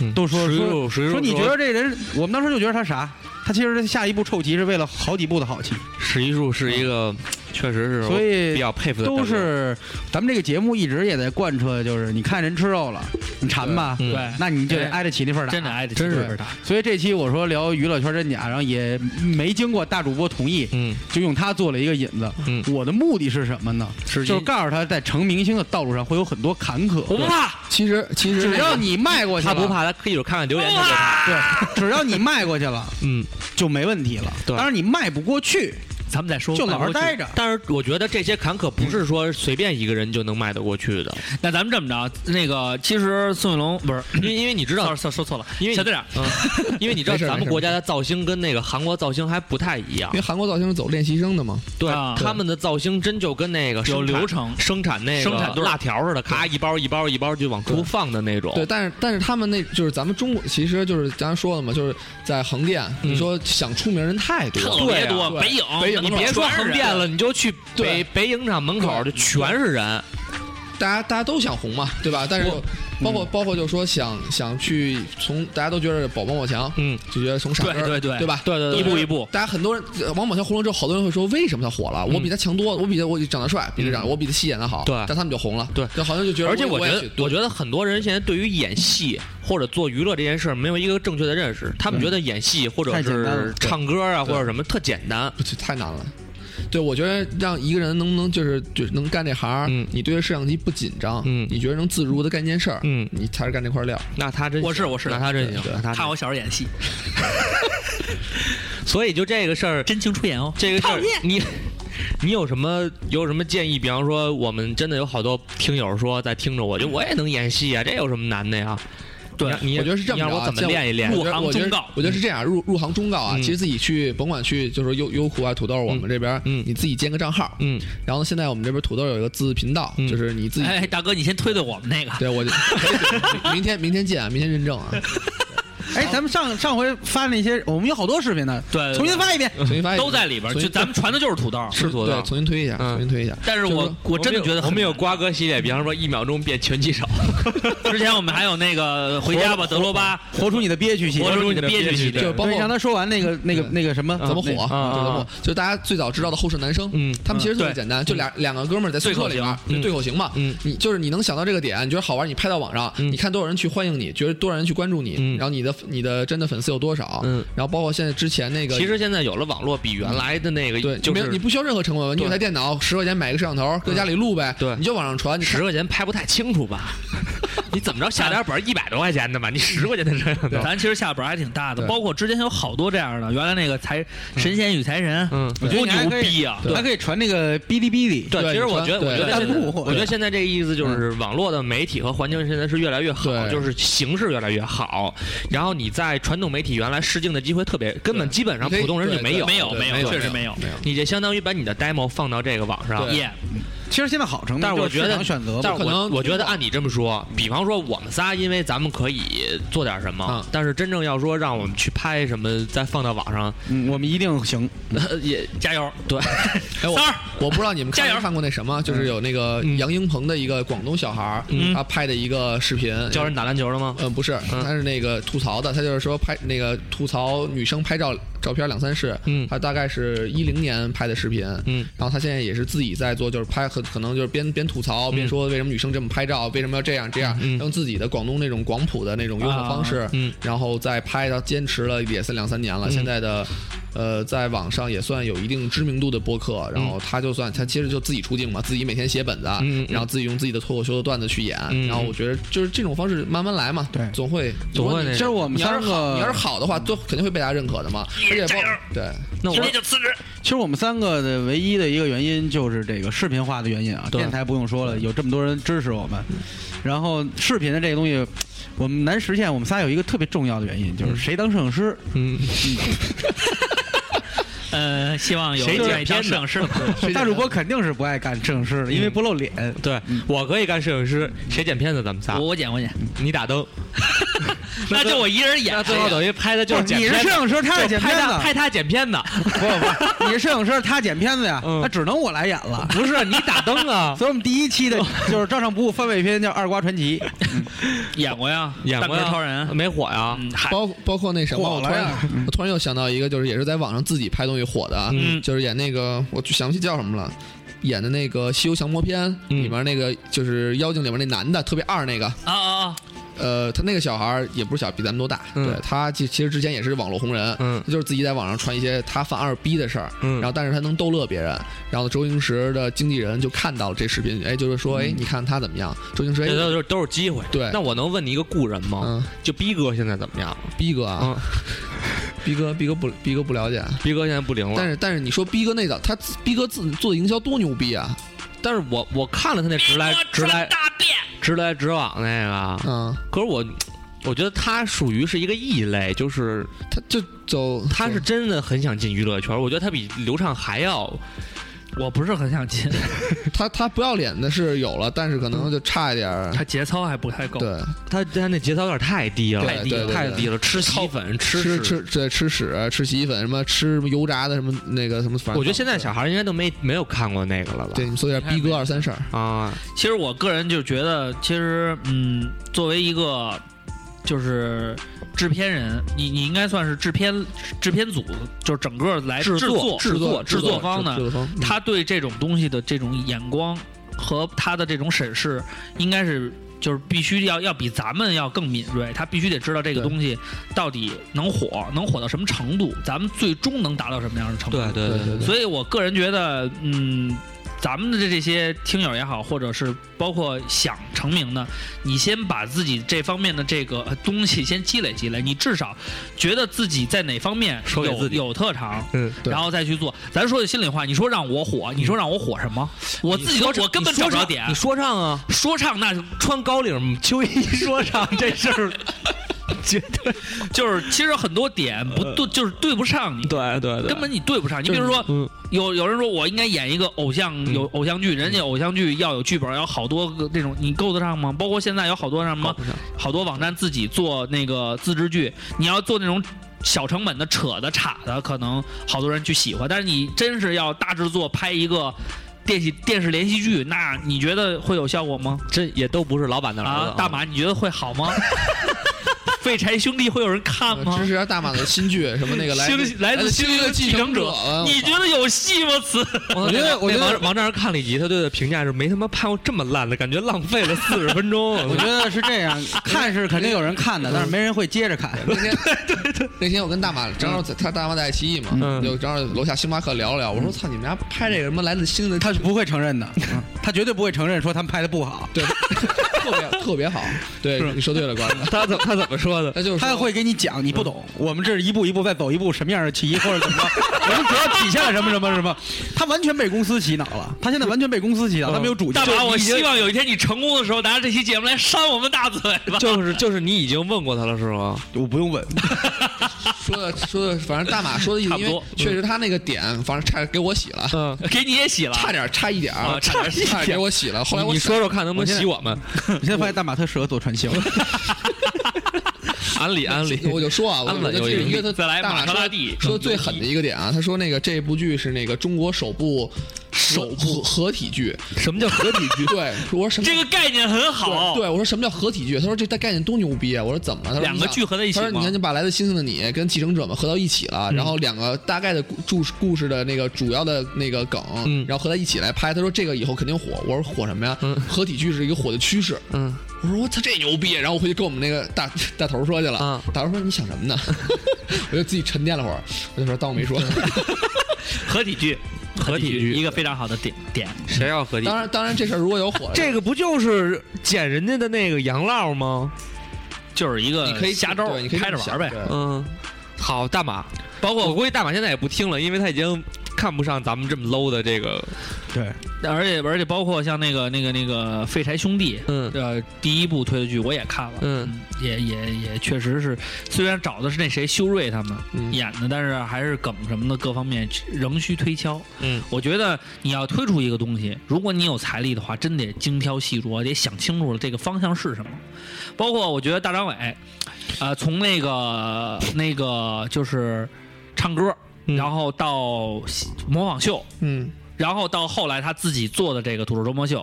C: 嗯
A: 都说
C: 谁
A: 说
C: 有谁有
A: 说你觉得这人，我们当时就觉得他啥？他其实下一步臭棋是为了好几步的好棋，
C: 史一树是一个，嗯确实是
A: 所
C: 我比
A: 以
C: 较佩服的大哥，
A: 都是咱们这个节目一直也在贯彻，就是你看人吃肉了，你馋吧，
C: 嗯
B: 对，
A: 那你就得挨得起那份打。
B: 真的挨着，
A: 真是
B: 他。
A: 所以这期我说聊娱乐圈真假，然后也没经过大主播同意，
C: 嗯，
A: 就用它做了一个引子。
C: 嗯
A: 我的目的是什么呢？
C: 是
A: 就是
C: 一
A: 告诉他在成明星的道路上会有很多坎坷，
B: 我不怕，
F: 其实其实
A: 只
F: 那个
A: 要你迈过去
C: 他
A: 了，
C: 不。怕，他可以看看留言就
B: 不
C: 给他，
A: 对，只要你迈过去了，
C: 嗯，
A: 就没问题了。
C: 对
A: 当然你迈不过去，
B: 咱们再说。
A: 就老实待。着。
C: 但是我觉得这些坎坷不是说随便一个人就能迈得过去的，
B: 那咱们这么着，那个其实宋玉龙不是，
C: 因为因为你知道
B: 说，说说错了，
C: 因为
B: 小队长，
C: 嗯，因为你知道
F: 没事
C: 咱
F: 没
C: 们
F: 事
C: 国家的造星跟那个韩国造星还不太一样
F: 因为，韩国造型是走练习生的嘛，
C: 对
B: 啊
C: 他们的造星真就跟那个
B: 有
C: 生产
B: 流程
C: 生产那
B: 生产
C: 个
B: 队儿
C: 辣条似的，咔一包一包一包就往出放的那种，
F: 对，但是但是他们那就是咱们中国，其实就是刚才说了嘛，就是在横店，
C: 嗯
F: 你说想出名人太多了，
B: 特别多，
F: 对
B: 北影，
F: 北影
B: 门
C: 你
B: 口
C: 别说
B: 全是
C: 横
B: 人
C: 店了，你就去北
F: 对
C: 北影厂门口就
F: 对
C: 全是人，
F: 大家大家都想红嘛，对吧？但是
C: 我
F: 包括包括就说想想去从大家都觉得宝宝宝强，
C: 嗯，
F: 就觉得从傻根
B: 对
F: 儿
B: 对对
F: 对吧？
C: 对对对
B: 一步一步，
F: 大家很多人，呃王宝强红了之后，好多人会说为什么他火了？我比他强多，了，我比他我长得帅，比他长，我比他戏演的好，
C: 嗯对
F: 但他们就红了，
C: 对
F: 就好像就觉得，
C: 而且
F: 我
C: 我觉得
F: 也许，
C: 我觉得很多人现在对于演戏或者做娱乐这件事儿没有一个正确的认识，他们觉得演戏或者
A: 太简单
C: 是
A: 了
C: 唱歌啊
F: 对
C: 或者什么特简单，
F: 不太难了。对，我觉得让一个人能不能就是就是能干这行儿，
C: 嗯
F: 你对着摄像机不紧张，
C: 嗯
F: 你觉得能自如的干一件事儿，
C: 嗯
F: 你才是干这块料。
C: 那他真
B: 我是
C: 行
B: 我是
C: 那他真行
F: 对，
C: 那他
B: 看
C: 真
B: 我小时候演戏，
C: 行所以就这个事儿，
B: 真情出演哦。
C: 这个事
B: 讨
C: 儿
B: 厌
C: 你。你有什么有什么建议？比方说，我们真的有好多听友说在听着我，就我也能演戏啊，这有什么难的呀？
B: 对
C: 你让
F: 我觉得是这
C: 你
F: 么着啊
C: 让我怎么
F: 像我
C: 练一练？
B: 入
F: 我觉得
B: 行
F: 我觉得
B: 忠告
F: 我觉得是这样，入入行忠告啊，
C: 嗯
F: 其实自己去甭管去就是优优酷啊、土豆，我们这边儿，
C: 嗯
F: 你自己建个账号，
C: 嗯，
F: 然后呢，现在我们这边土豆有一个自频道，
C: 嗯
F: 就是你自己，
B: 哎，大哥，你先推推我们那个，
F: 对我就明天明天见啊，明天认证啊。
H: 哎，咱们上上回发那些，我们有好多视频呢，
B: 对对对
H: 重新发一遍。
F: 重新发一遍
B: 都在里边，
F: 重
B: 就
F: 新
B: 咱们传的就是土豆。
C: 是做
F: 对，
C: 到。
F: 重新推一下，
C: 嗯
F: 重新推一下。
B: 但是
F: 就是
B: 我
F: 说
B: 我真的觉得
C: 我
B: 很
C: 们有瓜哥系列，比方说一秒钟变拳击手，
B: 之前我们还有那个回家吧，德罗巴，
H: 活出你的憋屈系
B: 活
H: 列，
B: 出你的憋屈系
F: 就
B: 列。
F: 包括
H: 对让他说完那个那个
F: 对
H: 那个什么
F: 怎么火，就怎
C: 啊
F: 么火，就大家最早知道的后舍男生，
C: 嗯
F: 他们其实
B: 嗯
F: 特别简单，就俩两个哥们儿在宿舍里边儿
C: 对口型
F: 就对口型嘛，
C: 嗯
F: 你就是你能想到这个点，你觉得好玩，你拍到网上，
C: 嗯
F: 你看多少人去欢迎你，觉得多少人去关注你，
C: 嗯
F: 然后你的你的真的粉丝有多少，
C: 嗯
F: 然后包括现在之前那个，
C: 其实现在有了网络，比原来的那个
F: 对，
C: 就
F: 你没有你
C: 是嗯
F: 不需要任何成本，你有台电脑，十块钱买一个摄像头，搁家里录呗，
C: 对
F: 你就往上传，你看
C: 十块钱拍不太清楚 吧？你怎么着下点本一百多块钱的吧？你十块钱的摄像头，
B: 咱其实下本还挺大的，
F: 对
B: 包括之前有好多这样的，原来那个财神仙与财神，
C: 嗯，
H: 我觉得哎
B: 多
H: 你还
B: 牛
H: 可以
B: 逼啊！
H: 还可以传那个哔哩哔哩，
C: 对，
F: 对
C: 其实我觉得，我
F: 对
C: 觉得现
F: 对
C: 在
H: 弹幕
C: 我觉得现在这个意思就是，网络的媒体和环境现在是越来越好，
F: 对
C: 就是形式越来越好。然后你在传统媒体原来试镜的机会特别，根本基本上
F: 你可以
C: 普通人
F: 对
C: 就没有，啊
F: 对
B: 没有
F: 对
B: 没有
F: 没有
B: 确实没有
F: 没有，
C: 你这相当于把你的 demo 放到这个网上
F: 对。
B: 耶，
H: 其实现在好成本，
C: 但是我
H: 就是
C: 觉
H: 市
C: 得
H: 场选择
C: 但
H: 吧
C: 是
F: 可
C: 我
F: 能
C: 我觉得按你这么说，
H: 嗯
C: 比方说我们仨，因为咱们可以做点什么
H: 啊
F: 嗯，
C: 但是真正要说让我们去拍什么，再放到网上，
H: 嗯，我们一定行。
C: 呃也
B: 加油！
C: 对，
F: 哎，我
B: 三儿
F: 我不知道你们看
B: 加
F: 没
B: 油
F: 看过那什么，就是有那个
C: 嗯
F: 杨英鹏的一个广东小孩儿，
C: 嗯
F: 他拍的一个视频，
C: 教人打篮球了吗？
F: 呃，不是，
C: 嗯
F: 他是那个吐槽的，他就是说拍那个吐槽女生拍照照片两三式，
C: 嗯
F: 他大概是一零年拍的视频，
C: 嗯，
F: 然后他现在也是自己在做，就是拍很可能就是边边吐槽边说为什么女生这么拍照，为什么要这样这样，
C: 嗯
F: 用自己的广东那种广普的那种幽默方式，
C: 嗯
F: 然后再拍到坚持了也是两三年了，现在的。呃，在网上也算有一定知名度的播客，然后他就算他其实就自己出镜嘛，自己每天写本子，
C: 嗯嗯嗯
F: 然后自己用自己的脱口秀的段子去演，
C: 嗯
F: 然后我觉得就是这种方式慢慢来嘛，
H: 对
F: 总会
C: 总会那
H: 其实我们
F: 你要
H: 三
F: 是好，
H: 个，
F: 你要是好的话，都肯定会被大家认可的嘛。而且包对，
C: 那我
B: 今天就辞职。
H: 其实我们三个的唯一的一个原因就是这个视频化的原因啊，
C: 对
H: 电台不用说了，有这么多人支持我们，然后视频的这个东西。我们难实现，我们仨有一个特别重要的原因，就是谁当摄影师，
C: 嗯，
B: 呃，希望有
C: 谁
B: 这
C: 剪
B: 样一张
C: 片子
B: 摄影师的朋友
H: 大主播肯定是不爱干摄影师的，因为不露脸。
C: 对我可以干摄影师，谁剪片子咱们仨
B: 我，我剪我剪，
C: 你打灯，哎
B: 那就我一人演哎
C: 那。最后等于拍的就是
H: 不是
C: 剪
H: 你是
C: 片子
H: 摄影师，他是
C: 就
H: 剪
C: 拍
H: 片
C: 他
H: 子，
C: 拍他 剪片子，
H: 不不，你是摄影师，他剪片子呀，
C: 嗯
H: 那只能我来演了。
C: 不是你打灯啊。
H: 所以我们第一期的就是照常不误番外篇，叫《二瓜传奇》，
B: 演过呀，
C: 演过
B: 蛋壳
C: 呀
B: 超人，
C: 没火呀？
B: 嗯，嗨，
F: 包包括那什么，
H: 火
F: 我
H: 了
F: 突然
H: 呀嗯
F: 我突然又想到一个，就是也是在网上自己拍东西火的啊，
B: 嗯
F: 就是演那个我想不起叫什么了。演的那个《西游降魔篇》
C: 嗯
F: 里面那个就是妖精里面那男的特别二那个，
B: 啊啊啊！
F: 呃，他那个小孩儿也不是小，比咱们都大，
C: 嗯
F: 对他其其实之前也是网络红人，
C: 嗯
F: 就是自己在网上传一些他犯二逼的事儿，
C: 嗯
F: 然后但是他能逗乐别人，然后周星驰的经纪人就看到了这视频，哎，就是
C: 嗯
F: 说，哎，你看他怎么样？周星驰，
C: 这
F: 哎
C: 都是都是机会。
F: 对
C: 那我能问你一个故人吗？
F: 嗯，
C: 就逼哥现在怎么样了？
F: 逼哥啊，
C: 嗯，
F: 逼哥，逼哥不，逼哥不了解，
C: 逼哥现在不灵了。
F: 但是但是你说逼哥那早，他自逼哥自做的营销多牛逼啊，
C: 但是我我看了他那直来
B: 哎我
C: 直
B: 穿
C: 来
B: 大便，
C: 直来直往那个，
F: 嗯，
C: 可是我我觉得他属于是一个异类，就是
F: 他就走，
C: 他是真的很想进娱乐圈，我觉得他比刘畅还要
B: 我不是很想进，
F: 他他不要脸的是有了，但是可能就差一点儿，
B: 他节操还不太够。
F: 对，
C: 他他那节操有点太低了，
F: 对
C: 太低
F: 对
C: 了，
F: 对
C: 太低了，吃洗粉
F: 吃
C: 吃
F: 吃。对吃屎吃洗衣粉什么吃什么油炸的什么那个什么，反正
C: 我觉得现在小孩应该都没没有看过那个了吧？
F: 对你们说一下逼哥二三事儿，
C: 啊，
B: 其实我个人就觉得，其实嗯，作为一个就是制片人，你你应该算是制片制片组，就是整个来
C: 哎制
B: 作
C: 作
B: 制
F: 作
B: 制
F: 作
B: 方呢
F: 制，作方，嗯
B: 他对这种东西的这种眼光和他的这种审视，应该是就是必须要要比咱们要更敏锐，他必须得知道这个
F: 对
B: 东西到底能火，能火到什么程度，咱们最终能达到什么样的程度。
C: 对对
F: 对对对，
B: 所以我个人觉得，嗯，咱们的这这些听友也好，或者是包括想成名的，你先把自己这方面的这个呃东西先积累积累，你至少觉得自己在哪方面
C: 说给
B: 有
C: 自己
B: 有特长，
C: 嗯，
F: 对
B: 然后再去做。咱说句心里话，你说让我火，你说让我火什么？
C: 嗯
B: 我自己都我根本找不着点
C: 你。说唱啊，
B: 说唱那是
C: 穿高领秋衣说唱这事儿， 绝对
B: 就是其实很多点不对，就是对不上你，
C: 嗯对对对，
B: 根本你对不上。你
C: 就
B: 比
C: 是
B: 如说，
C: 嗯
B: 有有人说我应该演一个偶像，有偶像剧，人家偶像剧要有剧本，要好多个那种，你够得上吗？包括现在有好多什么，好多网站自己做那个自制剧，你要做那种小成本的、扯的、岔的，可能好多人去喜欢。但是你真是要大制作拍一个电视电视连续剧，那你觉得会有效果吗？
C: 这也都不是老板的儿子
B: 啊，大马，你觉得会好吗？ 废柴兄弟会有人看吗
F: 呃支？持一下大马的新剧，什 么那个来
B: 星来自星
F: 星星
B: 星
F: 的
B: 的
F: 继
B: 继
F: 承
B: 承
F: 者
B: 者
F: 啊，
B: 你觉得有戏吗？此
C: 我
F: 觉得我觉得
C: 那王王站看了一集，他对的评价是没他妈拍过这么烂的，感觉浪费了四十分 钟。
H: 我觉得是这样，看是肯定有人看的，但是没人会接着看。
F: 那天那天我跟大马正好在他大马在爱奇艺嘛，
C: 嗯
F: 就正好楼下星巴克聊了聊，我说操，你们家拍这个什么来自星的，
H: 他是不会承 认的，嗯他绝对不会承认说他们拍的不好，
F: 对特别特别好，对你说对了，关子，
C: 他怎么他怎么说的？
F: 他就是
H: 他
F: 说
H: 会给你讲，你不懂。我们这是一步一步再走一步，什么样的棋或者怎 么着，我们主要体现了什么什么什么。他完全被公司洗脑了，他现在完全被公司洗脑，他没有主见
B: 嗯大。马，我希望有一天你成功的时候，拿这期节目来扇我们大嘴巴。
C: 就是就是你已经问过他了是吗？
H: 我不 用问，
F: 说的说的，反正大马说的意思，
B: 差不
F: 因
B: 多
F: 为确实他那个点，反正差点给我洗了，
C: 嗯，
B: 给你也洗了，
F: 差点差一点儿
B: 啊，差点
F: 差点给我洗了。后来我
C: 你
F: 想
C: 说说看能不能洗我们？
H: 我现在发现大马特适合做传 销，
C: 安利安利，
F: 我就说啊，我
C: 安
F: 我
C: 稳
F: 就
C: 有
F: 记得
C: 盈
F: 一
C: 利
F: 个他
B: 再来
F: 大
B: 玛
F: 马
B: 莎拉
F: 说
B: 蒂
F: 说最狠的一个点啊，他说那个这部剧是那个中国首部首部合体剧，
C: 什么叫合体剧？
F: 对，我说什么
B: 这个概念很好。
F: 对，我说什么叫合体剧？他说这概念多牛逼啊！我说怎么了？他说
B: 两个
F: 你想
B: 剧合在一起
F: 他说你
B: 吗嗯
F: 看，你把来自星星的你跟继承者们合到一起了，然后两个大概的故故事故事的那个主要的那个梗，
C: 嗯
F: 然后合在一起来拍。他说这个以后肯定火。我说火什么呀？
C: 嗯
F: 合体剧是一个火的趋势。
C: 嗯，
F: 我说我操，这牛逼！然后我回去跟我们那个大大头说去了。
C: 啊
F: 大头说你想什么呢？ 我就自己沉淀了会儿，我就说当我没说。
B: 合体剧，
C: 合体剧
B: 一个非常好的点点。
C: 谁要合体
F: 当？然，当然这事儿如果有火，
C: 这个不就是捡人家的那个洋烙吗？
B: 就是一
F: 你可
B: 个
F: 以
B: 瞎招
F: 对
B: 儿
F: 你，可以
B: 开着玩儿呗。
F: 呗。
C: 嗯，好，大马，包括我估计大马现在也不听了，因为他已经看不上咱们这么 low 的这个，
H: 对，
B: 而且而且包括像那个那个那个废柴兄弟，
C: 嗯
B: 呃，第一部推的剧我也看了，
C: 嗯，
B: 也也也确实是，虽然找的是那谁修睿他们
F: 嗯
B: 演的，但是还是梗什么的各方面仍需推敲。
C: 嗯，
B: 我觉得你要推出一个东西，如果你有财力的话，真得精挑细琢，得想清楚了这个方向是什么。包括我觉得大张伟，呃，从那个那个就是唱歌，
C: 嗯
B: 然后到模仿秀，
F: 嗯，
B: 然后到后来他自己做的这个《土著周末秀》，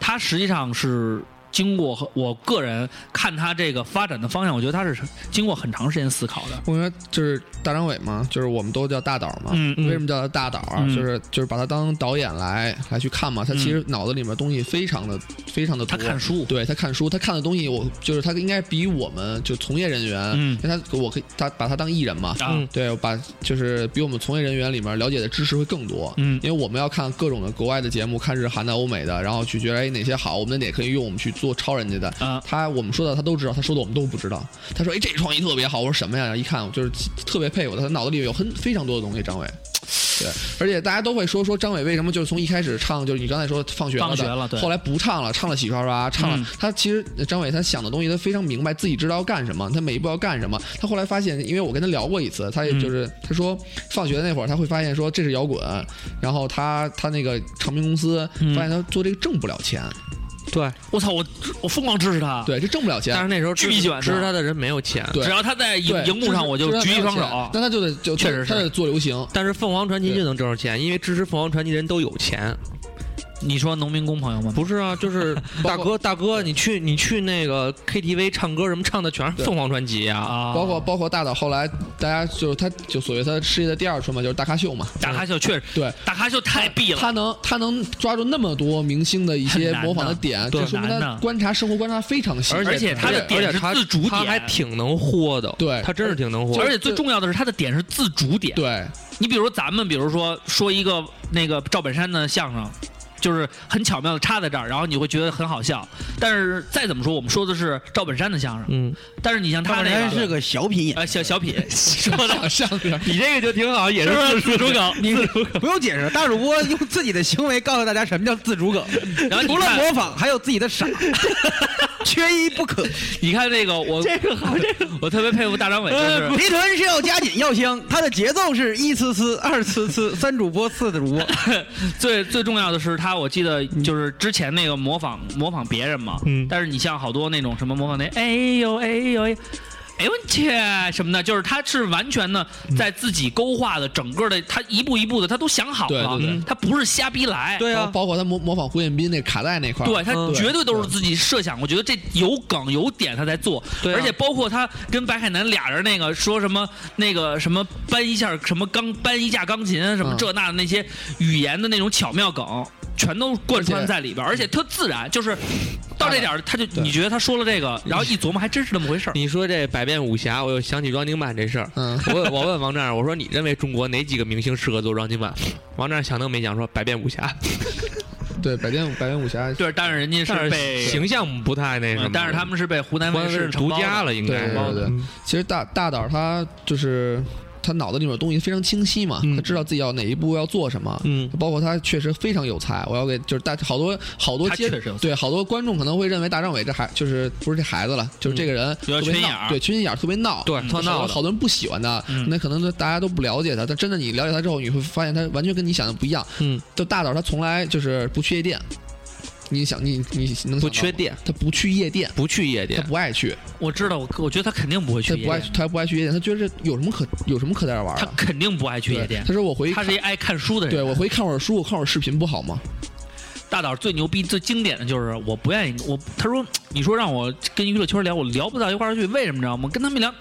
B: 他实际上是经过和我个人看他这个发展的方向，我觉得他是经过很长时间思考的。
F: 我说就是大张伟嘛，就是我们都叫大导嘛。
B: 嗯
F: 为什么叫他大导啊？
B: 嗯
F: 就是就是把他当导演来来去看嘛。他其实脑子里面东西非常的非常的
B: 他
F: 多。
B: 看书，
F: 对他看书，他看的东西我就是他应该比我们就从业人员，
B: 嗯
F: 因为他我可以他把他当艺人嘛，
B: 啊，
C: 嗯
F: 对，我把就是比我们从业人员里面了解的知识会更多，
B: 嗯
F: 因为我们要看各种的国外的节目，看日韩的、欧美的，然后去觉得哎哪些好，我们哪可以用我们去做超人家的。
B: 啊
F: 他我们说的他都知道，他说的我们都不知道。他说哎这创意特别好，我说什么呀？一看我就是特别佩服他，他脑子里有很非常多的东西。张伟，对，而且大家都会说说张伟为什么就是从一开始唱就是你刚才说放学了
B: 放
F: 的，
B: 学了对
C: 嗯
F: 后来不唱了，唱了洗刷刷，唱了、
B: 嗯
F: 他其实呃张伟他想的东西他非常明白，自己知道要干什么，他每一步要干什么。他后来发现，因为我跟他聊过一次，他也就是、
B: 嗯
F: 他说放学那会儿他会发现说这是摇滚，然后他他那个唱片公司
B: 嗯啊
F: 发现他做这个挣不了钱，
C: 对，
B: 我操，我我疯狂支持他，
F: 对，这挣不了
C: 但
F: 钱
C: 是。那时候
B: 巨
C: 支
B: 逼
C: 持
B: 喜欢他
C: 支持他的人没有钱，
F: 对
B: 只要他在
F: 对
B: 荧荧幕上，我就
F: 知道
B: 举一双
F: 知道他没有钱
B: 手。啊
F: 那他就得就
B: 确实是
F: 他得做流行，
C: 但是凤凰传奇就能挣着钱，因为支持凤凰传奇的人都有钱。
B: 你说农民工朋友们，
C: 不是 啊，就是大哥大哥，你去你去那个 KTV 唱歌什么唱的全是
F: 对
C: 凤凰传奇啊，
B: 啊，
F: 包括包括大岛后来大家就是他就所谓他事业的第二春嘛，就是大咖秀嘛，
B: 大咖秀确实，
F: 对，
B: 大咖秀太必了，
F: 他能他能抓住那么多明星的一些
B: 很难
F: 模仿的
B: 的
F: 点，
B: 对
F: 这说明
B: 很难
F: 他
B: 的
F: 观察生活观察非常细，
B: 而且他的
C: 而且
B: 点是
C: 他
B: 自主点，
C: 他还挺能豁的，
F: 对
C: 他真是挺能豁
B: 而
C: 的。
B: 且最重要的是他的点是自主点，
F: 对
B: 你比如咱们，比如说说一个那个赵本山的相声，就是很巧妙的插在这儿，然后你会觉得很好笑。但是再怎么说，我们说的是赵本山的相声，
C: 嗯，
B: 但是你像他
H: 他
B: 那
H: 然
B: 个
H: 是个小品演，
B: 呃小小品说的，
F: 想象着
C: 你这个就挺好，也
B: 是不是 自主梗？
H: 你不用解释，大主播用自己的行为告诉大家什么叫自主梗，
B: 然后你
H: 除了
B: 看
H: 模仿，还有自己的傻。缺一不可。
B: 你看这个，我这个好，这个我特别佩服大张伟，呃 就是
H: 皮臀是要加紧要香，它的节奏是一次次、二次次、三主播、四主播。
B: 最最重要的是他，我记得
F: 嗯
B: 就是之前那个模仿模仿别人嘛，
C: 嗯
B: 但是你像好多那种什么模仿那哎呦哎呦哎呦哎呦我去什么的，就是他是完全的
F: 嗯
B: 在自己勾画的整个的，他一步一步的他都想好了，
F: 对对对
B: 嗯他不是瞎逼来，
H: 对
F: 包
H: 啊，
F: 包括他模模仿胡彦斌那卡带那块儿，
B: 对他
H: 嗯
B: 绝对都是自己设想，我觉得这有梗有点他在做，
H: 对啊
B: 而且包括他跟白凯南俩人那个说什么那个什么搬一下什么钢搬一架钢琴什么
F: 嗯
B: 这那的那些语言的那种巧妙梗，全都贯穿在里边，而且特自然，就是到这点儿他就
F: 对
B: 你觉得他说了这个，然后一琢磨还真是那么回事儿。
C: 你说这百变武侠，我又想起 Running Man 这事 儿。
F: 嗯，
C: 我我问王战，我说你认为中国哪几个明星适合做 Running Man？王战想都没想说百变武侠，
F: 对，百变百变武侠，
B: 对， 但是人家
C: 但
B: 是被
C: 是，形象不太那什么
B: 呃。但是他们是被湖南卫
C: 关
B: 视
C: 是
B: 承
C: 独
B: 包
C: 家
B: 的。
C: 了，应该
F: 对对对其实大大导他就是他脑子里面有东西非常清晰嘛，
C: 嗯
F: 他知道自己要哪一步要做什么，
C: 嗯
F: 包括他确实非常有才。我要给就是大好多好多
B: 他
F: 接
B: 确实有才
F: 对好多观众可能会认为大张伟这孩就是不是这孩子了，就是这个人
B: 嗯有点
F: 特别
B: 缺心眼
F: 闹，
B: 儿
F: 对缺心眼儿特别闹，
C: 对特闹
F: 好
C: 的
F: 好多人不喜欢他
B: 嗯，
F: 那可能大家都不了解他，但真的你了解他之后，你会发现他完全跟你想的不一样。
C: 嗯，
F: 就大导他从来就是不去夜店，你想你你能想到
C: 不缺
F: 吗，
C: 店，
F: 他不去夜店，
C: 不去夜
F: 他
C: 店，
F: 不爱去。
B: 我知道，我我觉得他肯定不会去
F: 他
B: 夜
F: 不爱
B: 店
F: 去，，他不爱去夜店，他觉得这有什么可有什么可在这玩
B: 他
F: 的？
B: 肯定不爱去
F: 对
B: 夜店。
F: 他说我回去
B: 他是一爱看书的人。
F: 对我回去看会儿书，我看会儿视频不好吗？
B: 大导最牛逼、最经典的就是我不愿意我，他说你说让我跟娱乐圈聊，我聊不到一块儿去，为什么你知道吗？跟他们聊，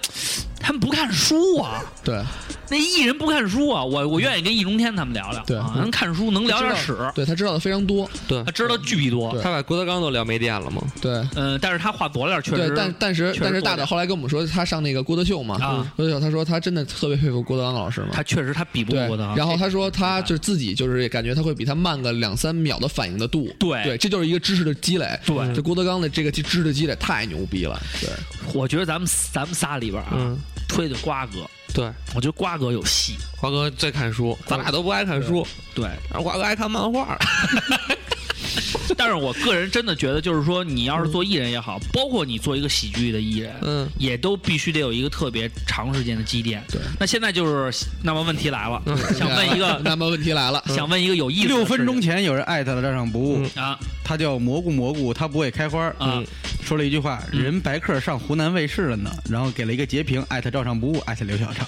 B: 他们不看书啊，
F: 对，
B: 那艺人不看书啊，我我愿意跟易中天他们聊聊，
F: 对
B: 啊能看书能聊点屎，
F: 对他知道的非常多，
C: 对
B: 他，知道巨逼多
F: 对，
C: 他把郭德纲都聊没电了嘛。
F: 对
B: 嗯、但是他话多了点，确
F: 对
B: 实，
F: 但但是
B: 确实
F: 但是
B: 多
F: 大
B: 点
F: 导后来跟我们说，他上那个郭德秀嘛，
B: 啊
F: 郭德秀他说他真的特别佩服郭德纲老师嘛，
B: 他确实他比不
F: 对
B: 过他，，
F: 然后他说他就是自己就是感觉他会比他慢个两三秒的反应的度，
B: 对
F: 对，这就是一个知识的积累，
B: 对
F: 这郭德纲的这个知识的积累太牛逼了， 对，
B: 我觉得咱们咱们仨里边啊，
C: 嗯，
B: 推的瓜哥，
C: 对，
B: 我觉得瓜哥有戏，
C: 华哥最看书，咱俩都不爱看书，
B: 对，
C: 然后华哥爱看漫画。
B: 但是我个人真的觉得，就是说你要是做艺人也好，包括你做一个喜剧的艺人，
C: 嗯，
B: 也都必须得有一个特别长时间的积淀。
F: 对，
B: 那现在就是，那么问题来了，
C: 嗯
B: 想问一个，
F: 那么问题来了，
B: 想问一个有意思的啊事情，
H: 六分钟前有人艾特了照常不误，
B: 啊
H: 他叫蘑菇蘑菇，他不会开花儿
B: 啊
C: 嗯，
H: 说了一句话：“
B: 嗯
H: 人白客上湖南卫视了呢。”然后给了一个截屏，艾特照常不误，艾特刘小畅。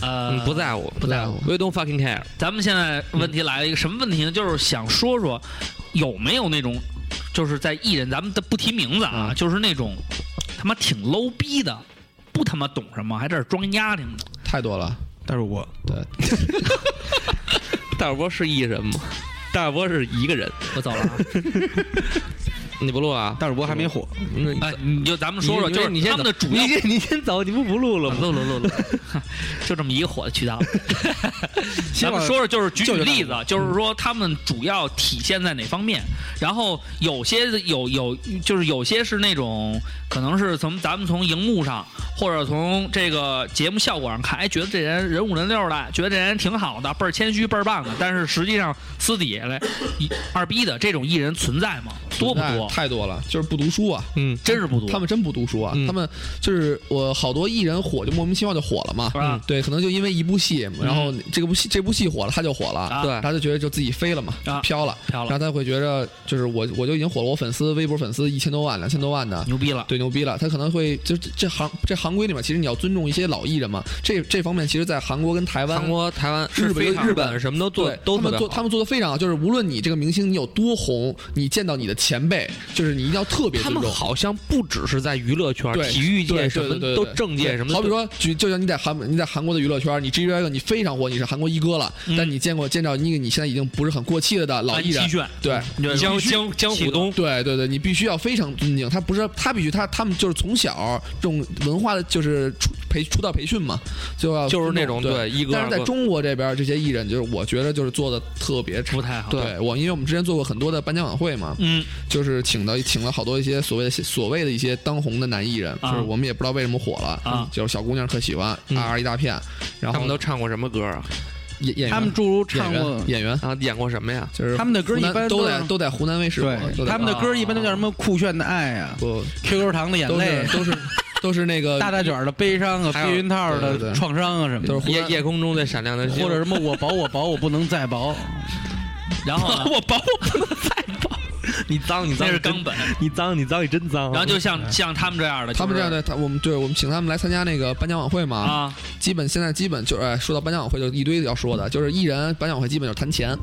B: 呃
C: 嗯，，不，在乎，
F: 不在乎
C: ，We don't fucking care。
B: 咱们现在问题来了一个什么问题呢？就是想说说有没有那种，就是在艺人，咱们不提名字
C: 嗯
B: 啊，就是那种他妈挺 low 逼的，不他妈懂什么，还在这儿装丫挺的。
F: 太多了，
H: 大主播，
F: 对，
C: 大主播是艺人吗？大主播是一个人，
B: 我走了啊，
C: 你不录啊？
H: 大主播还没火，
C: 那
B: 哎，你就咱们说说，
C: 你
B: 就是
C: 你先
B: 他们的
H: 嗯
C: 走
B: 主要
C: 你先你先走，你不不录了吗？
B: 露露露露， 就这么一个火的 渠道。
H: 希
B: 咱
H: 望
B: 们说说，就是举举
H: 救救
B: 例子，
F: 嗯
B: 就是说他们主要体现在哪方面？然后有些有有，就是有些是那种可能是从咱们从荧幕上或者从这个节目效果上看，哎，觉得这人人五人六的，觉得这人挺好的，倍儿谦虚，倍儿棒的。但是实际上私底下来一二逼的这种艺人存在吗？多不
F: 太
B: 多？
F: 太多了，就是不读书啊，
C: 嗯，
B: 真是不多。
F: 他们真不读书啊，
C: 嗯
F: 他们就是我好多艺人火就莫名其妙就火了嘛，
B: 啊
F: 对，可能就因为一部戏，然后这部戏这部戏火了，他就火了，
B: 嗯啊
C: 对
F: 他就觉得就自己飞了嘛，
B: 啊
F: 飘了，
B: 飘了
F: 然后他会觉得就是我我就已经火了，我粉丝微博粉丝一千多万两千多万的。
B: 牛逼了，
F: 对，牛逼了！他可能会就是这这行这行规里面，其实你要尊重一些老艺人嘛。这这方面，其实，在韩国跟台湾、
C: 韩国、台湾、
F: 日本
C: 非常
F: 日本
C: 什么都做
F: 对，
C: 都特
F: 他们
C: 别
F: 做
C: 好
F: 他们做的非常好，就是无论你这个明星你有多红，你见到你的前辈，就是你一定要特别
C: 他
F: 尊
C: 们
F: 重。
C: 好像不只是在娱乐圈、
F: 对
C: 体育界
F: 对
C: 什么
F: 对对对
C: 都
F: 对
C: 政界什么，
F: 好比，说，举就像你在韩你在韩国的娱乐圈，你 G Dragon 你非常火，你是韩国一哥了，
C: 嗯
F: 但你见过见到那个你现在已经不是很过气了的老艺人
B: 安七炫，
F: 对。
C: 江江江虎东，
F: 对对对，你必须要非常尊敬他，不是他必须他他们就是从小这种文化的，就是出培出道培训嘛，就要
C: 就是
F: 尊
C: 那
F: 重
C: 种
F: 对。
C: 一哥
F: 但
C: 二
F: 是在
C: 哥，
F: 中国这边这些艺人，就是我觉得就是做的特别差
B: 不。太好。
C: 对
F: 我，因为我们之前做过很多的颁奖晚会嘛，
B: 嗯，
F: 就是请到请了好多一些所谓的所谓的一些当红的男艺人，就
B: 啊
F: 是我们也不知道为什么火了，
B: 啊
F: 就是小姑娘特喜欢，
C: 嗯
F: 啊一大片，然
C: 他
F: 后
C: 们都唱过什么歌啊？
F: 演演员
A: 他们诸如
F: 演
A: 唱过
F: 员，演员，
C: 啊，演过什么呀？
F: 就是
A: 他们的歌
F: 湖南
A: 一般
F: 都
A: 都
F: 在
A: 是
F: 都在湖南卫视播
A: 对，
F: 都啊在
A: 他们的歌一般都叫什么酷炫的爱啊
F: 不
A: ，QQ 糖的眼
F: 都
A: 泪
H: 啊
F: 是，都是都是那个
A: 大大卷的悲伤啊，
C: 还有
A: 避孕套
F: 呃对对
A: 的
F: 对
A: 创伤啊什么
F: 都
A: 的，
F: 是湖
C: 夜
F: 南
C: 夜空中最闪亮的星，
A: 或者什么我薄我薄我不能再薄，
B: 然后啊 呢
C: 我薄我不能再薄， 你脏你脏，
B: 那是冈本，
C: 你脏你脏你真脏。
B: 然后就像像他们这样的，
F: 他们
B: 就
F: 这
B: 是
F: 样的，他我们对我们请他们来参加那个颁奖晚会嘛，
B: 啊，
F: 基本现在基本就是哎，说到颁奖晚会就一堆要说的，就是艺人颁奖晚会基本就是谈钱，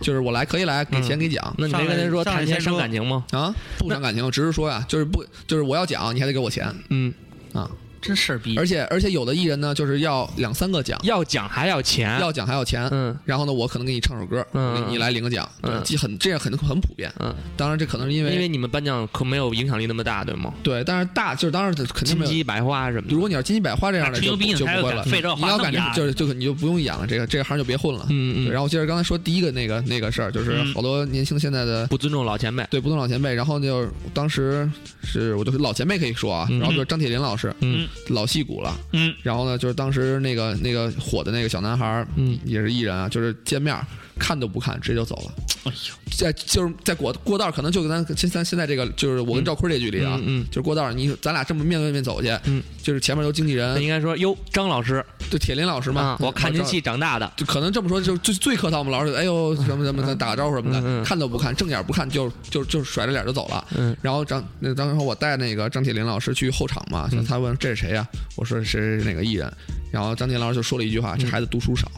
F: 就是我来可以来，给钱给奖
C: 那你没跟他说
A: 上来
C: 谈
A: 先
C: 钱伤
A: 说
C: 感情吗？
F: 啊，不伤感情，我只是说呀，就是不就是我要奖，你还得给我钱
C: 嗯，
F: 啊，
B: 真事儿逼。
F: 而且而且有的艺人呢，就是要两三个奖，
C: 要奖还要钱，
F: 要奖还要钱，
C: 啊嗯
F: 然后呢，我可能给你唱首歌，
C: 嗯
F: 你你来领个奖，
C: 嗯
F: 这很这样很很普遍，
C: 嗯，
F: 当然这可能是因
C: 因
F: 为
C: 为你们颁奖可没有影响力那么大，对吗？
F: 对，但是大就是当然肯定
C: 金
F: 没有。
C: 鸡百花什么的
F: 如。果你要金鸡百花这样的
B: 那吹牛
F: 就不
B: 逼呢
F: 就
B: 还
F: 不
B: 要
F: 会
B: 敢
F: 了，嗯
B: 费这
F: 你
B: 话
F: 要
B: 那
F: 敢
B: 么
F: 这么
B: 压
F: 就是就你就不用演了，这个这个行就别混了。
C: 嗯
F: 对
C: 嗯，
F: 然后接着刚才说第一个那个那个事儿，就是
B: 嗯
F: 好多年轻现在的
C: 不尊重老前辈。
F: 对不懂老前辈，然后就当时是我就是老前辈可以说啊，
C: 嗯
F: 然后就是张铁林老师，
C: 嗯，
F: 老戏骨了，
B: 嗯，
F: 然后呢就是当时那个那个火的那个小男孩儿，
C: 嗯
F: 也是艺人啊，就是见面儿看都不看，直接就走了，
B: 哎呦，
F: 在就是在过过道儿可能就跟咱现在现在这个就是我跟赵坤这距离啊，
C: 嗯嗯
F: 就是过道儿你咱俩这么面对面走去，
C: 嗯，
F: 就是前面都经纪
C: 那
F: 人，
C: 应该说，哟，张老师
F: 就铁林老师嘛
C: 啊，，我看您
F: 然后赵
C: 戏长大的，
F: 就可能这么说，就就最客套我们老师，哎呦什么什么的，打个招呼什么
C: 嗯
F: 的，
C: 嗯
F: 看都不看，正眼不看，就就就甩着脸就走了。
C: 嗯，
F: 然后张那当时我带那个张铁林老师去后场嘛，他问这是谁呀、我说是哪个艺人，然后张铁林老师就说了一句话：这孩子读书少，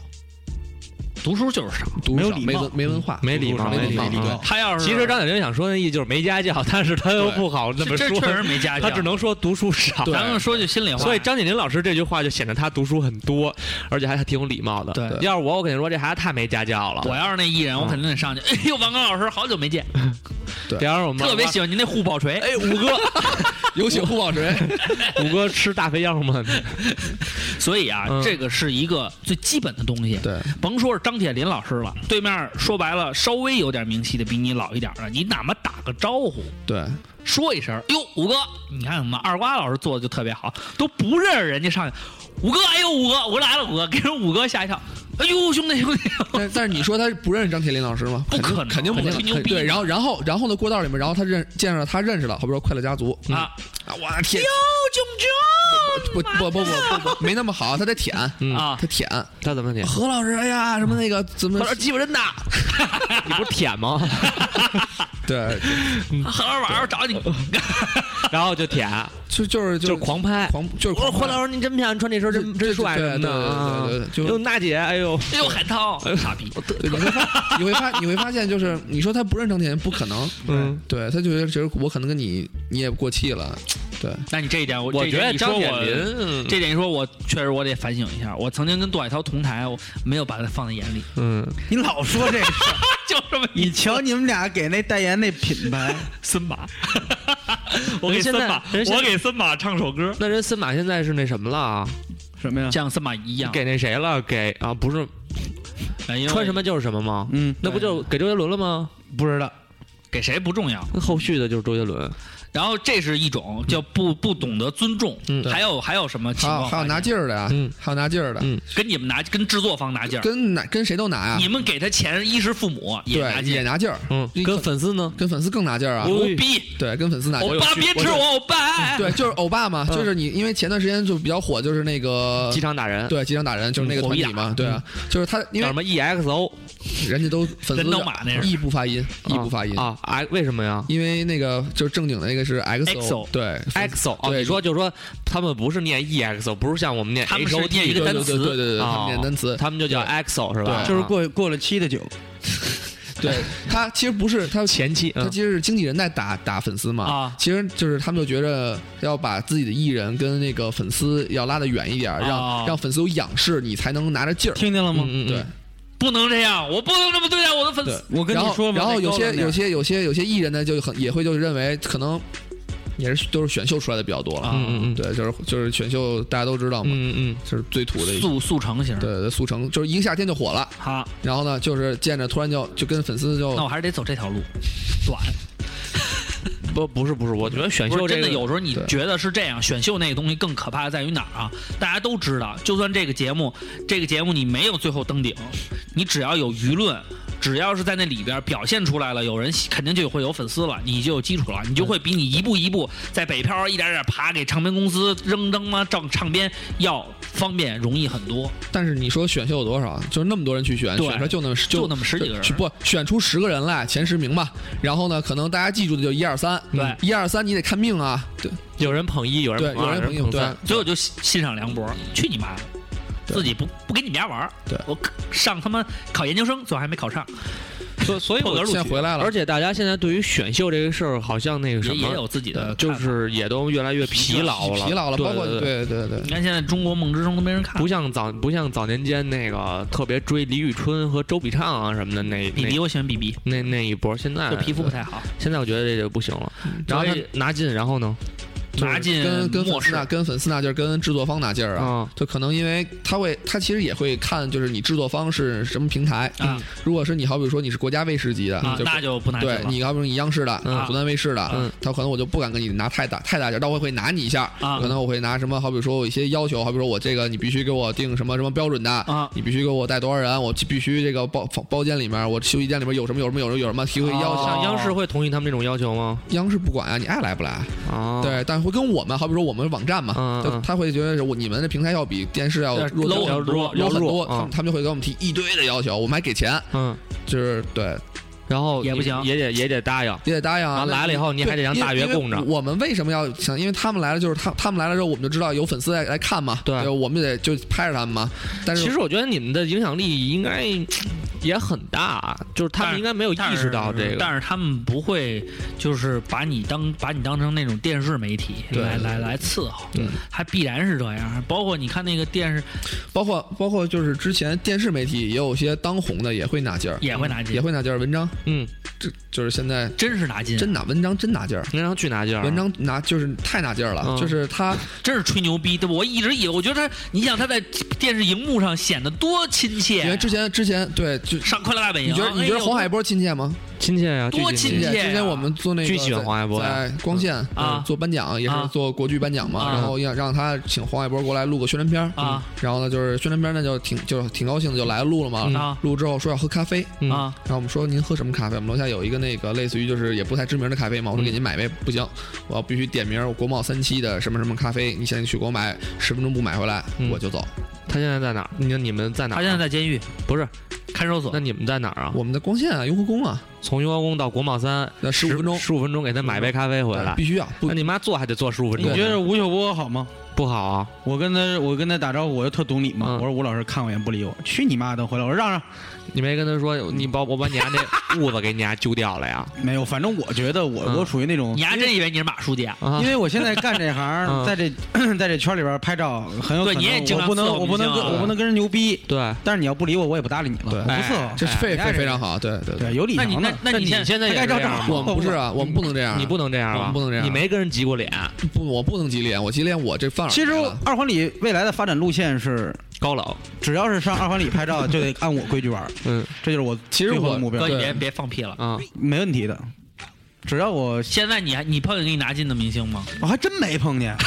B: 读书就是傻。
F: 读书
A: 有
F: 少，
A: 礼
F: 没
A: 貌
F: 文没文化，
C: 没礼貌，
F: 没
C: 没
F: 礼貌
C: 貌。
F: 对
C: 啊
B: 他要是
C: 其实张小玲想说的意就是没家教， 但是他又
F: 对
C: 不好那么
B: 这
C: 说
B: 确，实没家教，
C: 他只能说读书少。
F: 对
B: 咱们说句心里话，
C: 所以张铁林老师这句话就显得他读书很多，而且还挺有礼貌的。
B: 对对
C: 要是我，我肯定说这孩子太没家教了。
B: 我要是那艺人，我肯定得上去。 哎呦，王刚老师，好久没见，
C: 得让我们
B: 特别喜欢您那护宝锤。
C: 哎，五哥，
F: 有请胡宝锤，
C: 五哥吃大肥腰吗？
B: 所以啊
C: 嗯，
B: 这个是一个最基本的东西。
F: 对，
B: 甭说是张铁林老师了，对面说白了稍微有点名气的，比你老一点的，你哪怕打个招呼，
F: 对
B: 说一声，哟，五哥，你看我们二瓜老师做的就特别好，都不认识人家上去，五哥，哎呦，五哥，我来了，五哥，给人五哥吓一跳，哎呦，兄弟兄弟，
F: 但但是你说他不认识张铁林老师吗？
B: 不可能
F: 肯定不
B: 肯定
F: 可
B: 吹牛
F: 能。
B: 逼
F: 对，
B: 呢
F: 然后然后然后呢，过道里面，然后他认见着他认识了，好比说快乐家族
B: 啊，
F: 啊，我天，
B: 囧
F: 不不不不不不，没那么好，他得舔，
B: 囧啊
F: 他，舔。
C: 他怎么舔？
F: 何老师，哎呀，什么那个怎 么
C: 他？说欺负人的， 你不是舔吗？
F: 对，
B: 好好玩儿，我找你，
C: 然后就舔，
F: 就就是
C: 就是狂拍。
F: 狂就是
C: 我说
F: 狂
C: 何
F: 拍
C: 老师您真漂亮，穿这身真
F: 这
C: 真帅
F: 对
C: 什么的啊！
F: 对对对对就
C: 哟娜姐，哎呦，
B: 哎呦，海涛，傻逼，
F: 对，你会发你会发你会发现，就是你说他不认张铁林，不可能，
C: 嗯，
F: 对他觉得觉得我可能跟你你也过气了，对，
B: 那你这一点，我
C: 我嗯
B: 这一
C: 觉
B: 点
C: 得
B: 你
C: 张
B: 说
C: 铁
B: 我
C: 林，
B: 这点一说，我确实我得反省一下。我曾经跟杜海涛同台，我没有把他放在眼里，
C: 嗯，
A: 你老说 这事儿，
B: 就这么
A: 你瞧你们俩给那代言那品 牌，
B: 森马。
C: 我给森马我给
B: 森马唱首歌，
C: 那人森马现在是那什么了啊？
A: 什么呀？
B: 像森马一样，
C: 给那谁了？给啊，不是
B: 哎因为
C: 穿什么就是什么吗？
A: 嗯，
C: 那不就给周杰伦了吗？
A: 不知道，
B: 给谁不重要。
C: 那后续的就是周杰伦，
B: 然后这是一种叫不不懂得尊重，
C: 嗯
B: 还有还有什么情
F: 还有
B: 况？
F: 还有拿劲儿的呀
C: 嗯，
F: 还有拿劲儿的，
C: 嗯
B: 跟你们拿跟制作方拿劲儿，
F: 跟拿跟谁都拿呀
B: 你，们给他钱，衣食父母也拿
F: 对，也
B: 劲，
F: 拿劲儿，
C: 嗯
F: 你，
C: 跟
F: 可
C: 粉丝呢？
F: 跟粉丝更拿劲儿啊，
C: 我
B: 牛逼！
F: 对，跟粉丝拿劲
B: 欧
F: 儿。
B: 巴别吃我，欧巴。
F: 对，就是欧巴嘛，
C: 嗯
F: 就是你，因为前段时间就比较火，就是那个
C: 呃机场打人，
F: 对机场打人，就是那个
B: 嗯
F: 团体嘛，对啊，就是他，因
C: 叫
F: 为
C: 什么？E EXO
F: 人家都粉丝
B: 人当马那哦是
F: E 不发音，E 不发音，
C: 啊？哎，为什么呀
F: 因为那个就是正经的那个是 XO，
B: XO
F: 对粉丝
C: ？EXO 哦，
F: 对
C: 你说就是说他们不是念 EXO，不是像我们念
B: 他们是
C: HOT
B: 念一个单词
F: 对对对对对，
C: 哦
F: 他们念单词，
C: 他们就叫 EXO 是吧？
F: 对
A: 就是
C: 啊
A: 过过了期的酒，
F: 对他其实不是他
C: 前期，
F: 他
C: 嗯
F: 其实是经纪人在打打粉丝嘛，
B: 啊
F: 其实就是他们就觉着要把自己的艺人跟那个粉丝要拉得远一点儿，
B: 哦
F: 让让粉丝有仰视，你才能拿着劲儿，
A: 听见了吗？
C: 嗯嗯
F: 对。
B: 不能这样，我不能这么对待 我的粉
F: 对
B: 丝。，
A: 我跟你
F: 然后
A: 说吧
F: 然后
A: 那
F: 有
A: 高冷
F: 些
A: 点
F: 有些有些有些艺人呢，就很也会就认为可能也是都是选秀出来的比较多了，啊
C: 嗯嗯嗯
F: 对，就是就是选秀大家都知道嘛，
C: 嗯嗯
F: 就是最土的一。
B: 速速成型，
F: 对，速成就是一个夏天就火了，
B: 哈，
F: 然后呢，哦就是见着突然就就跟粉丝就
B: 那我还是得走这条路，短。
C: 不不是不哎是，我觉得选
B: 不
C: 秀
B: 是
C: 这
B: 真
C: 个
B: 的，有时候你
F: 对
B: 觉得是这样，选秀那个东西更可怕在于哪儿啊？大家都知道，就算这个节目，这个节目你没有最后登顶，你只要有舆论，只要是在那里边表现出来了，有人喜肯定就会有粉丝了，你就有基础了，你就会比你一步一步在北漂一点点爬给唱片公司扔灯啊，唱唱片要方便容易很多。
F: 但是你说选秀有多少啊？就是那么多人去选，
B: 对
F: 选出来就那么十
B: 就那么十几个人
F: 去不选出十个人来前十名吧。然后呢，可能大家记住的就一二三，
B: 对
F: 一二三你得看命啊，对
C: 有人捧一，有人
F: 对，
C: 捧
F: 有
C: 二，有
F: 捧
C: 人
F: 硬，
C: 捧
F: 对
C: 三，
B: 所以我就欣欣赏梁博，去你妈的！
F: 对
B: 自己不不跟你们家玩儿
F: 对
B: 我上他妈考研究生，最后还没考上，
C: 所以所以
B: 破格
C: 我
B: 录
F: 现
B: 取
F: 在回来了
C: 而，且大家现在对于选秀这个事儿，好像那个
B: 也
C: 什
B: 也
C: 么，
B: 有自己的
C: 呃，就
B: 看法
C: 是也都越来越疲劳了，
F: 疲劳了，
C: 对
F: 包括
C: 对对
F: 对对对
B: 你看现在中国梦之声都没人看，
C: 不像早不像早年间那个特别追李宇春和周笔畅啊什么的那
B: 比比
C: 那哎
B: 我喜欢比比，
C: 那那一波，现在
B: 就皮肤不太好。
C: 现在我觉得这就不行了。然后他
B: 所以
C: 拿进，然后呢？
B: 拿进
F: 跟跟粉
B: 末
F: 丝
B: 世
F: 那跟粉丝那劲儿，跟制作方那劲儿啊。
C: 啊，
F: 就可能因为他会，他其实也会看，就是你制作方是什么平台。
B: 啊
F: 如果是你好比说你是国家卫视级的，
B: 啊，
F: 就
B: 那就不拿进
F: 对
B: 了啊
F: 你，要不是你央视的、
C: 嗯
F: 湖南卫视的，
C: 嗯
F: 他可能我就不敢跟你拿太大太大件儿，但我会拿你一下，
B: 啊
F: 可能我会拿什么，好比说我一些要求，好比说我这个你必须给我定什么什么标准的，
B: 啊
F: 你必须给我带多少人，我必须这个包包间里面，我休息间里面有什么有什么有什么有什么提会
B: 哦
F: 要求。
C: 像央视会同意他们这种要求吗？
F: 央视不管啊，你爱来不来？
C: 啊，，
B: 哦
F: 对，但会跟我们，好比说我们网站嘛，
C: 嗯嗯
F: 就他会觉得是我你们的平台要比电视要
B: 要
F: 弱
B: low
F: 要
B: 很多
C: 要
F: 很
C: 哦弱
F: 多，
C: 啊
F: 他们他们就会给我们提一堆的要求，我们还给钱，
C: 嗯，
F: 就是对，
C: 然后
B: 也
C: 你
B: 不行
C: 也得也得答应。
F: 你得答应
C: 然
F: 啊。
C: 后
F: 那
C: 来了以后你还得让
F: 对
C: 大
F: 因
C: 爷
F: 为
C: 供着
F: 我们为什么要想？因为他们来了，就是他他们来了之后，我们就知道有粉丝来来看嘛，
C: 对
F: 我们就得就拍着他们嘛。但是
C: 其实我觉得你们的影响力应该也很大，啊就是他
B: 但
C: 们
B: 是
C: 应该没有意识到这个。
B: 但是他们不会就是把你当把你当成那种电视媒体
F: 对
B: 来
F: 对
B: 来来伺候
C: 嗯，
B: 还必然是这样。包括你看那个电视
F: 包括包括就是之前电视媒体也有些当红的也会拿劲儿，
B: 也会拿进
F: 也，会拿劲儿。文章
C: 嗯，
F: 这就是现在
B: 真是拿啊进，
F: 真拿文章真拿劲儿。
C: 那让去拿劲儿。
F: 文章拿就是太拿劲儿了，
C: 啊嗯
F: 就 是他
B: 真是吹牛逼。对吧我一直以为，我觉得他，你想他在电视荧幕上显得多亲切啊。
F: 因为之前之前对就
B: 上《快乐大本
F: 你
B: 营》
F: 觉
B: 哎
F: 得
B: 呦，
F: 你觉得黄海波亲切吗？
C: 亲切呀，
B: 多
C: 巨
B: 亲
C: 切
B: 切啊
F: 之前我们做那个
C: 巨喜欢黄海波呀
F: 在光线呃
B: 啊
F: 做颁奖也是
B: 啊
F: 做国剧颁奖嘛，
B: 啊
F: 然后要让他请黄海波过来录个宣传片儿
B: 啊，
F: 然后呢就是宣传片儿那就挺就是挺高兴的就来录了
C: 嗯
F: 嘛，
B: 啊
F: 录之后说要喝咖啡。
C: 嗯
B: 啊
F: 然后我们说您喝什么咖啡？我们楼下有一个那个类似于就是也不太知名的咖啡嘛，我说给您买杯不行，我要必须点名儿我国贸三期的什么什么咖啡，你现在去给我买，十分钟不买回来
C: 嗯
F: 我就走。
C: 他现在在哪儿？你你们在哪儿？
B: 他现在在监狱
C: 不是？
B: 看守所
C: 那。你们在哪儿啊？
F: 我们的光线啊，雍和宫啊，
C: 从雍和宫到国贸三，
F: 那十五分钟
C: 十五分钟给他买杯咖啡回来
F: 必。须要不
C: 那你妈坐还得坐十五分
A: 你
C: 钟，
A: 觉得吴秀波好吗？
C: 不好啊？
A: 我跟他我跟他打招呼，我就特懂你嘛。
C: 嗯
A: 我说吴老师看我一眼不理我，去你妈的！回来我说让让，
C: 你没跟他说，你把我把你家那痦子给你家揪掉了呀？
A: 没有，反正我觉得我、
C: 嗯
A: 我属于那种
B: 你，还真以为你是马书记啊？
C: 啊
A: 因，为我现在干这行，
C: 嗯
A: 在这 在这圈里边拍照很有可
B: 对
A: 能，
B: 你也经
A: 我
B: 常
A: 不能
B: 伺候
A: 我不能
B: 明
A: 跟
B: 星啊
A: 我不能跟人牛逼，
C: 对，
A: 但是你要不理我，我也不搭理你了，
F: 对
A: 我不伺候。
F: 这非
A: 哎
F: 非非常好，对对
A: 对，有理
B: 那
A: 想
B: 你那
A: 的。
B: 那你
C: 你
B: 现在
C: 现在
A: 他
C: 也
A: 该
C: 是
A: 照
C: 这样
A: 照
C: 吗
F: 我们不是 啊，我们不能这样，
C: 你不能这样
F: 我
C: 吧？
F: 们不能这样
C: 你没跟人急过脸，
F: 不，我不能激烈，我激烈我这犯
A: 其实
F: 上了
A: 二环里未来的发展路线是，
C: 高冷。
A: 只要是上二环里拍照，就得按我规矩玩儿，
C: 嗯
A: 这就是我
F: 其实
A: 最后的
F: 我
A: 目标
B: 哥，你
F: 对
B: 别别放屁了。
C: 啊，
A: 没问题的。只要我
B: 现在你还你碰见给你拿进的明星吗？
A: 我还真没碰见。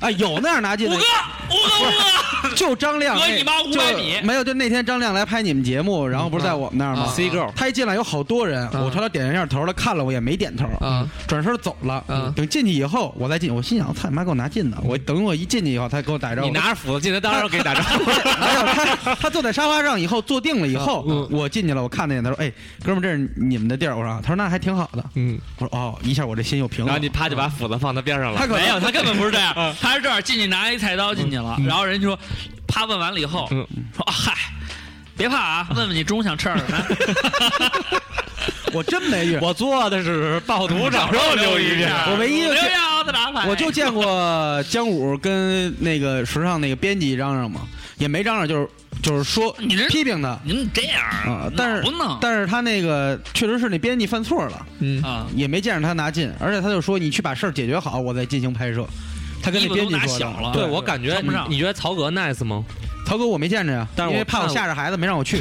A: 啊，有那样拿进的，
B: 我我
A: 就张亮那，
B: 哥你妈
A: 就
B: 500米
A: 没有，就那天张亮来拍你们节
C: 嗯
A: 目，然后不是在我们那儿吗
F: 啊
A: ？C girl，他一进来有好多人，
C: 啊
F: 嗯
A: 我朝他点了一下头，他看了我也没点头，
F: 啊，
A: 转身走了
C: 啊
F: 嗯。
A: 等进去以后，我再进，我心想，操你妈给我拿进
C: 嗯
A: 的，我等我一进去以后，他给我打招呼，
C: 你拿着斧子进来，当然给你打招 呼。
A: 没有他，他坐在沙发上以后坐定了以后，我进去了，我看了一眼，他说：“哎，哥们儿，这是你们的地儿。”我说：“啊他说那还挺好的。
C: 嗯，”
A: 我说：“哦，一下我这心又平
C: 然
A: 了。”
C: 后你啪就把斧子放他边上了
A: 他。可
B: 没有，
A: 能
B: 他根本不是这样，他是这样进去拿一菜刀进去了，
F: 嗯
B: 然后人就说，啪问完了以后
C: 嗯
B: 说啊嗨，别怕 啊，问问你中午想吃点什么。
A: 我真没遇，
C: 我做的是暴 徒掌肉溜鱼片，
A: 我唯一就
B: 留
A: 见
B: 下奥特打牌，
A: 我就见过姜武跟那个时尚那个编辑嚷嚷嘛，也没嚷嚷，就是就是说
C: 嗯
B: 你这
A: 批评他
B: 你们这样
A: 啊，但
B: 哪
A: 是
B: 不能
A: 但是他那个确实是那编辑犯错了，
F: 嗯，
B: 啊，
A: 也没见着他拿进，而且他就说你去把事儿解决好，我再进行拍摄。他跟
B: 衣
A: 那
B: 服都
A: 编辑
B: 拿
A: 说的
B: 小了，
C: 对我感觉
B: 穿不上，
C: 你觉得曹格 nice 吗？
A: 曹哥我没见着呀，
C: 但是我
A: 因为怕我
C: 看
A: 吓着孩子没让我去。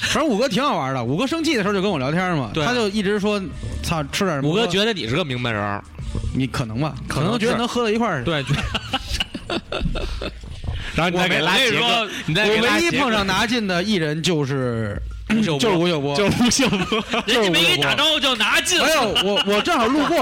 A: 反正五哥挺好玩的。五哥生气的时候就跟我聊天嘛，
C: 对啊
A: 他就一直说：“操，吃点什么
C: 五
A: 喝。”
C: 哥觉得你是个明白人儿，
A: 你可能吧，可
C: 能
A: 能觉得
C: 是
A: 能喝到一块儿去。
C: 对。 觉得然后你再给拉杰哥，你再给
A: 我
C: 拉
A: 唯
C: 杰
A: 一
C: 哥
A: 碰上拿劲的艺人就是
C: 吴秀波
A: 就是吴秀波，
C: 就是吴秀波，
B: 人家没给你打招呼就拿进
A: 没
B: 了，
A: 有我我正好路过，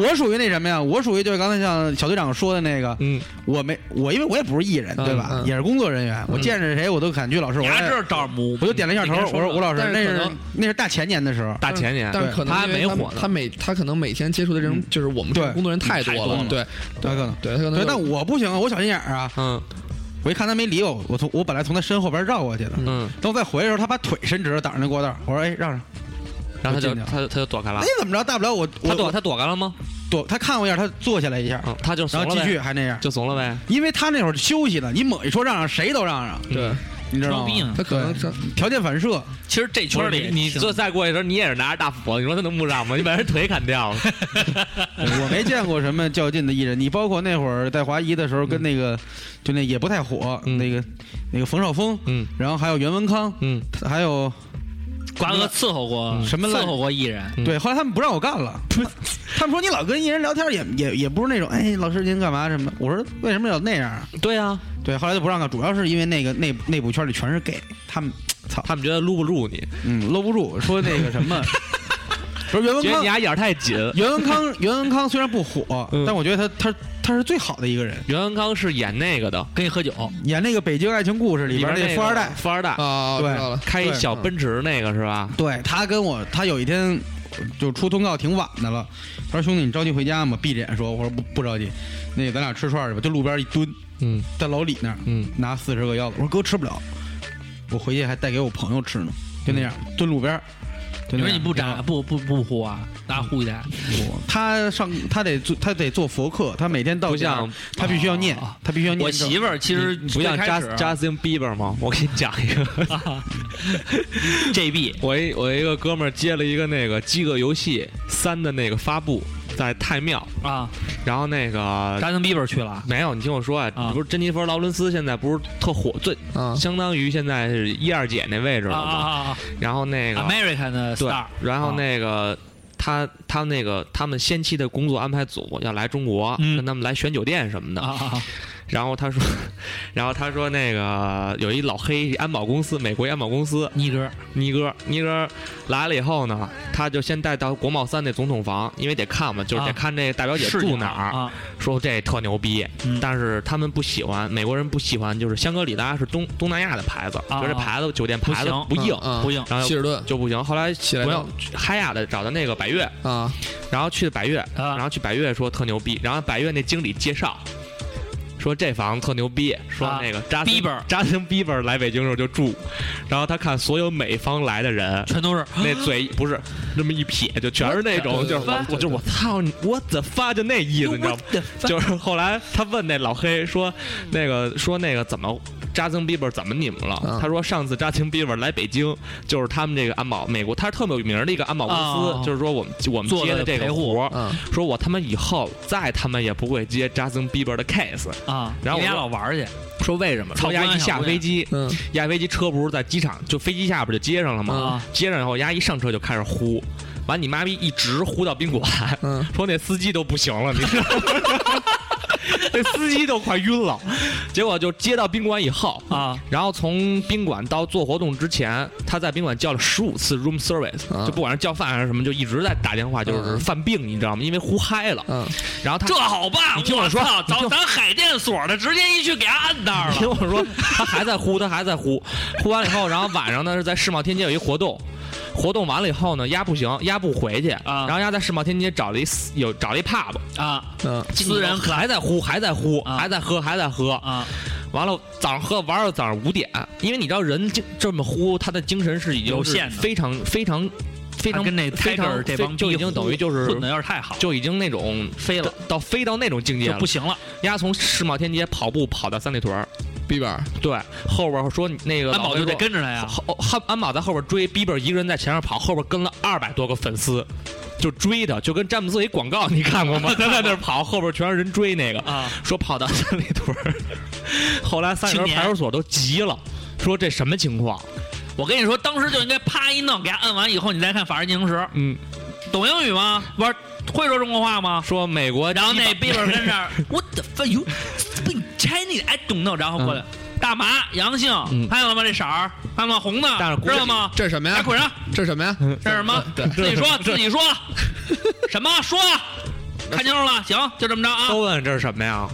A: 我属于那什么呀？我属于就是刚才像小队长说的那个，
C: 嗯，
A: 我没我因为我也不是艺人
F: 嗯
A: 对吧
F: 嗯？
A: 也是工作人员，我见着谁我都喊句老师，我
B: 你还
A: 说
B: 这招母，
A: 我就点了一下头，我说吴老师
F: 但，是
A: 那
F: 可
A: 是
F: 能
A: 那是大前年的时候，
C: 大前年，
F: 但是可能
C: 他
F: 因为
C: 没火呢
F: 他每他可能每天接触的这种
A: 嗯
F: 就是我们这
A: 对
F: 种工作人太多
A: 太多了
F: 了，对
A: 对可能
F: 对，他可能
A: 对，
F: 就
A: 但我不行啊，我小心眼儿啊！
C: 嗯
A: 我一看他没理我，我从我本来从他身后边绕过去的，
C: 嗯，
A: 等我再回来的时候，他把腿伸直了挡着那过道儿，我说哎让让，
C: 然后他就
A: 我进去了
C: 他就他就躲开了
A: 那，怎么着？大不了我
C: 他
A: 我
C: 躲
A: 躲
C: 他躲开了吗？
A: 躲他看我一眼，他坐下来一下，
C: 嗯，他就怂
A: 然
C: 了
A: 后
C: 呗
A: 继续还那样，
C: 就怂了呗，
A: 因为他那会儿休息呢，你猛一说让让，谁都让让，
C: 嗯
F: 对，
A: 你知道
B: 装逼
A: 吗
B: 呢？
F: 他可能是
A: 条件反射，
B: 其实这
C: 不
B: 圈
C: 是
B: 里也
C: 你，你
B: 挺
C: 就再过去的时候，你也是拿着大斧，你说他能 不让吗？你把人腿砍掉了，嗯
A: 我没见过什么较劲的艺人。你包括那会儿在华谊的时候，跟那个就那也不太火，
C: 嗯
A: 那个那个冯绍峰，
C: 嗯
A: 然后还有袁文康，
C: 嗯，
A: 还有
B: 瓜哥伺候过
A: 嗯什么烂
B: 伺候过艺人，
C: 嗯
A: 对，后来他们不让我干了， 他们说你老跟艺人聊天也也也不是那种哎老师您干嘛什么的，我说为什么要那样啊？
C: 对啊，
A: 对，后来就不让干，主要是因为那个内内部圈里全是 gay，他们操，
C: 他们觉得撸不住你，
A: 嗯，搂不住，说那个什 么，说袁文
C: 觉得
A: 康
C: 你。俩眼儿太 紧。
A: 袁文康，袁文康虽然不火，
C: 嗯
A: 但我觉得他他他是最好的一个人。
C: 袁文康是演那个的，
B: 跟你喝酒，
A: 演那个《北京爱情故事》里边
C: 那
A: 那富二代，
C: 富二代
F: 啊，我知
A: 对
F: 道了，
C: 开一小奔驰那个是吧？
A: 对他跟我，他有一天就出通告挺晚的了，他说：“兄弟，你着急回家吗？”闭着眼说：“我说不不着急，那个咱俩吃串儿去吧。”就路边一蹲，
C: 嗯
A: 在老李那儿
C: 嗯
A: 拿四十个腰子，我说：“哥吃不了，我回去还带给我朋友吃呢。”就那样蹲路边儿，就那
B: 你说
A: 样
B: 你不扎不不不呼啊，拿呼一下，
A: 他上他得做他得做佛课，他每天到
C: 不
A: 家
C: 像
A: 他必须要念，他必须要念
B: 哦我
A: 咒。
B: 媳妇儿其实
C: 不像
B: 最开始啊
C: Just Justin Bieber 吗？我给你讲一个，
B: JB
C: 我一我一个哥们儿接了一个那个《饥饿游戏三》的那个发布，在太庙，
B: 啊，
C: 然后那个
B: 扎登 Bieber 去了，
C: 没有，你听我说
B: 啊
C: 啊，不是珍妮弗·劳伦斯现在不是特火，最
F: 啊，
C: 相当于现在是一二姐那位置
B: 啊
C: 了
B: 啊
C: 嘛。
B: 啊
C: 然后那
B: 啊
C: 个
B: ，American 的
C: 对
B: Star，，
C: 然后那个他他那个他们先期的工作安排组要来中国，
B: 嗯
C: 跟他们来选酒店什么的
B: 啊。啊啊，
C: 然后他说， 然后他说那个有一老黑安保公司，美国安保公司
B: 尼哥
C: 尼哥，尼哥来了以后呢，他就先带到国贸三那总统房，因为得看嘛，就是
B: 啊
C: 得看这大表姐
B: 是
C: 住哪儿。
B: 啊，
C: 说这特牛逼，
B: 嗯
C: 但是他们不喜欢，美国人不喜欢，就是香格里拉是东东南亚的牌子，
B: 啊
C: 觉得这牌子酒店牌子
B: 不行嗯
C: 不嗯硬，
F: 啊
B: 不硬，
C: 然后
F: 希尔顿
C: 就不行。后来
F: 起来
C: 不
F: 了
C: 要嗨雅的找的那个百悦，
F: 啊，
C: 然后去百悦，
B: 啊
C: 嗯然后去百悦说特牛逼，然后百悦那经理介绍。说这房子特牛逼，说
B: 啊
C: 那个扎
B: Bieber
C: 扎森 Bieber 来北京的时候就住，然后他看所有美方来的人，
B: 全都是
C: 那嘴不是那么一撇，就全是那种，
F: What
C: 就
F: the
C: 是我
F: fuck？
C: 我就是我操你我怎发就那意思，你知道吗？就是后来他问那老黑说，那个说那个怎么扎森比伯怎么你们了
F: 嗯？
C: 他说上次扎森比伯来北京，就是他们这个安保美国，他是特别有名的一个安保公
B: 哦
C: 司，就是说我们我们
B: 做
C: 接
B: 的
C: 这
B: 陪
C: 个
B: 护
C: 活儿，
F: 嗯，
C: 说我他妈以后再他妈也不会接扎森比伯的 case。
B: 啊，
C: 然后我
B: 你俩
C: 说
B: 老玩儿去，
C: 说为什么？
B: 操
C: 说丫
B: 姑娘
C: 一下
B: 小姑娘
C: 飞机，
F: 嗯，
C: 压飞机车不是在机场，就飞机下边就接上了吗
B: 啊？
C: 接上以后，丫一上车就开始呼，完你妈逼一直呼到宾馆，
F: 嗯
C: 说那司机都不行了，你知道吗？ 那司机都快晕了。结果就接到宾馆以后
B: 啊，
C: 然后从宾馆到做活动之前，他在宾馆叫了十五次 room service，
F: 啊
C: 就不管是叫饭还是什么，就一直在打电话，就是
F: 嗯
C: 犯病，你知道吗？因为呼嗨了。
F: 嗯，
C: 然后他
B: 这好办，
C: 你听我说
B: 操
C: 你听
B: 找
C: 我
B: 咱海淀所的，直接一去给他按那儿
C: 听
B: 了，
C: 我说，他还在呼，他还在呼，呼完了以后，然后晚上呢是在世贸天街有一活动，活动完了以后呢，丫不行，丫不回去，
B: 啊
C: 然后丫在世贸天街找了一私有找了一 pub，
B: 啊
F: 嗯，
B: 私人
C: 可还在呼，还在呼，
B: 啊
C: 还在喝，还在喝，
B: 啊，
C: 完了早上喝玩到早上五点，因为你知道人这这么呼，他的精神是已经
B: 有
C: 是
B: 限的
C: 非常非常非
B: 他
C: 常
B: 跟那
C: 非
B: Tiger
C: 常
B: 这帮
C: 就已经
B: 逼混
C: 等于就是
B: 混的有点太好，
C: 就已经那种
B: 飞了
C: 到飞到那种境界
B: 就
C: 了
B: 不，行了，
C: 丫从世贸天街跑步跑到三里屯儿，
F: b 本
C: 对，后边说你那个
B: 安
C: 老
B: 保
C: 黑
B: 就得
C: 说
B: 跟着他呀，
C: 后汉安保在后边追，Bieber 一个人在前面跑，后边跟了二百多个粉丝，就追他，就跟詹姆斯有一广告你看过吗？ 他在那儿跑，后边全是人追那个，
B: 啊，
C: 说跑到三里屯儿，后来三里屯
B: 青年
C: 派出所都急了，说这什么情况？
B: 我跟你说，当时就应该啪一弄，给他摁完以后，你再看《法制进行时》。
C: 嗯，
B: 懂英语吗？不是会说中国话吗？
C: 说美国基本，
B: 然后那 b i e 跟这儿，What the fuck you speak Chinese? I don't know。然后过来，大麻阳性
C: 嗯，
B: 看见了吗？这色儿，看见吗？红的
C: 但是，估
B: 知
C: 计
B: 道吗？
F: 这是什么
B: 哎，
F: 呀？
B: 滚上！嗯
F: 这是什么呀？
B: 这是什么？自己说，自己说，什么说？看清楚了，行，就这么着啊
C: 都。问这是什么呀？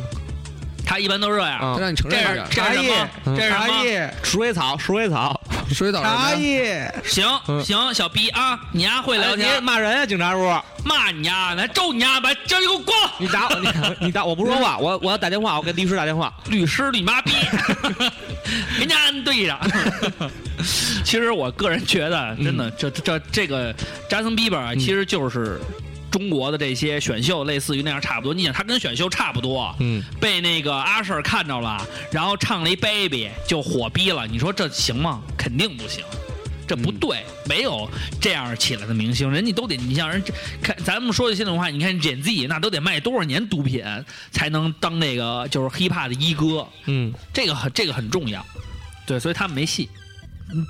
B: 他一般都是这样。
C: 啊
F: 他，让你承
B: 这
F: 嗯认一
B: 是
F: 下，
B: 这是什么？
C: 嗯
B: 这是什
A: 茶
B: 么？
A: 叶，
C: 鼠尾草，鼠尾草，
F: 水岛什么
A: 茶
F: 呀？
A: 叶，
B: 行
C: 嗯
B: 行，小逼啊，你丫会聊
C: 哎
B: 天
C: 你，骂人啊，警察叔，
B: 骂你丫，来揍你丫，把叫你给我滚！
C: 你打我，你你打我不说话，我我要打电话，我给律师打电话。
B: 律师你妈逼，人家按对着。其实我个人觉得，真的，这这这个 Justin Bieber 啊，其实就是中国的这些选秀，类似于那样差不多。你想，他跟选秀差不多，
C: 嗯，
B: 被那个阿 Sir 看着了，然后唱了一 Baby 就火逼了。你说这行吗？肯定不行。这不对，没有这样起来的明星，人家都得你像人，看咱们说句心里话，你看 Gen Z 那都得卖多少年毒品才能当那个就是 hiphop 的一哥，
C: 嗯，
B: 这个很这个很重要，对，所以他们没戏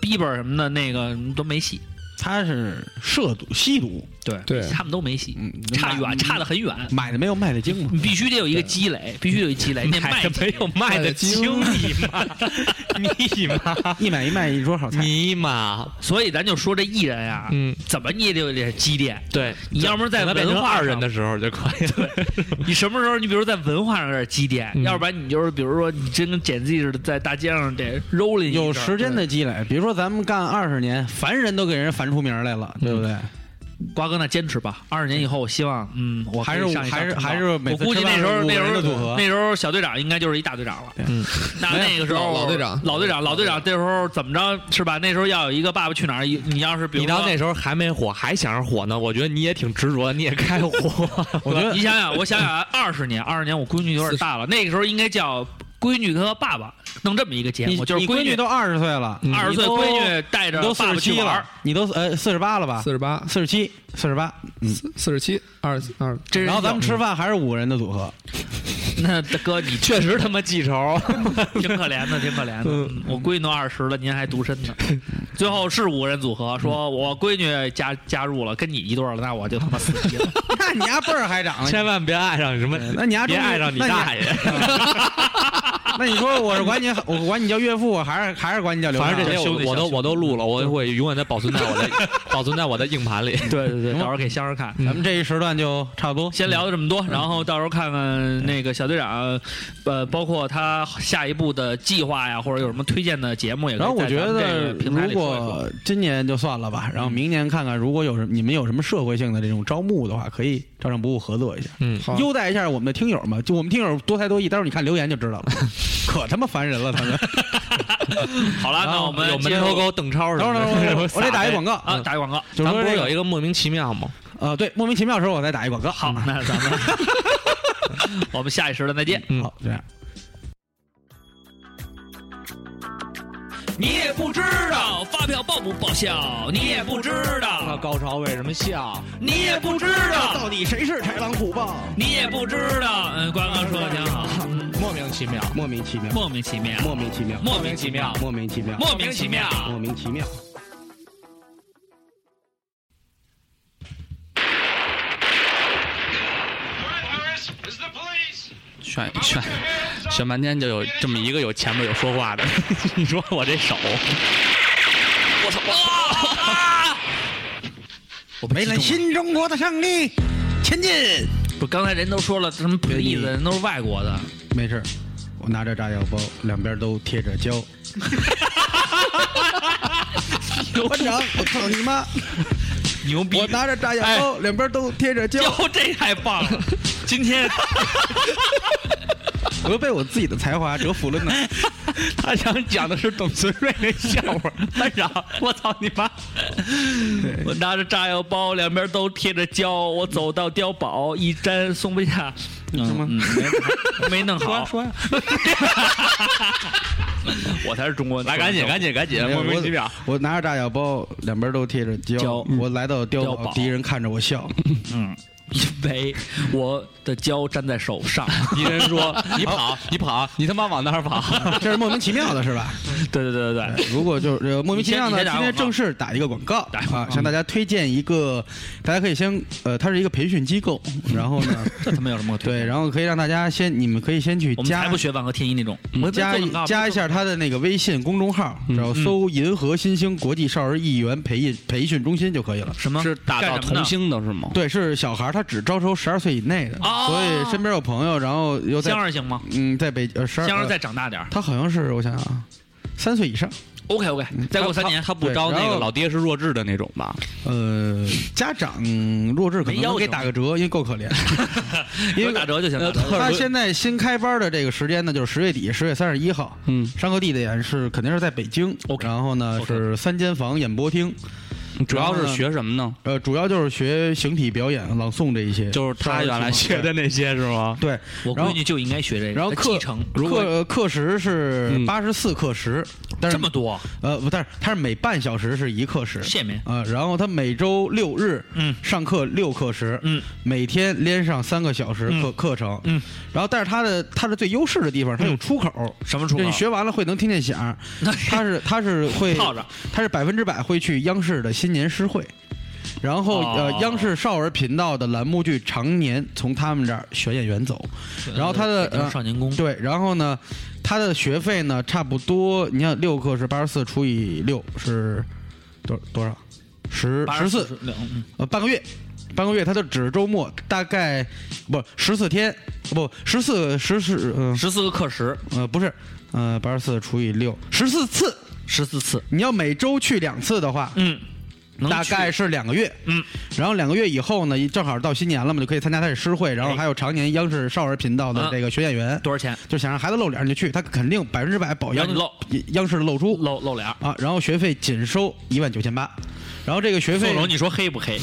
B: ，Bieber 什么的那个都没戏，
A: 他是涉毒吸毒，
B: 对
F: 对
B: 他们都没戏，
A: 嗯，
B: 差远
A: 买
B: 差得很远，
A: 买的没有卖的精嘛
B: 你。 必须得有一个积累，必须得有一积累，你得卖
C: 卖的 没有卖的精，你妈，你妈，
A: 一买一卖一桌好菜，
C: 你妈，
B: 所以咱就说这艺人呀、
C: 嗯，
B: 怎么你也得有点积淀。
C: 对，
B: 你要不然在
C: 等他变成
B: 文化
C: 二人
B: 上
C: 的时候就可以了。
B: 你什么时候，你比如在文化上有点积淀，
C: 嗯
B: 要不然你就是比如说你真跟简 Z 似的，在大街上得 rolling 一阵儿
A: 有时间的积累。比如说咱们干二十年，凡人都给人烦出名来了，对不对？
B: 瓜哥那坚持吧，二十年以后，我希望嗯，我可
A: 还
B: 以
A: 是
B: 上一上
A: 还是
B: 通告
A: 还是每
B: 我
A: 次
B: 估计
A: 吃
B: 那
A: 饭
B: 时候
A: 是五
B: 那
A: 个
B: 时
A: 人
B: 候
A: 的组合
B: 那时候小队长应该就是一大队长了。
A: 嗯，
B: 那
A: 没有
B: 那个时候
F: 老老队长
B: 老队长，老队长，那时候怎么着是吧？那时候要有一个《爸爸去哪儿》，你要是比
C: 你
B: 如
C: 到
B: 说
C: 那时候还没火，还想着火呢，我觉得你也挺执着，你也 该火。
A: 我觉得
B: 你想想，我想想啊，二十年，二十年，我闺女有点大了，那个时候应该叫闺女和爸爸弄这么一个节
A: 你
B: 目，就是
A: 你闺
B: 女
A: 女都二十岁了，
B: 二十岁，
A: 你都
B: 闺女带着
A: 你都四
B: 爸
A: 十
B: 爸去
A: 七
B: 玩
A: 了
B: 儿，，
A: 你都呃四十八了吧？
F: 四十八、
A: 四十七、四十八，嗯。
F: 四十七、二二，
B: 真是
A: 然后咱们吃饭还是五个人的组合，
B: 那大哥你
C: 确实他妈记仇，
B: 挺可怜的，挺可怜的。嗯我闺女都二十了，您还独身呢。最后是五人组合，说我闺女加加入了，跟你一对儿了，那我就他妈死定 了。
A: 那你丫辈儿还长
C: 千万别爱上什么，
A: 那你丫
C: 别
A: 终于
C: 爱上你
A: 那
C: 大爷。
A: 那你说我是管你，我管你叫岳父，还是还是管你叫刘
C: 反
A: 畅？
C: 正这些
B: 兄弟
C: 我我都
B: 小
C: 我都录了，我会永远的保存在我的保存在我的硬 盘里。
B: 对对对，到时候给香儿看。
A: 咱们这一时段就差不多。
B: 先聊了这么多，然后到时候看看那个小队长，呃，包括他下一步的计划呀，或者有什么推荐的节目，也可以
A: 然后我觉
B: 在咱们这
A: 得
B: 个，平台
A: 如
B: 里说一说
A: 果今年就算了吧，然后明年看看，如果有什么你们有什么社会性的这种招募的话，可以照上不误合作一下，
C: 嗯，
B: 啊
F: 好
A: 优待一下我们的听友嘛。就我们听友多才多艺，到时候你看留言就知道了， 可他妈烦人了，他们。
B: 好了，
A: 然
B: 那
A: 后
B: 我们
C: 有门
B: 接着
C: 头沟邓超
A: 等会儿，等会儿，等会儿我得打一广
C: 告。
A: 告
B: 啊，打一广告。
A: 就是
C: 咱
A: 说
C: 们不
A: 这
C: 是有
A: 个
C: 一个莫名其妙吗？
A: 呃，对，莫名其妙的时候我再打一广告。嗯
B: 好，那咱们 我们下一时段再见。
C: 嗯
A: 好，这样。
B: 你也不知道发票报不报销，你也不知道，
C: 高潮为什么笑？
B: 你也不知道，
A: 底谁是豺狼虎豹？
B: 你也不知道。嗯，关哥说的挺好，嗯
C: 莫名其妙，
A: 莫名其妙，
B: 莫名其妙，
A: 莫名其妙，
B: 莫名其妙，
A: 莫名其妙，
B: 莫名其妙。
A: 莫名其妙。
C: 选选选半天就有这么一个有前面有说话的， 你说我这手，我操！
B: 啊！
C: 我没
A: 了新中国的胜利，前进！
B: 不，刚才人都说了什么 please，人都是外国的，
A: 没事儿，我拿着炸药包，两边都贴着胶。班长， 我操你妈！
B: 牛逼！哎
A: 我拿着炸药包，两边都贴着胶，
B: 哟，这太棒 了！今天
A: 我又被我自己的才华折服了
B: 哎
A: 呢。
C: 他想讲的 是董存瑞那笑话，
B: 哎
C: 班长，我操你妈！
B: 我拿着炸药包，两边都贴着胶，我走到碉堡，一沾松不下，
A: 什么
B: 嗯，没没弄好。
A: 说呀，
B: 我才是中国
C: 来，赶紧，赶紧，赶紧，莫名其妙。
A: 哎我拿着炸药包，两边都贴着胶
B: 胶。
A: 我来到碉
B: 碉堡
A: 堡，敌人看着我笑。
B: 嗯，因为我的胶粘在手上。
C: 一人 说：“你跑，你跑，你他妈往那儿跑
A: 这是莫名其妙的是吧？
B: 对对对对对，
A: 如果就是呃莫名其妙
B: 你
A: 呢，
B: 先你先
A: 今
B: 打个
A: 天
B: 广告
A: 正式打一个广告
B: 打一个广
A: 啊，
B: 告
A: 向大家推荐一个，大家可以先呃，它是一个培训机构，然后呢，
B: 这他妈有什么可推
A: 对，然后可以让大家先，你们可以先去
B: 我们才
A: 加
B: 不学万和天一那种，啊
A: 加一加一下他的那个微信公众号，
B: 嗯
A: 然后搜“银河新兴国际少儿艺员培育培训中心”就可以了。
B: 什么？
C: 是打造
B: 干什么呢
C: 童星的是吗？
A: 对，是小孩儿，他只招收十二岁以内的，
B: 哦
A: 所以身边有朋友，然后又在
B: 香儿行吗？
A: 嗯，在北呃十二，
B: 香儿
A: 呃
B: 再长大点儿。
A: 他好像是我想想啊，三岁以上，
B: OK OK，再过三年
C: 他他不
A: 嗯对
C: 招那
A: 然
C: 个
A: 后
C: 老爹是弱智的那种吧？
A: 呃，家长弱智可
B: 没要
A: 能
B: 求
A: 给打个折，因为够可 怜。
B: 因为打折就行。 打折就行
A: 呃他现在新开班的这个时间呢，就是十月底，十月三十一号。
C: 嗯，
A: 上课地点是肯定是在北京
B: OK
A: 然后呢
B: OK
A: 是三间房演播厅，
C: 主要是学什么呢？
A: 呃，主要就是学形体表演、朗诵这一些。
C: 就是啊他原来学的那些是吗？
A: 对，
B: 我
A: 然
B: 闺
A: 后
B: 女就应该学这个，
A: 然后课
B: 继承
A: 课课时是
C: 嗯
A: 八十四课时，但是
B: 这么多，
A: 呃，不，但是它是每半小时是一课时。
B: 谢没？
A: 啊、然后他每周六日，
B: 哎嗯
A: 上课六课时，
B: 嗯，
A: 每天连上三个小时课、课程，
B: 嗯，
A: 然后但是他的他的最优势的地方，他有出口，
B: 什么出
A: 就
B: 口
A: 你？学完了会能听见响儿，
B: 那
A: 他是他是 会
B: 泡着
A: 他是百分之百会去央视的新年诗会，然后、
B: 哦
A: 呃，央视少儿频道的栏目剧常年从他们这儿选演员走，然后他的
B: 北京
A: 呃
B: 少年宫
A: 对，然后呢，他的学费呢差不多，你看六课是八十四除以六是多多少？十十四
B: 两，嗯
A: 呃半个月。半个月，他就只是周末，大概不十四天，不十四十四，嗯
B: 十四个课时，
A: 呃不是，呃八十四除以六，十四次，
B: 十四次，
A: 你要每周去两次的话，
B: 嗯，能
A: 大概
B: 去
A: 是两个月。
B: 嗯，
A: 然后两个月以后呢，正好到新年了嘛，就可以参加他的诗会，然
B: 哎
A: 后还有常年央视少儿频道的
B: 嗯
A: 这个选演员，
B: 多少钱？
A: 就想让孩子露脸你就去，他肯定百分之百保
B: 让
A: 央
B: 你露
A: 央视的露出
B: 露露脸儿。
A: 啊，然后学费仅收一万九千八，然后这个学费
B: 宋龙，你说黑不黑？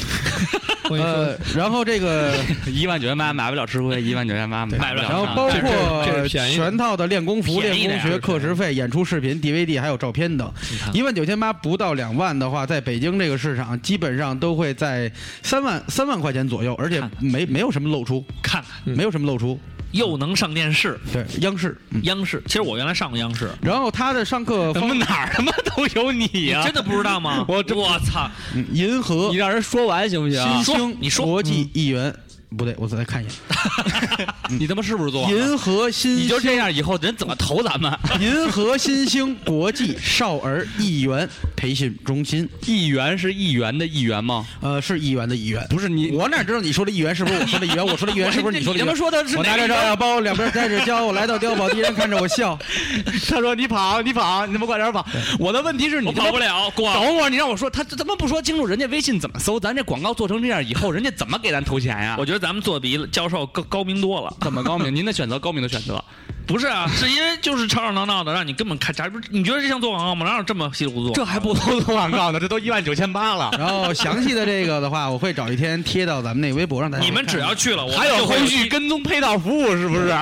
F: 我跟你说
A: 呃，，然后这 个
C: 一万九千八买不了吃亏，一万九千八买不
A: 啊
C: 了
A: 然
C: 上
A: 后
B: 啊
C: 当。
A: 包
F: 这是这
A: 括
F: 是便宜的
A: 全套的练功服、
B: 便
A: 练
B: 宜的
A: 功
B: 呀
A: 学、课时费、演出视频、DVD 还有照片等，一万九千八不到两万的话，在北京这个市场基本上都会在三万三万块钱左右，而且
B: 看看
A: 没没有什么露出，
B: 看看，
A: 没有什么露出，
B: 又能上电视，
A: 对，央视。嗯
B: 央视。其实我原来上过央视，
A: 然后他的上课
C: 怎
A: 方
C: 么哪儿他妈都有你
A: 啊
C: 呀、
B: 真的不知道吗？我我操！
A: 嗯银河
C: 你让人说完行不啊
A: 新
C: 行？
B: 说
A: 兴
B: 你说嗯
A: 国际艺员，不对，我再看一眼，
C: 你他妈是不是做完了？
A: 银河新
C: 你就
A: 兴
C: 这样，以后人怎么投咱们？
A: 银河新兴国际少儿艺员培训中心，
C: 议员是议员的议员吗？
A: 呃，是艺员的艺员，
C: 不是你，
A: 我哪知道你说的议员是不是我说的议员？我说的议员是不是你说的议员
C: 你他妈？说的是
A: 我拿
C: 哪
A: 着
C: 个
A: 照相包，两边带着胶，我来到碉堡，敌人看着我笑。
C: 他说你跑，你跑，你他妈快点跑！我的问题是你
B: 我跑不
C: 了。
B: 了，挂。
C: 等会儿你让我说，他他妈不说清楚，人家微信怎么搜？咱这广告做成这样以后，人家怎么给咱投钱呀
B: 我？觉得咱们做比教授高高明多了。
C: 怎么高明？您的选择，高明的选择。
B: 不是啊， 是因为就是吵吵闹闹的，让你根本看啥不？你觉得这像做广告吗？哪有这么稀里糊涂？
C: 这还不投广告呢？这都一万九千八了。
A: 然后详细的这个的话，我会找一天贴到咱们那微博让大家
B: 你们只要去了，我
C: 还有
B: 就会
C: 后续跟踪配套服务是不是？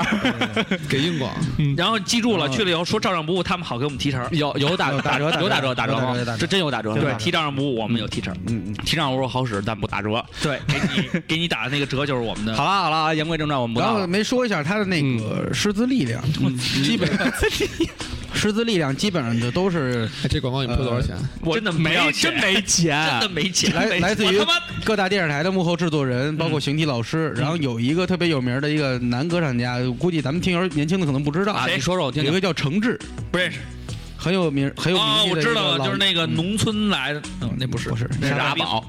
F: 给硬广，
B: 然后记住了，去了以后说照上不误，他们好给我们提成。
C: 有有 打
A: 有打折
C: 有打折
A: 有打
C: 打折
A: 折
C: 吗
A: 有打？折
C: 这真有打折。
A: 有
B: 对
A: 打，折
B: 提照上不误，我们有提成。
A: 嗯嗯。
C: 提上我说好使，但不打折。
B: 对，给 你给你打的那个折就是我们的。
C: 好了好了，言归正传，我们不
A: 然
C: 闹
A: 后
C: 了。
A: 没说一下他的那个师资力量， 基本师资力量基本上的都是
F: 哎，这广告你们出多少钱？
C: 我
B: 真的不
C: 没
B: 要
C: 真
B: 钱
C: 没钱，
B: 真的没钱，
A: 来来自于
B: 我他妈
A: 各大电视台的幕后制作人，包括形体老师，然后有一个特别有名的一个男歌唱家，估计咱们听友年轻的可能不知道
C: 啊！你说说我听
A: 有一
C: 听。
A: 个叫程志，
B: 不认识。
A: 很有名，很有
B: 哦，
A: 名气
B: 我
A: 的一
B: 知
A: 个
B: 道了，
A: 老
B: 就是那个农村来的，嗯，那不是，
A: 不是那
B: 那是
A: 是
B: 阿宝。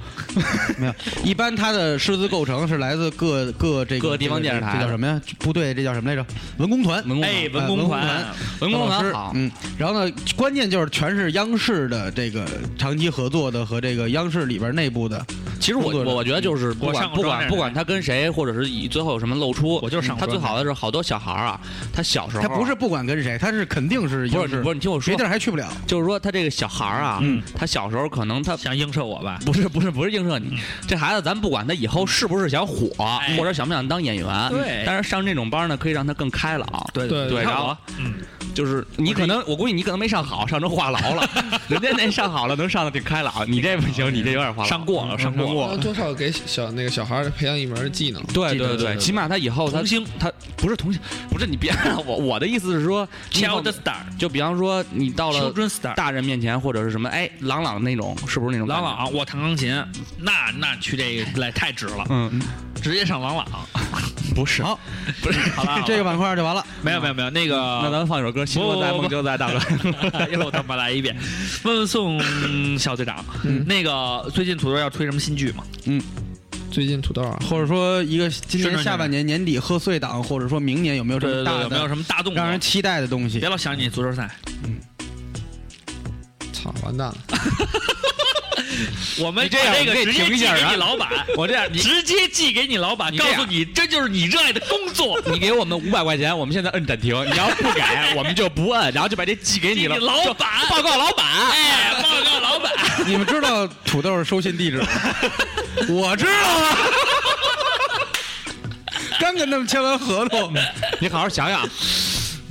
A: 没有。一般他的师资构成是来自各各这个
C: 各地方电视台
A: 这叫什么呀？部队这叫什么来着？文工团。
C: 嗯文工
B: 哎，
A: 文
B: 工
A: 工
B: 团
A: 团，
C: 文工
A: 老
C: 团
A: 师
C: 好，
A: 嗯，然后呢，关键就是全是央视的这个长期合作的和这个央视里边内部的，
C: 其实
A: 工
C: 我
A: 作
C: 我
A: 人
C: 我觉得就是不
B: 我上
C: 管
B: 过
C: 不
B: 中央
C: 管
B: 电视
C: 不管他跟谁，或者是以最后有什么露出，嗯
B: 我就是上过
C: 他
B: 中
C: 最
B: 央
C: 好的是好多小孩儿啊，他小时候啊
A: 他不是不管跟谁，他是肯定是
C: 不
A: 央
C: 是
A: 视
C: 不，是你听我说
A: 别，地儿还去不了。
C: 就是说他这个小孩儿啊，
B: 嗯
C: 他小时候可能他
B: 想映射我吧？
C: 不是不是不是映射你，这孩子咱不管他以后是不是想火，
B: 哎
C: 或者想不想当演员，
B: 对
C: 但是上这种班呢，可以让他更开朗。
B: 对
F: 对
C: 对，
B: 你看
C: 然后
B: 我嗯，
C: 就是你可能，我估计你可能没上好，上成话痨了。人家那上好了，能上的挺开朗，你这不行，你这有点话痨
B: 上过了上过了
F: 然后多少给小那个小孩儿培养一门技能。
C: 对
B: 记得
C: 对
B: 记得
C: 对，起码他以后他
B: 童星
C: 他不是童星，不是你别我我的意思是说你以后
B: Child star,
C: 就比方说你到了
B: children star。
C: 哦大人面前或者是什么，哎，朗朗那种是不是那种感
B: 朗
C: 觉？
B: 朗，我弹钢琴，那那去这个来太值了，
C: 嗯，
B: 直接上朗朗。
C: 不是，
H: 好，
C: 不是，好
B: 啊
C: 了，
H: 这个板块就完了。
B: 没有没有没有，那个
C: 那咱们放一首歌，《心若在，梦就在》，大哥。
B: 又他妈来一遍。问问宋小队长，那个最近土豆要推什么新剧吗？
F: 最近土豆啊，
H: 或者说一个今
B: 是
H: 年
B: 是
H: 下半年年底贺岁档，或者说明年有没有这么
B: 对对对，
H: 大
B: 有没有
H: 的
B: 什么大动作
H: 让？人期待的东西
B: 别？老想你足球赛，
F: 操，完蛋了！
B: 我们
C: 你这样
B: 把
C: 我
B: 个
C: 给
B: 直接
C: 停一
B: 寄
C: 下
B: 给
C: 啊
B: 你老板，
C: 我这样，你
B: 直接寄给你老板，
C: 你
B: 告
C: 这样
B: 诉你这就是你热爱的工作。
C: 你给我们五百块钱，我们现在摁暂停。你要不给，我们就不摁，然后就把这 寄给
B: 寄
C: 你了
B: 给。老板，
C: 报告老板，
B: 哎， 报告老板，
H: 你们知道土豆收信地址吗？ 我知道啊，刚跟他们签完合同，
C: 你好好想想，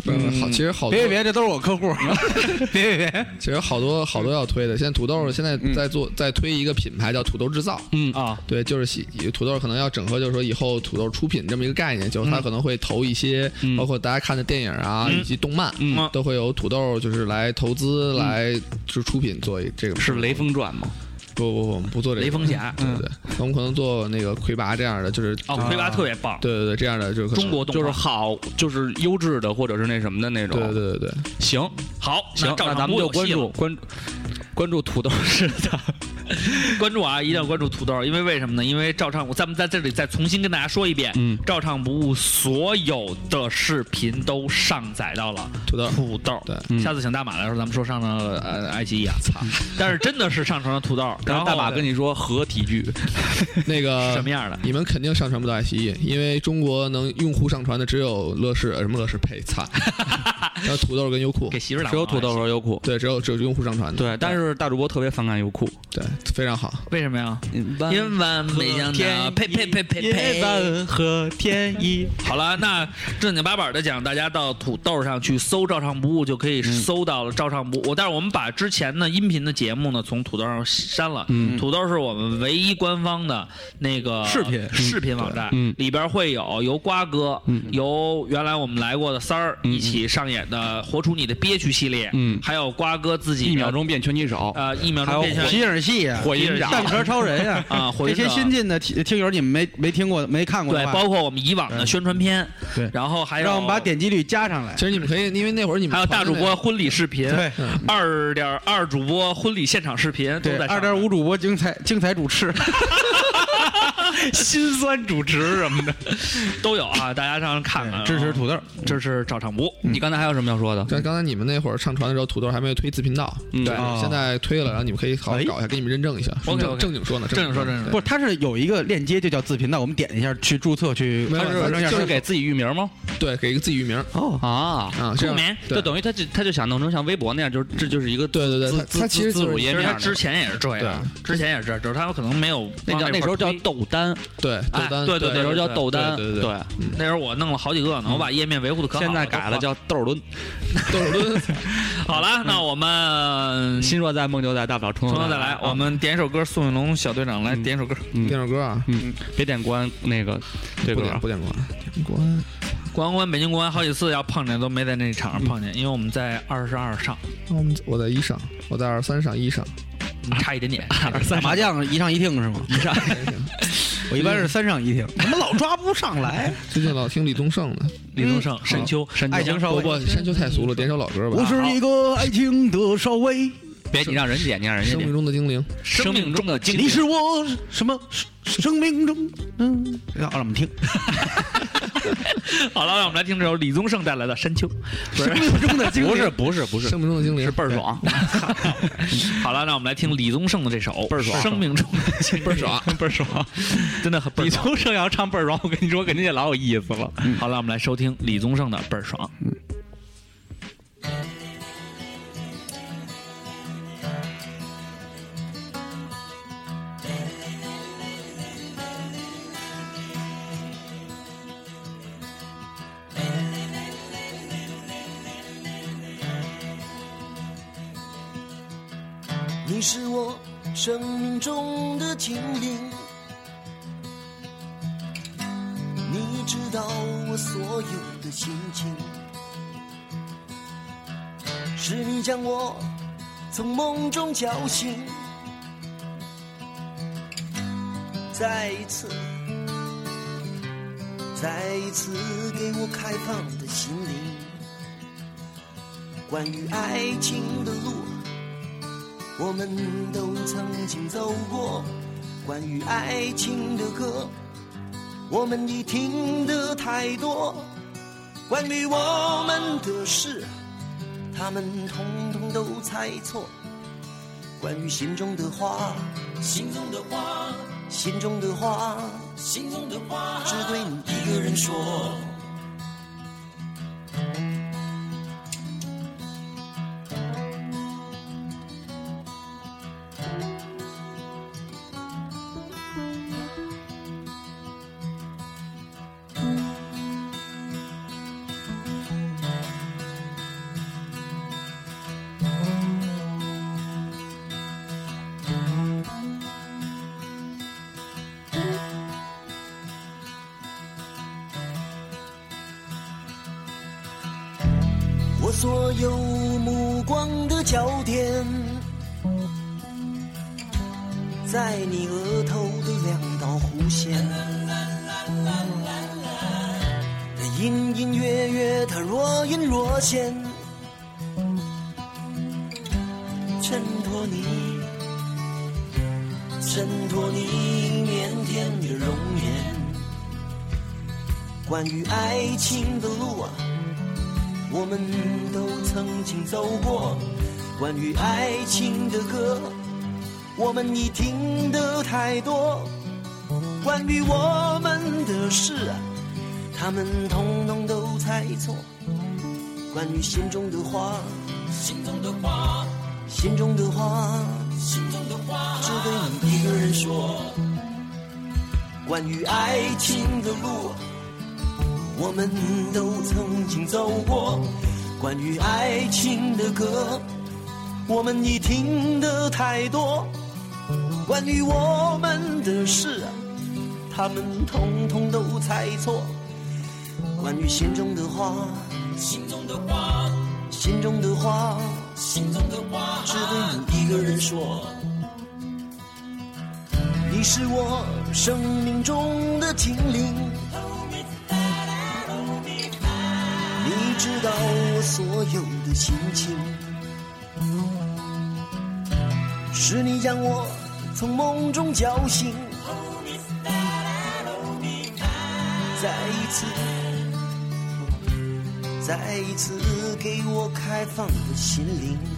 F: 不是不
B: 嗯
F: 是好，其实好多
H: 别别别，这都是我客户， 别别别，
F: 其实好多好多要推的。现在土豆现
H: 嗯
F: 在在做，在推一个品牌叫土豆制造。
C: 嗯啊，
F: 对，就是喜土豆可能要整合，就是说以后土豆出品这么一个概念，就是它可能会投一些，包括大家看的电影啊，以及动漫，
B: 嗯嗯
F: 都会有土豆就是来投资，来就是出品做一这个。
C: 是《雷锋传》吗？
F: 不不不，我们不做这个。
B: 雷锋侠，嗯
F: 对对，对我们可能做那个魁拔这样的，就是
B: 哦，魁拔特别棒，
F: 对对对，这样的就是可能
B: 中国动画
C: 就是好，就是优质的，或者是那什么的那种。
F: 对对对对对。
C: 行
B: 好，
C: 行，
B: 照
C: 那
B: 常
C: 咱们
B: 播有
C: 就
B: 戏了
C: 关注关注关注土豆是的，
B: 关注啊，一定要关注土豆，因为为什么呢？因为照唱，我咱们在这里再重新跟大家说一遍，
C: 嗯
B: 照唱不误所有的视频都上载到了
F: 土豆
B: 土豆。
F: 对
C: 嗯
B: 下次请大马来的时候，咱们说上了呃爱 奇艺啊，操！但是真的是上传了土豆，然
C: 然
B: 后
C: 后大马跟你说合体剧，
F: 那个
B: 什么样的？
F: 你们肯定上传不到爱奇艺，因为中国能用户上传的只有乐视，呃什么乐视配菜，然后土豆跟优酷
B: 给，媳妇儿打
C: 只有土豆和优酷。
F: 对，只有只有用户上传的，
C: 对，但是大主播特别反感优酷，
F: 对非常好。
B: 为什么呀？因完美相的，呸呸呸呸
C: 夜
B: 呸！
C: 晚和天一，
B: 好了，那正经八百的讲，大家到土豆上去搜“照唱不误”，就可以搜到了“照唱不误”我但是我们把之前的音频的节目呢，从土豆上删了。
C: 嗯
B: 土豆是我们唯一官方的那个
H: 视频
B: 视频网站，
C: 嗯
B: 里边会有由瓜哥、
C: 嗯
B: 由原来我们来过的三儿
C: 嗯
B: 一起上演的《活出你的憋屈》系列，
C: 嗯
B: 还有瓜哥自己的
C: 一秒钟变拳击手，
B: 呃一秒
C: 还
B: 钟
C: 有
B: 变
C: 火
H: 皮
B: 成
H: 影戏啊，
C: 火影
B: 啊
C: 掌
H: 蛋，壳超人呀，
B: 啊火
H: 这
B: 影
H: 些
B: 者
H: 新进的听听友你们没没听过没看过
B: 对
H: 的，话，
B: 包括我们以往的宣传片，
H: 对
B: 然后还有
H: 让我们把点击率加上来
F: 其。实你们可以，因为那会儿你们
B: 还有大
F: 传的
B: 主
F: 那
B: 播婚礼视频，
H: 对
B: 二点二主播婚礼现场视频都
H: 对，
B: 在
H: 二 点五主播精彩精彩主持，
C: 心酸主持什么的。
B: 都有啊，大家上看看啊，
H: 支持土豆。
B: 支持照常播。
C: 你刚才还有什么要说的？
F: 但刚才你们那会儿上传的时候，土豆还没有推自频道，
C: 嗯
F: 对
H: 哦，
F: 现在推了，然后你们可以好好
H: 哎
F: 搞一下，给你们认证一下。
B: OK，
F: 正
B: OK
F: 正经说呢，
B: 正经说正经
F: 对
H: 不，它是有一个链接，就叫自频道，我们点一下去注册去
F: 没有
H: 反正一下
C: 就
F: 就是是
C: 给自己域名吗？
F: 对，给一个自己域名
H: 哦，
C: 啊，
F: 啊，这
B: 助
F: 样
B: 眠
C: 就
F: 对
C: 等于他就他就想弄成像微博那样，就是这就是一个
F: 对对对
C: 自
F: 他
C: 自
F: 他其实
C: 自
F: 就是
C: 主
B: 其
C: 页
B: 实
C: 面
B: 他
C: 的。
B: 之前也是这样，之前也是这样，就是他可能没有
C: 啊那叫
B: 往
C: 那
B: 块
C: 时候叫
B: 推
C: 豆丹，
F: 对豆
B: 哎
F: 丹，
B: 对对
C: 那
B: 对
C: 时候叫豆丹，
F: 对对对
B: 那时候我弄了好几个呢，我把页面维护的可好了。
C: 现在改了
B: 都
C: 叫嗯豆儿抡。
F: 豆尔敦，
B: 好了，那我们
C: 心若在，梦就在，大不了冲
B: 从头再来
C: 啊，
B: 我们点一首歌，宋永龙小队长来
C: 嗯
B: 点一首歌，
C: 嗯
F: 点首歌啊，
C: 嗯，别点关那个这
F: 不
C: 个
F: 点
C: 啊
F: 不点关，点关。
B: 国安关北京国安好几次要碰见都没在那场上碰见，因为我们在二十二上，
F: 那我们嗯我在一上，我在二三上一上，
B: 差一点点。
H: 打麻将一上一听是吗？ 一上，我一般是三上一听，怎么老抓不上 来？
F: 最近老听李宗盛的，
B: 李宗盛、深秋、深
H: 爱
A: 啊
H: 情稍
C: 哦
F: 不
H: 微，
F: 不，山丘太俗了，点首老歌吧。
H: 我是一个爱情的稍微，
C: 别你让人点，你让人家
F: 生命
C: 点。
F: 中的精灵，
C: 生命中的经
H: 你
C: 历
H: 是我什么生命中嗯，让我们听
B: 好了，让我们来听这首李宗盛带来的《山丘》。
H: 生命中的经 历
C: 不是不是不是
F: 生命中的精灵
C: 是倍儿 爽，
B: 好了，让我们来听李宗盛的这首《倍儿爽》，生命中的
F: 倍 儿爽。
C: 倍儿爽。
B: 真的很倍
C: 你
B: 儿爽。嗯
C: 从盛阳唱倍儿爽，我跟你说，肯定也老有意思了。
B: 好了，我们来收听李宗盛的《倍儿爽》。
E: Ooh,
I: 你是我生命中的精灵，你知道我所有的心情，是你将我从梦中叫醒，再一次，再一次给我开放的心灵，关于爱情的路。我们都曾经走过。关于爱情的歌，我们已听得太多。关于我们的事，他们统统都猜错。关于心中的话，心中的话，心中的话，心中的话，只对你一个人说。我所有目光的焦点，在你额头的两道弧线，那隐隐约约，它若隐若现，衬托你，衬托你腼腆的容颜。关于爱情的路啊。我们都曾经走过。关于爱情的歌，我们已听得太多。关于我们的事啊，他们统统都猜错。关于心中的话，心中的话，心中的话，心中的话，只对你一个人说。关于爱情的路啊。我们都曾经走过。关于爱情的歌，我们已听得太多。关于我们的事，啊他们统统都猜错。关于心中的话，心中的话，心中的话，心中的话，只对你一个人说。你是我生命中的精灵。你知道我所有的心情，是你将我从梦中叫醒。再一次，再一次给我开放的心灵。